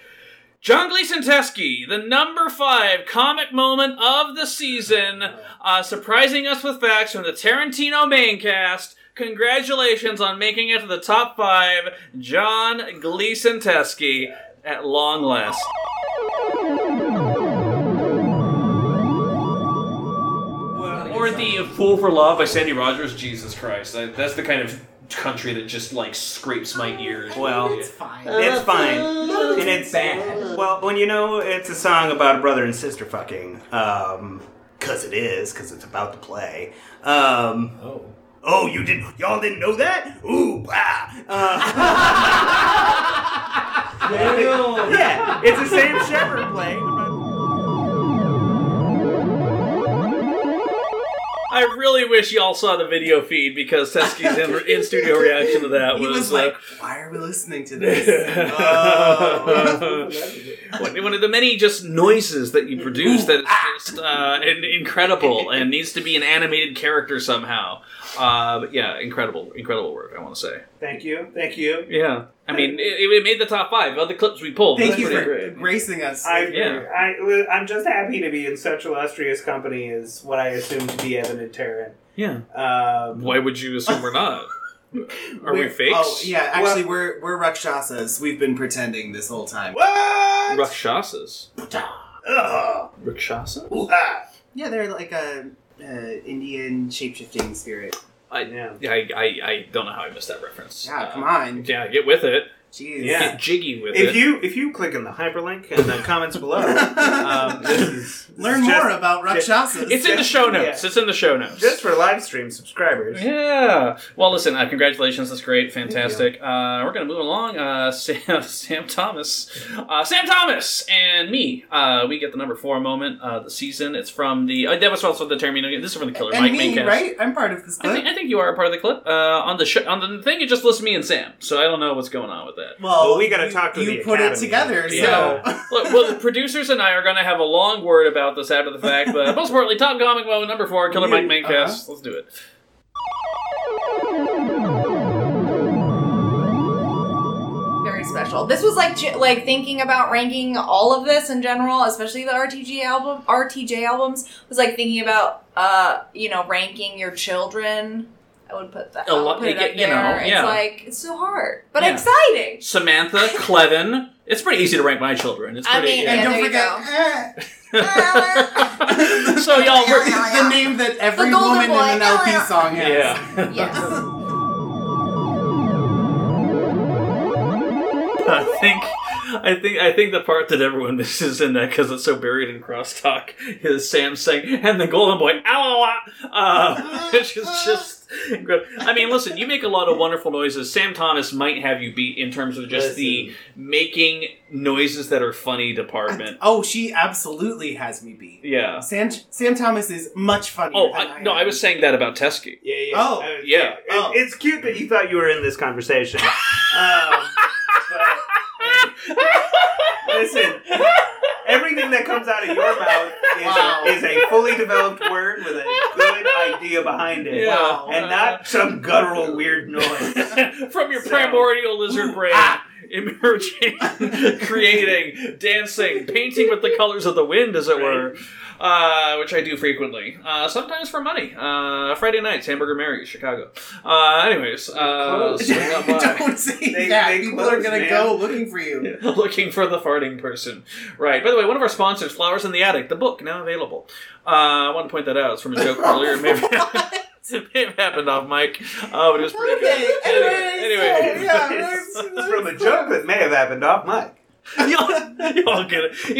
John Gleason Teskey, the number five comic moment of the season, uh, surprising us with facts from the Tarantino main cast. Congratulations on making it to the top five, John Gleason Teskey, at long last. Or the Fool for Love by Sandy Rogers. Jesus Christ, I, that's the kind of country that just like scrapes my ears.
Well, it's fine. It's fine. And it's bad. Well, when you know it's a song about a brother and sister fucking, um, cause it is, cause it's about to play. Um, oh. Oh, you didn't, y'all didn't know that? Ooh, bah. Uh, yeah, it's the same Shepard play.
I really wish y'all saw the video feed because Teskey's in, in studio reaction to that
He
was,
was
uh,
like, "Why are we listening to this?" Oh.
one, one of the many just noises that you produce that
ah!
is just uh, in- incredible and needs to be an animated character somehow. Uh, but yeah, incredible, incredible work. I want to say.
Thank you, thank you.
Yeah, I mean, it, it made the top five. Other clips we pulled.
Thank
that's
you
pretty
for
great.
gracing us.
I,
Yeah.
I, I'm just happy to be in such illustrious company as what I assume to be Evan and Taryn.
Yeah.
Um,
Why would you assume we're not? Are we
We're-
fakes?
Oh yeah, actually we're we're Rakshasas. We've been pretending this whole time.
What?
Rakshasas.
Ugh.
Rakshasa?
Yeah, they're like a uh, Indian shapeshifting spirit.
I, I, I, I don't know how I missed that reference.
Yeah,
Uh,
come on.
Yeah, get with it.
Jeez.
Yeah.
Get jiggy with
if
it.
you if you click on the hyperlink in the comments below, um, this is, this
Learn
is
more
just-
about Rakshasas.
It's in the show notes. It's in the show notes.
Just for live stream subscribers.
Yeah. Well, listen. Uh, congratulations. That's great. Fantastic. Uh, we're gonna move along. Uh, Sam, Sam Thomas, uh, Sam Thomas, and me. Uh, we get the number four moment. Uh, the season. It's from the. Uh, that was also the Terminator. This is from the Killer
And
Mike
me,
Maincast.
right? I'm part of this
I
clip.
think, I think you are a part of the clip. Uh, on the sh- on the thing, it just lists me and Sam. So I don't know what's going on with that.
Well, Well, we
gotta talk
to you the put it Academy. together,
Look, well, the producers and I are gonna have a long word about this after the fact. But most importantly, top comic moment number four, Killer Mike
You- uh-huh.
Maincast. Let's do it.
very special. This was like ge- like thinking about ranking all of this in general, especially the RTG album, RTJ albums was like thinking about uh, you know, ranking your children. I would put that.
A
I would
lot-
put it
you
up
get- you know,
there. it's
yeah.
like it's so hard, but
Yeah.
exciting.
Samantha, Clevin. It's pretty easy to rank my children. It's
I
pretty.
mean, yeah, there
you
so y'all, we're,
eh, Oh, the name that every
The golden
woman in
boy.
an LP song has.
Yeah. I think, I think, I think the part that everyone misses in that because it's so buried in crosstalk is Sam saying, "And the golden boy, ow, ow, ow," uh, which is just. incredible. I mean, listen. You make a lot of wonderful noises. Sam Thomas might have you beat in terms of just the making noises that are funny department.
Oh, she absolutely has me beat.
yeah.
Sam Sam Thomas is much funnier.
Oh
than
I, no, I was saying that about Teskey.
Yeah, yeah.
Oh.
Uh,
yeah.
It- It's cute that you thought you were in this conversation. um, but, listen, everything that comes out of your mouth is,
Wow.
is a fully developed word with a good idea behind it,
Yeah. Wow.
and not some guttural weird noise.
from your primordial lizard brain emerging, creating, dancing, painting with the colors of the wind, as it were, uh, which I do frequently. Uh, sometimes for money. Uh, Friday nights, Hamburger Mary's, Chicago. Uh, anyways, uh,
Close.
swing on by.
Don't say that. People are
close,
gonna
man.
go looking for you.
looking for the farting person. Right. By the way, one of our sponsors, Flowers in the Attic, the book now available. Uh, I want to point that out. It's from a joke earlier. Maybe it happened off mic, uh, but it was pretty good.
Okay,
Anyway,
from a joke that may have happened off mic.
you all get it. You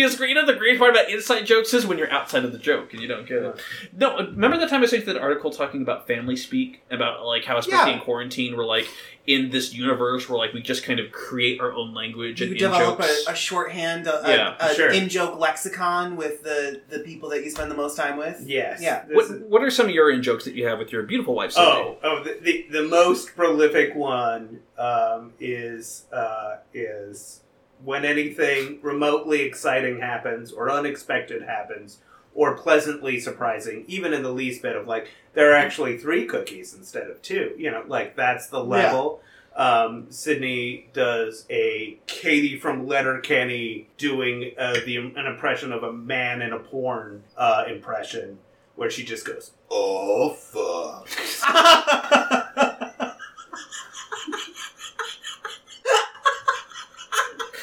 know, you know, the great part about inside jokes is when you're outside of the joke and you don't get it. No, remember that time I sent you that article talking about family speak about like how especially
Yeah.
in quarantine we're like in this universe where like we just kind of create our own language
You
and in
develop
jokes.
a, a shorthand, a, a-
Yeah,
a
sure.
in-joke lexicon with the, the people that you spend the most time with.
Yes.
Yeah.
What, what are some of your in jokes that you have with your beautiful wife? Sunday?
Oh, oh, the, the, the most prolific one um, is uh, is when anything remotely exciting happens, or unexpected happens, or pleasantly surprising, even in the least bit of like there are actually three cookies instead of two. You know, like that's the
Yeah.
level. Um, Sydney does a Katie from Letterkenny doing uh, the an impression of a man in a porn uh, impression, where she just goes, "Oh fuck."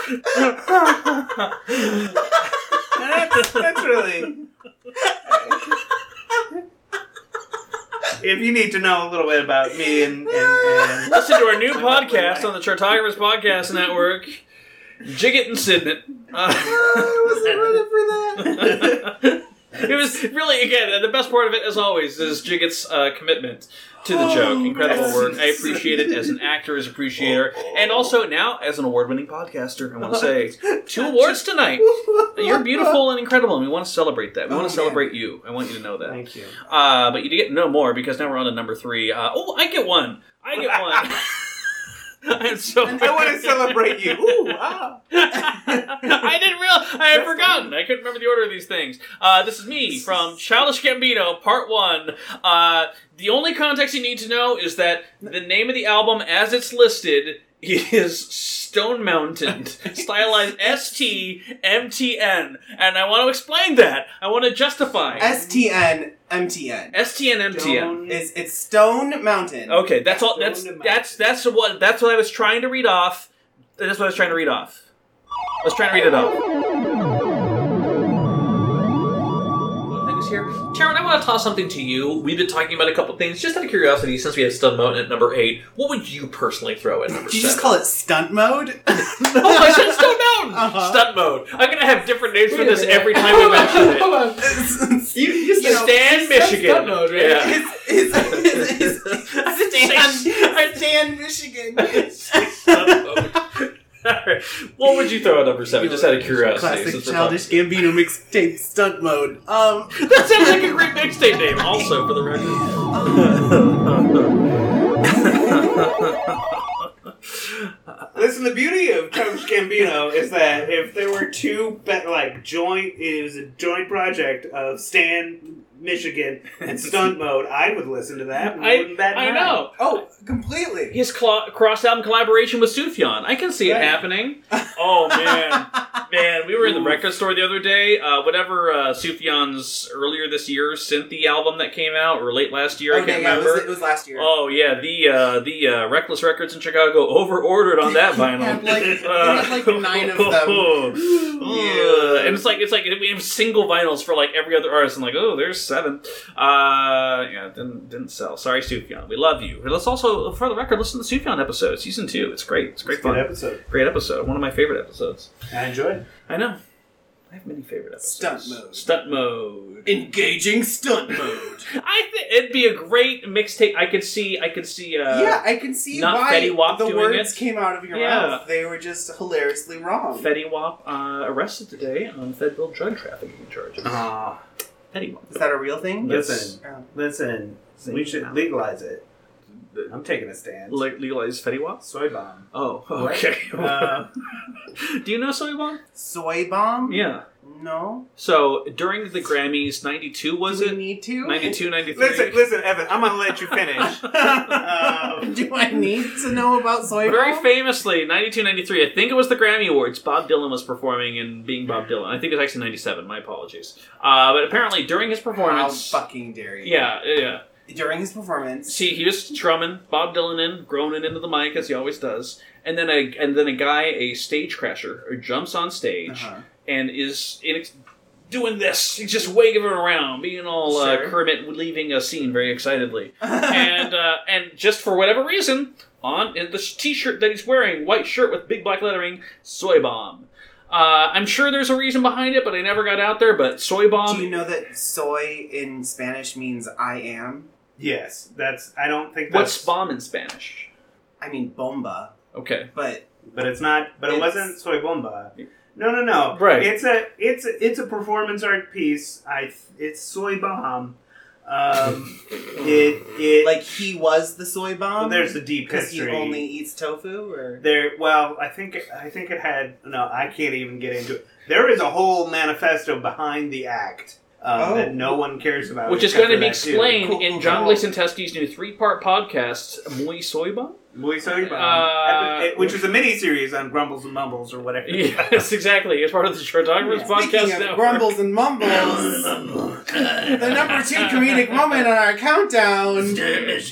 Oh.
that's, that's really. If you need to know a little bit about me and, and, and
Listen to our new podcast on the Chartographers Podcast Network. Jig it and sit it. Uh, it was really again and the best part of it, as always, is Jigget's uh, commitment to the joke.
Oh,
Incredible
yes.
work. I appreciate it as an actor, as an appreciator, and also now as an award-winning podcaster. I want to say two awards tonight. You're beautiful and incredible, and we want to celebrate that. We want to celebrate you. I want you to know that. Thank
Oh, you.
Uh, but you get no more because now we're on to number three. Uh, oh, I get one. I get one. I'm so.
I want to celebrate you. Ooh, wow.
I didn't real. I had forgotten. I couldn't remember the order of these things. Uh, this is me from Childish Gambino, Part One. Uh, the only context you need to know is that the name of the album, as it's listed, is Stone Mountain, stylized S T M T N, and I want to explain that. I want to justify
STN MTN.
STN MTN.
It's, it's Stone Mountain.
Okay, that's all. That's that's that's what that's what I was trying to read off. That's what I was trying to read off. I was trying to read it off. thing is here. Taryn, I want to toss something to you. We've been talking about a couple things. Just out of curiosity, since we have Stun Mountain at number eight, what would you personally throw at number
Did you
seven?
just call it stunt mode?
oh, I said Stone Mountain!
Uh-huh.
Stunt mode. I'm going to have different names for this every time we mention it.
you, you
Stan, Michigan. Yeah.
Stan, Stan, Michigan.
What would you throw at number seven? Just out of curiosity.
Classic
since we're
childish Gambino mixtape stunt mode. Um,
that sounds like a great mixtape name. Also, for the record.
Listen, the beauty of Coach Gambino is that if there were two, be- like joint, it was a joint project of Stan, Michigan, and Stunt Mode. I would listen to that.
I-
Wouldn't that
I
matter?
know.
Oh, completely.
His cl- cross album collaboration with Sufjan. I can see it happening. Oh man, man, we were in the record store the other day. Uh, whatever uh, Sufjan's earlier this year Synthy album that came out or late last year, I can't
Oh, yeah, it
remember.
was, it was last year.
Oh yeah, the uh, the uh, Reckless Records in Chicago over ordered on that vinyl.
had like- they had like nine of them.
Ugh. And it's like it's like we have single vinyls for like every other artist. I'm like, oh, there's seven. Uh, yeah, didn't didn't sell. Sorry, Sufjan. We love you. And let's also, for the record, listen to the Sufjan episode, season two. It's great. It's a great
It's a good
fun
episode.
Great episode. One of my favorite episodes.
I enjoy it.
I know. I have many favorite episodes.
Stunt mode.
Stunt mode.
Engaging stunt mode.
I think it'd be a great mixtape. I could see. I could see. Uh,
yeah, I can see
not
why
Fetty Wap
the
doing
words
it.
came out of your
Yeah.
mouth. They were just hilariously wrong.
Fetty Wap uh, arrested today on federal drug trafficking charges.
Uh-huh.
Ah.
Fetty Wap.
Is that a real thing?
Listen,
Yes.
listen. We should legalize it. I'm taking a stand.
Le- legalize Fetty Wap?
Soy bomb.
Oh, okay.
Uh,
Do you know Soy Bomb?
Soy bomb?
Yeah.
No.
So during the Grammys, 92 was it?
need to?
92, 93.
listen, listen, Evan. I'm gonna let you finish.
Do I need to know about soy
Very
bomb?
famously, 92, 93, I think it was the Grammy Awards, Bob Dylan was performing and being Bob Dylan. I think it was actually 97, my apologies. Uh, but apparently during his performance.
How fucking dare you?
Yeah, yeah.
During his performance,
See, he was drumming Bob Dylan in, groaning into the mic as he always does, and then
Uh-huh.
a and then a guy, a stage crasher, jumps on stage and is inex- doing this. He's just waving it around, being all uh,
Sure.
Kermit, leaving a scene very excitedly. and uh, and just for whatever reason, on in this T-shirt that he's wearing, white shirt with big black lettering, soy bomb. Uh, I'm sure there's a reason behind it, but I never got out there. But soy bomb.
Do you know that soy in Spanish means I am?
Yes, that's. I don't think
What's bomb in Spanish?
I mean bomba.
Okay,
but
but it's not. But it
It's-
wasn't soy bomba. No, no, no.
Right.
It's a it's a, it's a performance art piece. I it's soy bomb. Um, it it
like he was the soy bomb.
Well, there's the deep
because he
history.
only eats tofu, or
There, well, I think I think it had no. I can't even get into it. There is a whole manifesto behind the act um,
Oh.
that no one cares
Oh,
about,
Which is
except
going to
for
be
that dude.
explained in John Gleason Teskey's new three-part podcast, Muy Soy Bomb.
Muy Soy
Bomb,
Epi- which is a mini series on Grumbles and Mumbles or whatever.
Yes, exactly. It's part of the Shortographers
Speaking
podcast
of
network.
grumbles and mumbles, the number two comedic moment on our countdown.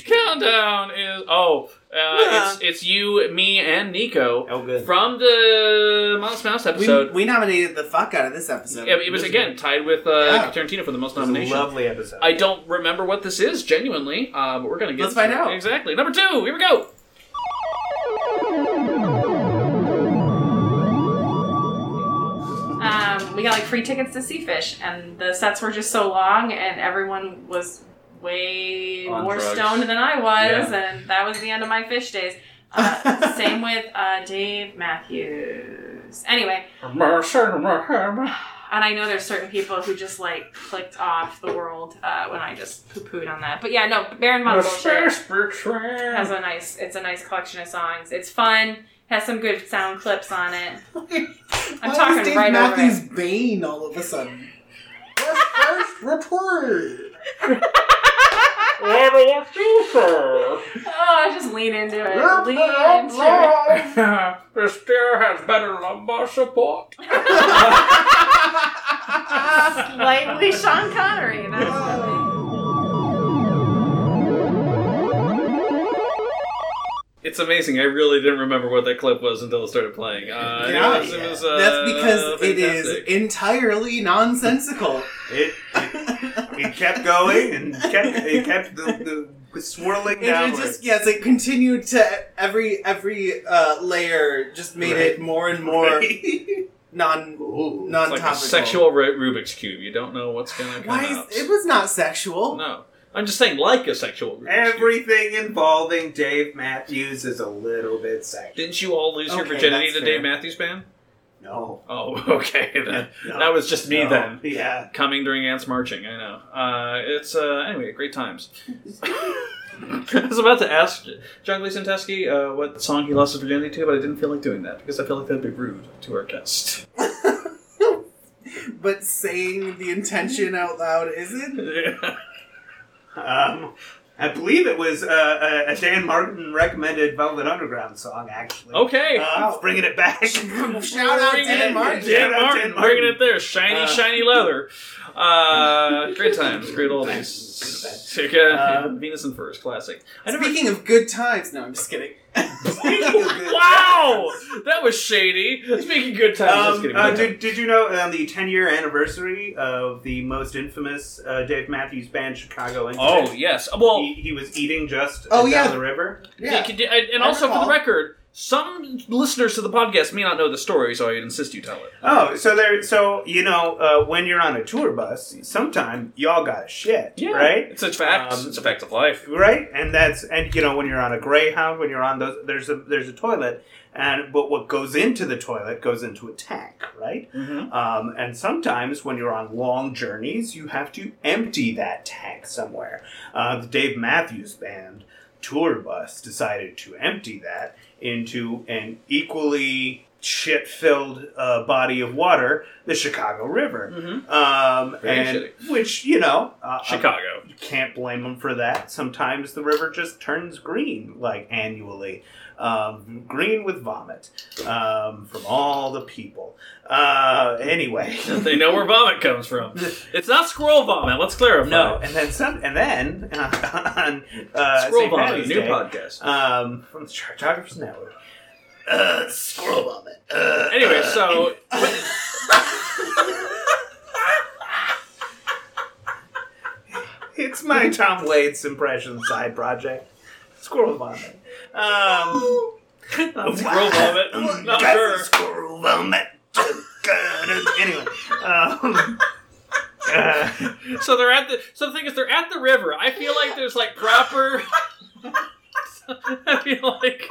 Countdown is oh, uh, it's it's you, me, and Nico. Oh, good. From the Mouse Mouse episode.
We, we nominated the fuck out of this episode.
Yeah, it was again tied with uh, Tarantino for the most
was a
nominations.
lovely
episode.
I don't remember what this is genuinely, uh, but we're gonna get.
Let's find
to it.
out.
exactly. Number two, here we go.
Um, we got like free tickets to Sea Fish, and the sets were just so long, and everyone was way
On
more
drugs.
stoned than I was,
Yeah.
and that was the end of my fish days. Uh, same with uh, Dave Matthews. Anyway, and I know there's certain people who just like clicked off the world uh, when I just poo pooed on that. But yeah, no, Baron von
The
Bullshit
fish betray-
has a nice. It's a nice collection of songs. It's fun. Has some good sound clips on it. I'm
Why
talking
was Dave
right over it.
Matthews Bane all of a sudden. First report.
Oh, I just lean into it.
Yep,
lean
yep,
into
yep.
it.
This deer has better lumbar support.
Slightly Sean Connery. That's
It's amazing. I really didn't remember what that clip was until it started playing. Uh,
Yeah,
it was, it was, uh,
That's because it is
fantastic.
entirely nonsensical.
It, it, it kept going and kept it kept the, the swirling
It, it
downwards.
just yes, it continued to every every uh, layer just made it more and more non non
It's like a sexual Ru- Rubik's cube. You don't know what's going to come
Why
out.
is, it was not sexual.
No, I'm just saying, like a sexual. Rubik's
Everything involving Dave Matthews is a little bit sexual.
Didn't you all lose your virginity to Dave Matthews Band?
No.
Oh, okay. Then.
No.
That was just me
No.
then.
Yeah.
Coming during ants marching. I know. Uh, it's uh, anyway, great times. I was about to ask John Gleason Teskey uh, what song he lost his virginity to, but I didn't feel like doing that because I feel like that'd be rude to our guest.
But saying the intention out loud isn't.
Um, I believe it was uh, a, a Dan Martin recommended Velvet Underground song, actually.
Okay.
Um, Bringing it back.
Shout out
Bringing
Dan
it-
Martin.
Dan
Shout out
Martin,
Dan
bringing it there. Shiny,
Uh,
shiny leather. Uh, great times, great oldies. Yeah, Uh, Venus and Furs, classic.
Speaking of good times, no, I'm just kidding.
wow, that was shady. Speaking of good times, let's get
Um,
into
uh,
it.
did, did you know on the 10 year anniversary of the most infamous uh, Dave Matthews Band Chicago incident?
Oh, yes. Well,
he, he was eating just
Oh,
down
yeah.
the river.
Yeah, could you- and and also for the record, some listeners to the podcast may not know the story, so I insist you tell it.
Oh, so there. So you know, uh, when you're on a tour bus, sometime y'all got shit,
Yeah,
right?
It's a fact.
Um,
it's a fact of life.
right? And that's and you know when you're on a Greyhound, when you're on those, there's a there's a toilet, and but what goes into the toilet goes into a tank, right? Um, and sometimes when you're on long journeys, you have to empty that tank somewhere. Uh, the Dave Matthews Band tour bus decided to empty that into an equally shit-filled uh, body of water, the Chicago River. Um,
Very
and which you know, uh,
Chicago.
you can't blame them for that. Sometimes the river just turns green, like annually, um, green with vomit um, from all the people. Uh, anyway,
they know where vomit comes from. It's not squirrel vomit. Let's clarify.
No, and then some, and then uh, on uh,
Squirrel
St.
Vomit,
Patty's
new
Day,
podcast.
um, from the Chartographers Network. Uh, squirrel vomit. Uh,
anyway, so
my Tom Waits impression side project. Squirrel vomit. Um,
Squirrel vomit. Not
Got
sure.
some Squirrel vomit. anyway, um, uh,
so they're at the. So the thing is, they're at the river. I feel like there's like proper. I feel like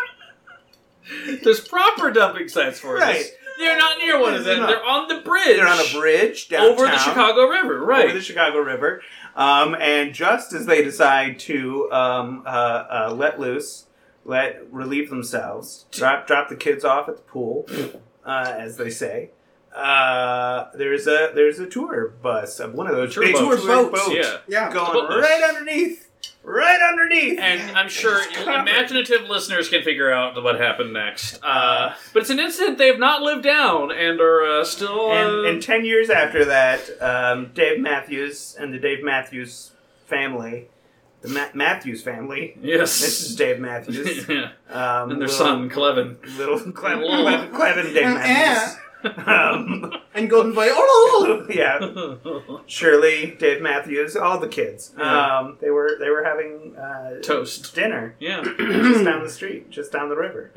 there's proper dumping sites for
Right.
this. They're not near one of them. They're on the bridge.
They're on a bridge downtown.
Over the Chicago River, right.
Over the Chicago River. Um, and just as they decide to um, uh, uh, let loose, let relieve themselves, drop drop the kids off at the pool, uh, as they say. Uh, there's a there's a tour bus, uh, one of those
Tour
big
boats.
tour
Tour
boats,
boats, yeah.
yeah,
A
going
boat bus.
right underneath, right underneath.
And I'm sure imaginative listeners can figure out what happened next. Uh, but it's an incident they have not lived down and are uh, still. Uh,
and, and 10 years after that, um, Dave Matthews and the Dave Matthews family, the Ma- Matthews family,
Yes.
Mrs. Dave Matthews,
Yeah.
um,
And their
little-
son, Clevin.
little Clevin,
Little-
Clevin, Clevin Dave
And
Matthews, um, and Golden Boy,
oh,
yeah, Shirley, Dave Matthews, all the kids.
Yeah.
Um, they were they were having uh,
Toast.
dinner,
yeah,
just down the street, just down the river,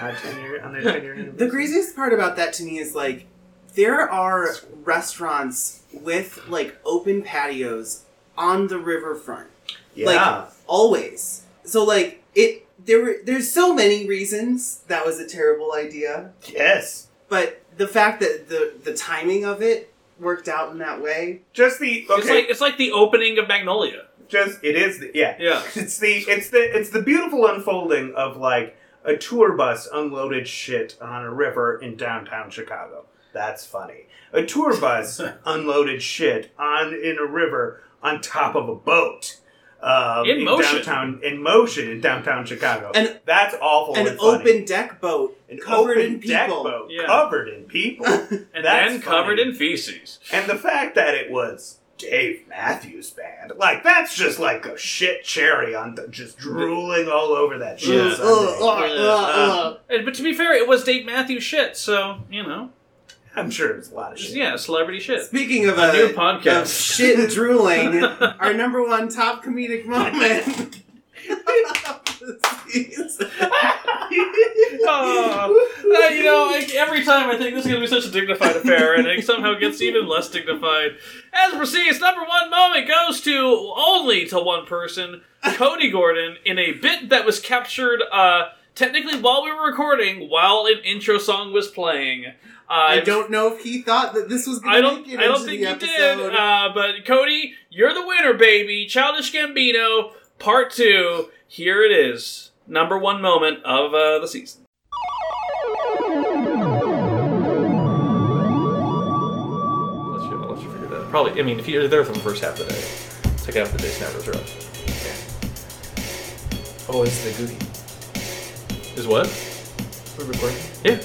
uh, 10 year, on their 10 year
The craziest part about that to me is like there are restaurants with like open patios on the riverfront.
Yeah.
Like always. So like it there were there's so many reasons that was a terrible idea.
Yes.
But the fact that the the timing of it worked out in that way.
Just the
It's like it's like the opening of Magnolia.
Just it is, the, yeah,
yeah.
It's the it's the it's the beautiful unfolding of like a tour bus unloaded shit on a river in downtown Chicago. That's funny. A tour bus unloaded shit on in a river on top of a boat. Um,
In motion.
downtown, in motion in downtown Chicago.
An-
that's awful.
An
and funny.
open deck boat
An
covered
open
in
deck
people.
boat covered in people, and
then covered in feces.
And the fact that it was Dave Matthews Band, like that's just like a shit cherry on th- just drooling all over that shit.
Yeah.
Sunday.
Uh, and- but to be fair, it was Dave Matthews shit, so you know.
I'm sure it was a lot of shit.
Yeah, celebrity shit.
Speaking of
a,
a-
new podcast,
of shit and drooling, our number one top comedic moment. Ah,
Oh, uh, you know, I, every time I think this is going to be such a dignified affair, and it somehow gets even less dignified. As proceeds, number one moment goes to only to one person, Cody Gordon, in a bit that was captured uh, technically while we were recording, while an intro song was playing. Uh,
I don't know if he thought that this was going
I
to
don't.
make it
I don't
into
think
the
you
episode.
did. Uh, but Cody, you're the winner, baby. Childish Gambino, part two. Here it is. Number one moment of uh, the season. Let's you, let you figure that. out. Probably. I mean, if you're there for the first half of the day, take out the day snappers are up.
Oh, it's the goody.
Is what?
We're recording.
Yeah.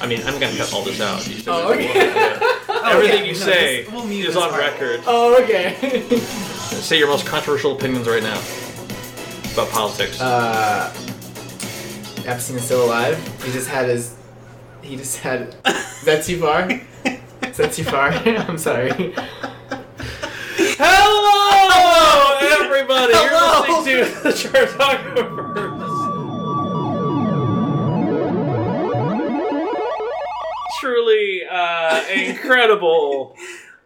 I mean, I'm gonna cut all this out. You said
Oh,
there's
okay.
a lot of-
Oh, Okay.
Everything
No,
you say
this- we'll mute
is
this
on
part.
record.
Oh, okay.
Say your most controversial opinions right now about politics.
Uh, Epstein is still alive. He just had his. He just had. Is that too far? Is that too far? I'm sorry.
Hello, everybody.
Hello.
You're listening to the Chartographers. Truly uh, incredible,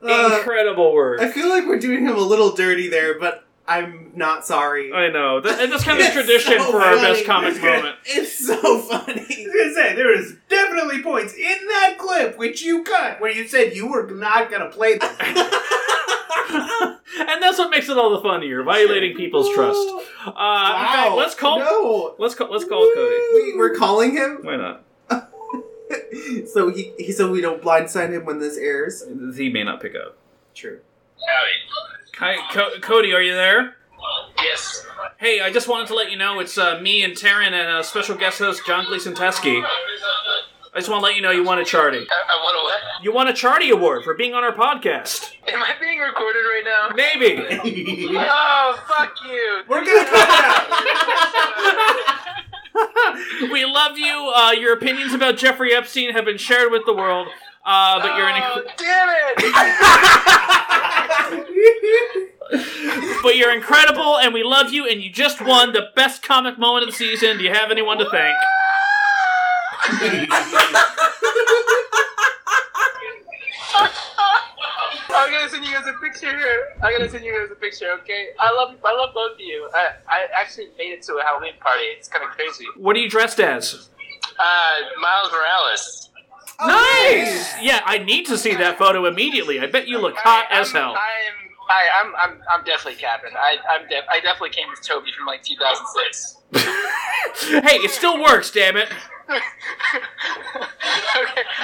Uh,
incredible work.
I feel like we're doing him a little dirty there, but I'm not sorry.
I know. That, and that's Uh, kind of
It's
tradition
so
for our
funny.
best comic moment.
It's so funny.
I was gonna say there is definitely points in that clip which you cut where you said you were not gonna play this.
And that's what makes it all the funnier, violating people's trust. Uh, in fact,
Wow.
let's call
No.
let's call let's call Cody.
We, we're calling him
Why not?
so he, he so we don't blindside him when this airs.
He may not pick up.
True.
Hi, Co- Cody, are you there?
Yes.
Hey, I just wanted to let you know it's uh, me and Taryn and uh, special guest host John Gleason Teskey. I just want to let you know you won a Charty.
I want to what?
You won a Charty award for being on our podcast.
Am I being recorded right now?
Maybe.
oh, fuck you.
We're good.
we love you. Uh, your opinions about Jeffrey Epstein have been shared with the world. Uh, but you're an.
Oh, damn it!
but you're incredible, and we love you, and you just won the best comic moment of the season. Do you have anyone to thank?
I'm gonna send you guys a picture here. I'm gonna send you guys a picture, okay? I love, I love both of you. I, I actually made it to a Halloween party. It's kind of crazy.
What are you dressed as?
Uh, Miles Morales. Oh,
nice. Yeah, I need to see that photo immediately. I bet you look hot as hell.
I'm, I, I'm, I'm, I'm definitely capping. I, I'm, def- I definitely came as Toby from like 2006.
Hey, it still works, damn it.
okay,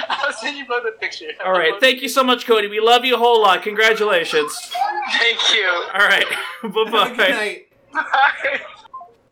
I'll send you both a picture.
All right, thank you so much, Cody. We love you a whole lot. Congratulations.
Thank you.
All right, bye bye.
Have a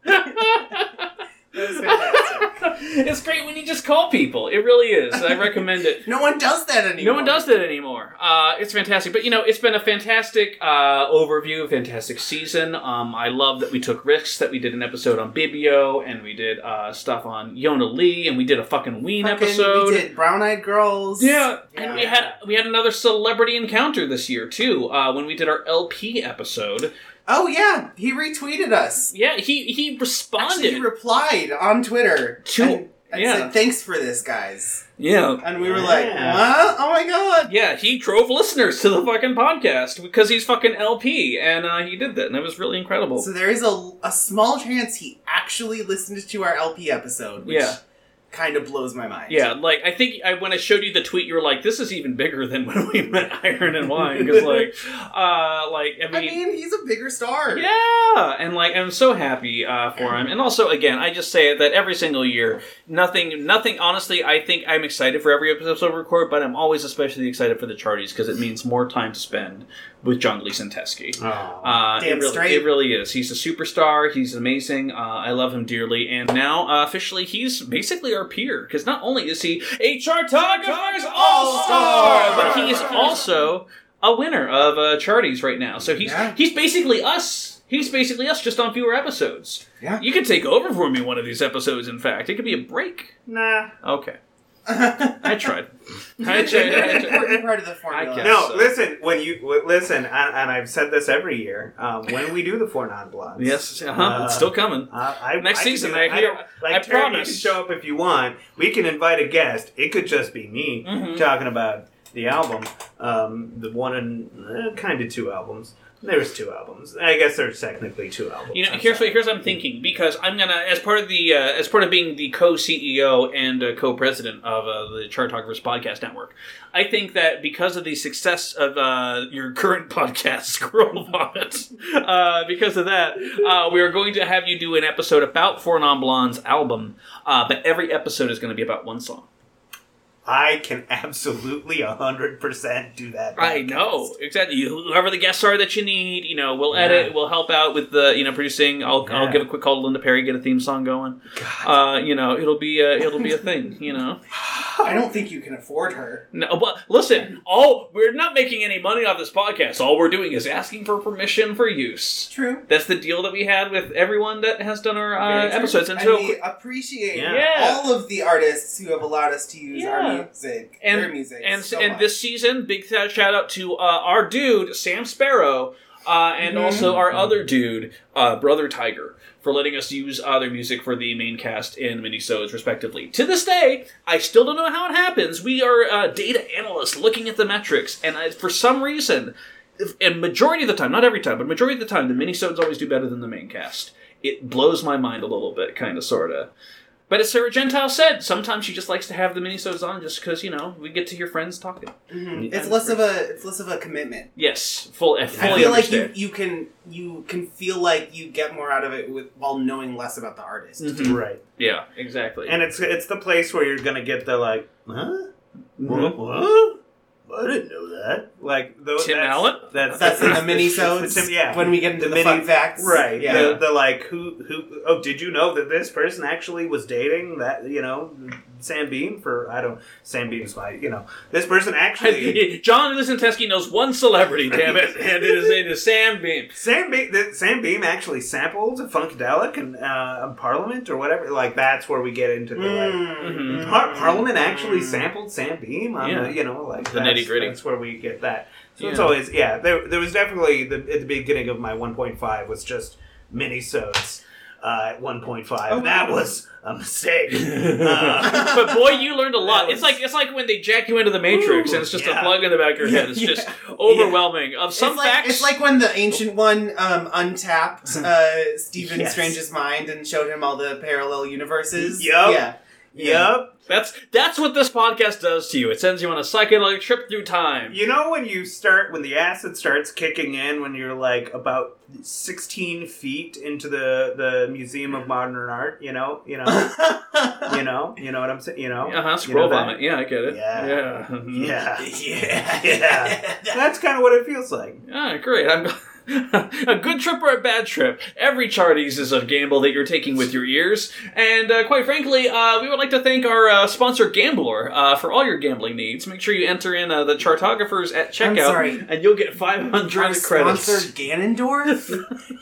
good night.
it's great when you just call people. It really is. I recommend it.
no one does that anymore.
No one does that anymore. Uh, it's fantastic. But you know, it's been a fantastic uh, overview, fantastic season. Um, I love that we took risks. That we did an episode on Bibio, and we did uh, stuff on Yona Lee, and we did a fucking Ween
Fucking-
episode.
We did Brown Eyed Girls.
Yeah, and we had we had another celebrity encounter this year too. Uh, when we did our LP episode.
Oh yeah, he retweeted us.
Yeah, he he responded.
Actually, he replied on Twitter.
To yeah.
said, thanks for this, guys.
Yeah.
And we were like, what? Oh my god.
Yeah, he drove listeners to the fucking podcast because he's fucking LP, and uh, he did that, and it was really incredible.
So there is a, a small chance he actually listened to our LP episode, which
Yeah.
kind of blows my mind.
Yeah, like I think I, when I showed you the tweet, you were like, "This is even bigger than when we met Iron and Wine," because like, uh, like I mean,
I mean, he's a bigger star.
Yeah, and like I'm so happy uh, for him. And also, again, I just say that every single year, nothing, nothing. Honestly, I think I'm excited for every episode we record, but I'm always especially excited for the Charties because it means more time to spend with John Gleason Teskey. uh,
Damn
it really,
straight.
it really is. He's a superstar. He's amazing. Uh, I love him dearly. And now, uh, officially, he's basically our peer because not only is he a Chartographer's All Star, but he is also a winner of uh, Charties right now. So he's he's basically us. He's basically us, just on fewer episodes. Yeah, you could take over for me one of these episodes. In fact, it could be a break.
Nah.
Okay, I tried. I tried. I tried.
Important part of the formula.
No, listen. When you w- listen, and, and I've said this every year. Um, when we do the four non blondes,
Yes, uh-huh, it's still coming.
I,
Next
I can
season,
do
I
it.
hear-
don't- like,
I
Terry, You
promise.
can show up if you want. We can invite a guest. It could just be me
Mhm.
talking about the album, um, the one and uh, kind of two albums. There's two albums. I guess there's technically two albums.
You know, here's what here's what I'm thinking because I'm gonna as part of the uh, as part of being the co CEO and uh, co president of uh, the Chartographers Podcast Network, I think that because of the success of uh, your current podcast, Scroll Vomit, uh, because of that, uh, we are going to have you do an episode about Four Non Blondes album, uh, but every episode is going to be about one song.
I can absolutely 100% do that.
I know exactly. You- Whoever the guests are that you need, you know, we'll edit.
Yeah.
We'll help out with the you know producing. I'll, I'll
Yeah.
give a quick call to Linda Perry, get a theme song going. Uh, you know, it'll be a, it'll be a thing. You know.
I don't think you can afford her.
No, but listen. All we're not making any money off this podcast. All we're doing is asking for permission for use.
True.
That's the deal that we had with everyone that has done our uh,
Very true.
episodes. And
And
so,
we appreciate
Yeah.
all of the artists who have allowed us to use our
Yeah.
music,
and
their music.
and,
so
and
much.
this season, big th- shout out to uh, our dude Sam Sparrow, uh, and
Mhm.
also our other dude, uh, Brother Tiger, for letting us use uh, their music for the main cast and minisodes, respectively. To this day, I still don't know how it happens. We are uh, data analysts looking at the metrics, and I, for some reason, if- and majority of the time, not every time, but majority of the time, the minisodes always do better than the main cast. It blows my mind a little bit, kind of, sort of. But as Sarah Gentile said, sometimes she just likes to have the minisodes on just because, you know, we get to hear friends talking.
Mhm. it's less of a it's less of a commitment.
Yes, full, Mm-hmm. I fully
I feel like
understand.
you, you can you can feel like you get more out of it with while knowing less about the artist.
Mhm.
Right.
Yeah, exactly.
And it's it's the place where you're gonna get the like, huh?
Mhm.
What? what? I didn't know that. Like those
Tim
that's,
Allen?
That's
That's in the
minisodes.
minisodes
yeah.
when we get into the
mini-
fun facts.
Right.
Yeah.
The, the like who who oh did you know that this person actually was dating that you know Sam Beam for I don't Sam Beam's my you know this person actually
John Lisenteski knows one celebrity, damn it, and it is, it is Sam Beam.
Sam Beam, that Sam Beam actually sampled Funkadelic and uh, in Parliament or whatever. Like that's where we get into the like,
Mm.
Mm-hmm. Par- Parliament actually sampled Sam Beam on
Yeah.
the you know like
The
that's-
nitty-gritty.
That's where we get that. So it's
Yeah.
always yeah. There, there was definitely the, at the beginning of my 1.5 was just minisodes. Uh, at 1.5,
Oh,
that
wow.
was a mistake. Uh,
but boy, you learned a lot. It's like it's like when they jack you into the Matrix, and it's just a plug in the back of your head. It's just overwhelming. Of some
it's like,
facts,
It's like when the ancient one um, untapped uh, Stephen
Yes.
Strange's mind and showed him all the parallel universes.
Yup.
Yeah.
Yep.
That's that's what this podcast does to you. It sends you on a psychedelic trip through time.
You know when you start when the acid starts kicking in when you're like about sixteen feet into the the Museum of Modern Art. You know, you know, you know, you know what I'm saying. You know,
Uh huh.
you know
Scroll
that?
vomit. Yeah, I get it. Yeah. Yeah. Mhm.
Yeah, yeah, yeah. That's kind of what it feels like.
Ah, great. I'm. a good trip or a bad trip. Every Charties is a gamble that you're taking with your ears. And uh, quite frankly, uh, we would like to thank our uh, sponsor, Gambler, uh, for all your gambling needs. Make sure you enter in uh, the Chartographers at checkout,
I'm sorry.
and you'll get 500
Our
credits.
sponsor Ganondorf.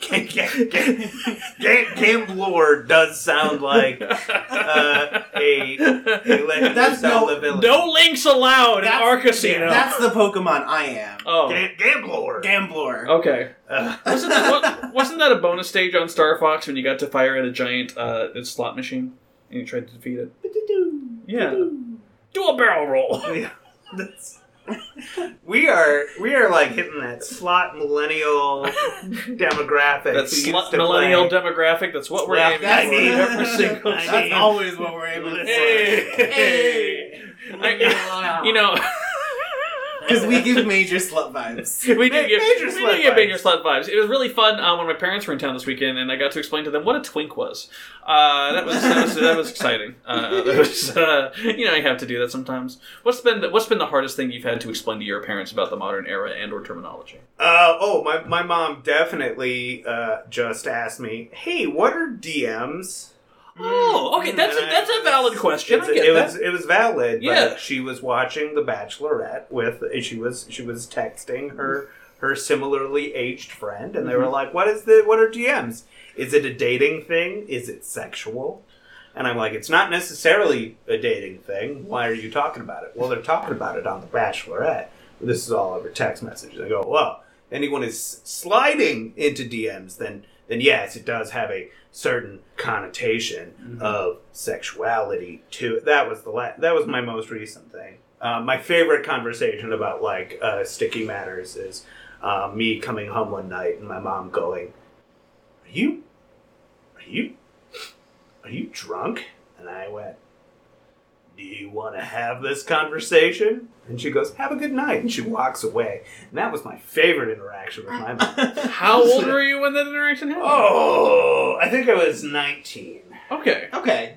Ga- ga- ga- ga- Gamblor does sound like uh, a, a legend
That's
of
no-
Zelda villain.
No links allowed
That's-
in our casino.
That's the Pokemon I am.
Oh.
Gam- Gamblor.
Gamblor.
Okay.
Uh,
wasn't, that, what, wasn't that a bonus stage on Star Fox when you got to fire at a giant uh, slot machine and you tried to defeat it? Yeah. Do a barrel roll.
Yeah. We are we are like hitting that slot millennial demographic.
That
who used
slut
to
millennial
play.
demographic. That's what we're
Well,
aiming
I
for
mean-
every single
I
time.
mean- always what we're aiming for.
Hey, I- you know,
Because we give major slut vibes.
we did get
major
we
slut
did get
vibes.
major slut vibes. It was really fun um, when my parents were in town this weekend, and I got to explain to them what a twink was. Uh, that was that was, that was exciting. Uh, that was, uh, you know, you have to do that sometimes. What's been the, what's been the hardest thing you've had to explain to your parents about the modern era and or terminology?
Uh, oh, my, my mom definitely uh, just asked me, "Hey, what are Mm, DMs?"
Oh, okay, that's a, that's a valid question. I
It's-
get
it
that.
was it was valid.
Yeah.
but she was watching The Bachelorette with she was she was texting her her similarly aged friend, and they were
Mhm.
like, "What is the what are DMs? Is it a dating thing? Is it sexual?" And I'm like, "It's not necessarily a dating thing. Why are you talking about it?" Well, they're talking about it on The Bachelorette. This is all over text messages. I go, "Well, anyone is sliding into DMs, then." Then yes, it does have a certain connotation of sexuality to it. That was the la- that was my most recent thing. Uh, my favorite conversation about like uh, sticky matters is uh, me coming home one night and my mom going, "Are you, are you, are you drunk?" And I went, "Do you want to have this conversation?" And she goes, "Have a good night," and she walks away. And that was my favorite interaction with my mom.
How old were you when that interaction happened?
Oh, I think I was 19.
Okay.
Okay.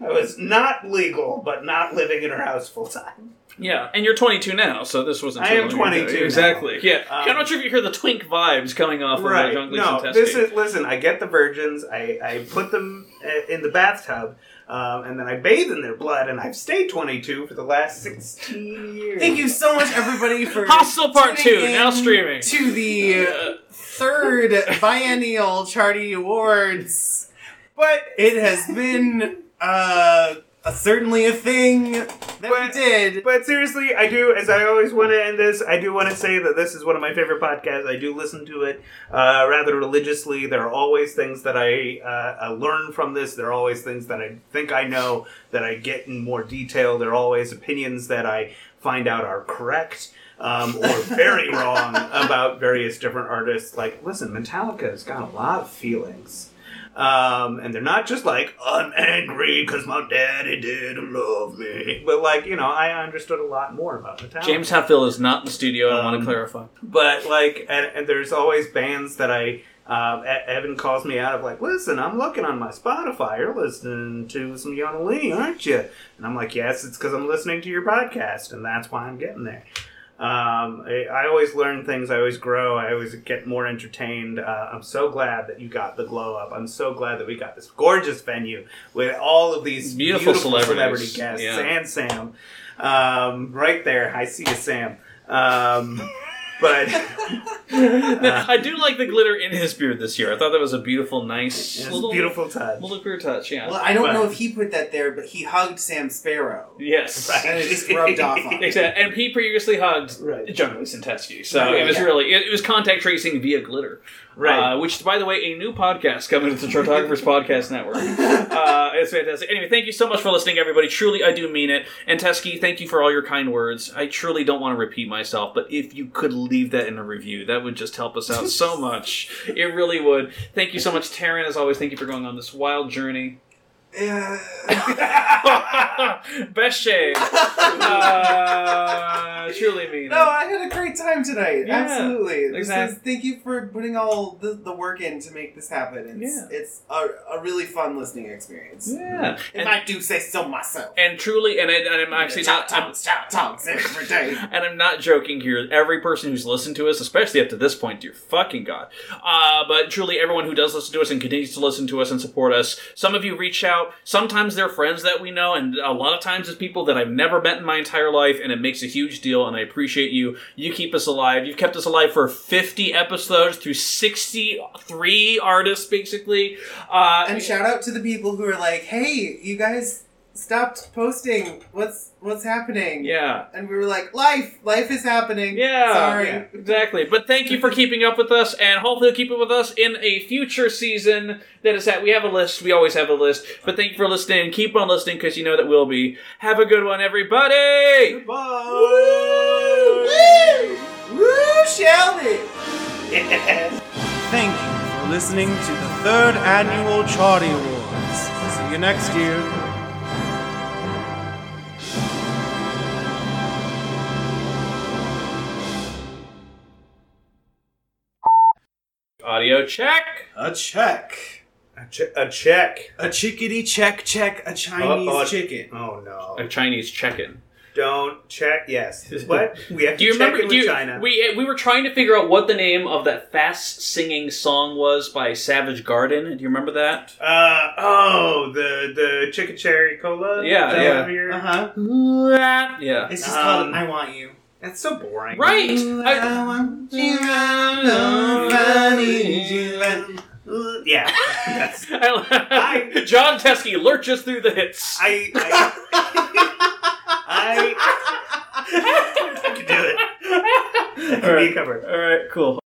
I was not legal, but not living in her house full time.
Yeah, and you're 22 now, so this wasn't.
I
too
am
long ago.
22 now.
Exactly. Yeah,
Um,
I'm not sure if you hear the twink vibes coming off
right.
of John Gleason
No, this is listen. I get the virgins. I, I put them uh, in the bathtub, um, and then I bathe in their blood, and I've stayed 22 for the last 16 years.
Thank you so much, everybody, for
Hostel Part
tuning
Two, now
in
streaming.
to the third biennial Charty Awards. But it has been uh, a certainly a thing that we did.
But seriously, I do, as I always want to end this, I do want to say that this is one of my favorite podcasts. I do listen to it uh, rather religiously. There are always things that I, uh, I learn from this. There are always things that I think I know that I get in more detail. There are always opinions that I find out are correct. Um, or very wrong about various different artists. Like, listen, Metallica's got a lot of feelings. Um, and they're not just like, I'm angry because my daddy didn't love me. But, like, you know, I understood a lot more about Metallica.
James Hatfield is not in the studio. I want to clarify.
But, like, and, and there's always bands that I. Uh, E- Evan calls me out of like, listen, I'm looking on my Spotify. You're listening to some Yana Lee, aren't you? And I'm like, yes, it's because I'm listening to your podcast, and that's why I'm getting there. Um, I, I always learn things. I always grow. I always get more entertained. Uh, I'm so glad that you got the glow up. I'm so glad that we got this gorgeous venue with all of these
Beautiful
beautiful,
celebrities.
celebrity guests
Yeah.
and Sam. Um, right there, I see you, Sam. Um, but
I do like the glitter in his beard this year. I thought that was a beautiful, nice,
Yes,
little,
beautiful
touch.
Little queer touch, yeah.
Well, I don't know if he put that there, but he hugged Sam Sparrow.
Yes,
And it just rubbed off on him.
exactly. And he previously hugged John Lee Santescu, so
Right,
it was
yeah.
really it, it was contact tracing via glitter.
Right.
Uh, which, by the way, a new podcast coming to the Chartographers Podcast Network. Uh, it's fantastic. Anyway, thank you so much for listening, everybody. Truly, I do mean it. And Teskey, thank you for all your kind words. I truly don't want to repeat myself, but if you could leave that in a review, that would just help us out so much. It really would. Thank you so much, Taryn. As always, thank you for going on this wild journey. Best shade. Uh, truly mean.
No,
it.
I had a great time tonight.
Yeah,
Absolutely. This
exact-
is, thank you for putting all the, the work in to make this happen. It's, it's a, a really fun listening experience.
Yeah.
If I do say so myself.
And truly, and, I, and I'm actually not.
Tongues, chop tongues every day.
and I'm not joking here. Every person who's listened to us, especially up to this point, dear fucking god. Uh, but truly, everyone who does listen to us and continues to listen to us and support us. Some of you reach out. Sometimes they're friends that we know, and a lot of times it's people that I've never met in my entire life, and it makes a huge deal. And I appreciate you. You keep us alive. You've kept us alive for 50 episodes through 63 artists, basically. Uh,
and shout out to the people who are like, "Hey, you guys stopped posting. What's what's happening?"
Yeah.
And we were like, "Life, life is happening."
Yeah,
Sorry.
yeah, exactly. But thank you for keeping up with us, and hopefully you'll keep up with us in a future season. That is that we have a list. We always have a list. But thank you for listening. Keep on listening because you know that we'll be. Have a good one, everybody.
Woo! Woo, Shelby!
Thank you for listening to the third annual Charty Awards. See you next year.
Audio check.
A check.
A, che- a check.
A chickadee check check. A Chinese
Uh-oh.
chicken.
Oh no.
A Chinese check-in.
Don't check. Yes. What? We have to
Do you
check
remember?
in
do
with
you-
China.
We we were trying to figure out what the name of that fast singing song was by Savage Garden. Do you remember that?
Uh oh, the the chicken cherry cola.
Yeah,
Is that
yeah.
what you're-
Uh-huh.
Uh-huh. Yeah.
It's just called "I Want You."
That's so boring.
Right.
I, want you. I love. I need you.
Yeah.
I, John Teskey lurches through the hits.
I. I, I, I can do it.
All right. All right. Cool.